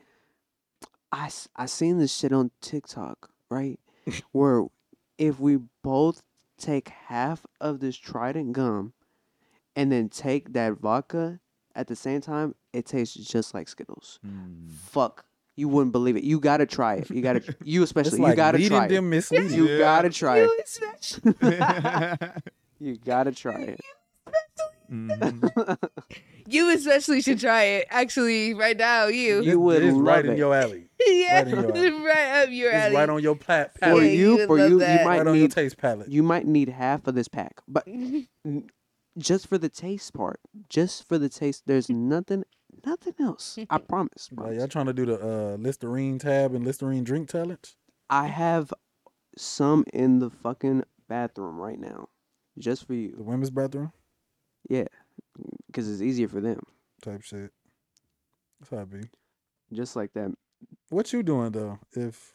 i s- I seen this shit on tiktok right where if we both take half of this trident gum and then take that vodka at the same time it tastes just like skittles
Mm.
fuck you wouldn't believe it you gotta try it you gotta tr- you
It's
especially
like
you gotta
leading
try it
them misleading.
you
Yeah.
gotta try it
you especially.
you gotta try it
Mhm.
You especially should try it. Actually, right now, you.
You would
it's
love
right in
it.
your alley.
yeah,
right in your alley.
right up your
It's
alley.
right on your plat
for
Yeah,
palate.
you
you,
would
for
love
you,
that.
you might
Right on your
need
taste palate.
you might need half of this pack, but n- just for the taste part, just for the taste, there's nothing, nothing else. I promise.
Like,
promise.
y'all trying to do the uh, Listerine tab and Listerine drink challenge?
I have some in the fucking bathroom right now, just for
The
you,
women's bathroom
because it's easier for them.
type shit. That's how it be.
Just like that.
What you doing though? If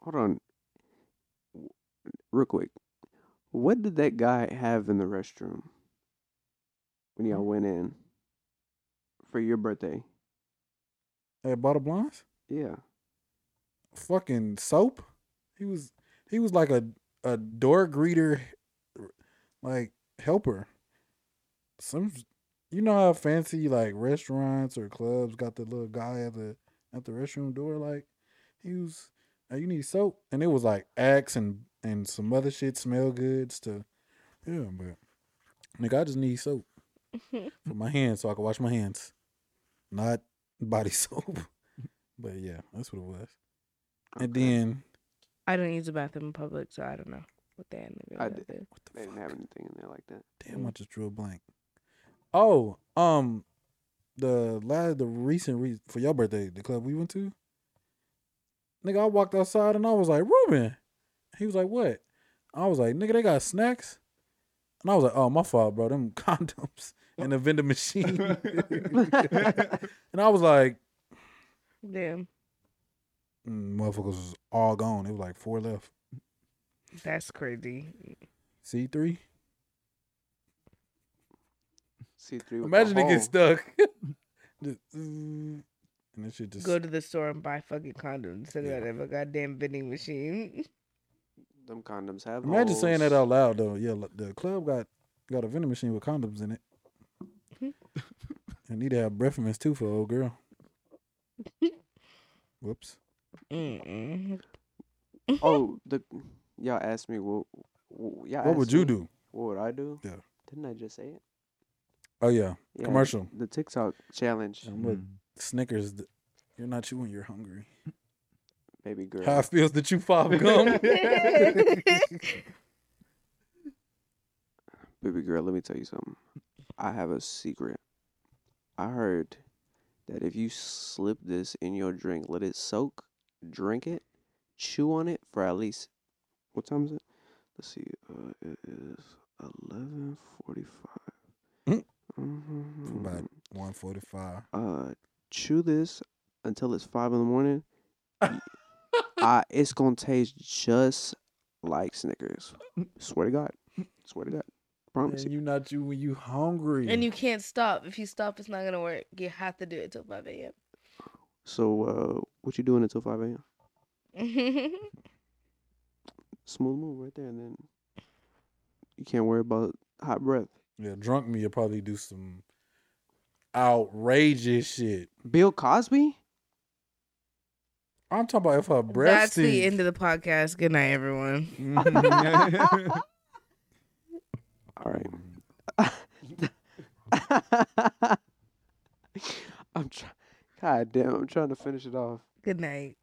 Hold on, W- real quick. What did that guy have in the restroom when y'all went in for your birthday?
at Bottle Blondes,
Yeah.
fucking soap. He was he was like a a door greeter, like helper. Some you know how fancy like restaurants or clubs got the little guy at the at the restroom door. Like he was, "Hey, you need soap, and it was like Axe and and some other shit, smell goods to, yeah. But nigga, I just need soap for my hands so I can wash my hands, not body soap. But yeah, that's what it was. And
Okay.
then
I don't use the bathroom in public, so I don't know what they had.
I
in
did.
there.
what the
They didn't
fuck?
have anything in there like that.
Damn, I just drew a blank. Oh, um, the last the recent re- for your birthday, the club we went to. Nigga, I walked outside and I was like, Ruben. He was like, what? I was like, nigga, they got snacks. And I was like, oh, my fault, bro. Them condoms and the vending machine. Mm-hmm. and I was like,
Damn,
mm, motherfuckers was all gone. It was like four left.
that's crazy.
C three.
C three.
Imagine
the
it gets
hole.
stuck. Just, mm, and that shit just
Go to the store and buy fucking condoms instead
Yeah.
of a goddamn vending machine.
Them condoms have.
Imagine saying that out
holes.
loud though. Yeah, look, the club got got a vending machine with condoms in it.
Mm-hmm.
I need to have breath mints too for old girl. Whoops.
Mm-mm.
Oh, the y'all asked me what. Well, y'all
What would
asked
you
me,
do?
What would I do?
Yeah.
Didn't I just say it?
Oh yeah,
Yeah,
commercial.
The TikTok challenge,
I'm
Mm.
with Snickers. th- You're not you when you're hungry.
baby girl.
How it feels to chew five gum.
Baby girl, let me tell you something. I have a secret. I heard that if you slip this in your drink, let it soak, drink it, chew on it for at least what time is it? Let's see. Uh, it is eleven
Mm.
Mm-hmm.
about- One forty five.
Uh, chew this until it's five in the morning. I, it's gonna taste just like Snickers. Swear to God. Swear to God. Promise you.
And you not you when you hungry.
and you can't stop. If you stop, it's not gonna work. You have to do it till five a.m.
So, uh, what you doing until 5 a.m.? Smooth move right there, and then you can't worry about hot breath.
yeah, drunk me. You'll probably do some outrageous shit.
Bill Cosby?
I'm talking about if her breath.
That's the
stinks.
end of the podcast. Good night, everyone.
All right. I'm trying. God damn, I'm trying to finish it off.
Good night.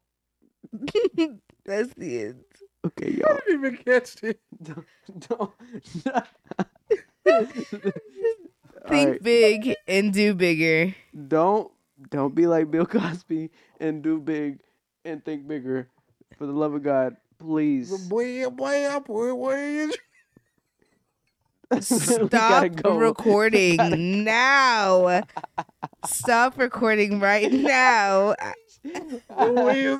That's the end.
Okay,
I
y'all.
didn't even catch it.
Don't. don't
Think
Alright.
big and do bigger.
don't don't be like Bill Cosby and do big and think bigger. For the love of God, please.
Boy, boy, I boy, boy.
gotta
Stop
go.
recording now. Stop recording right now.
Boy,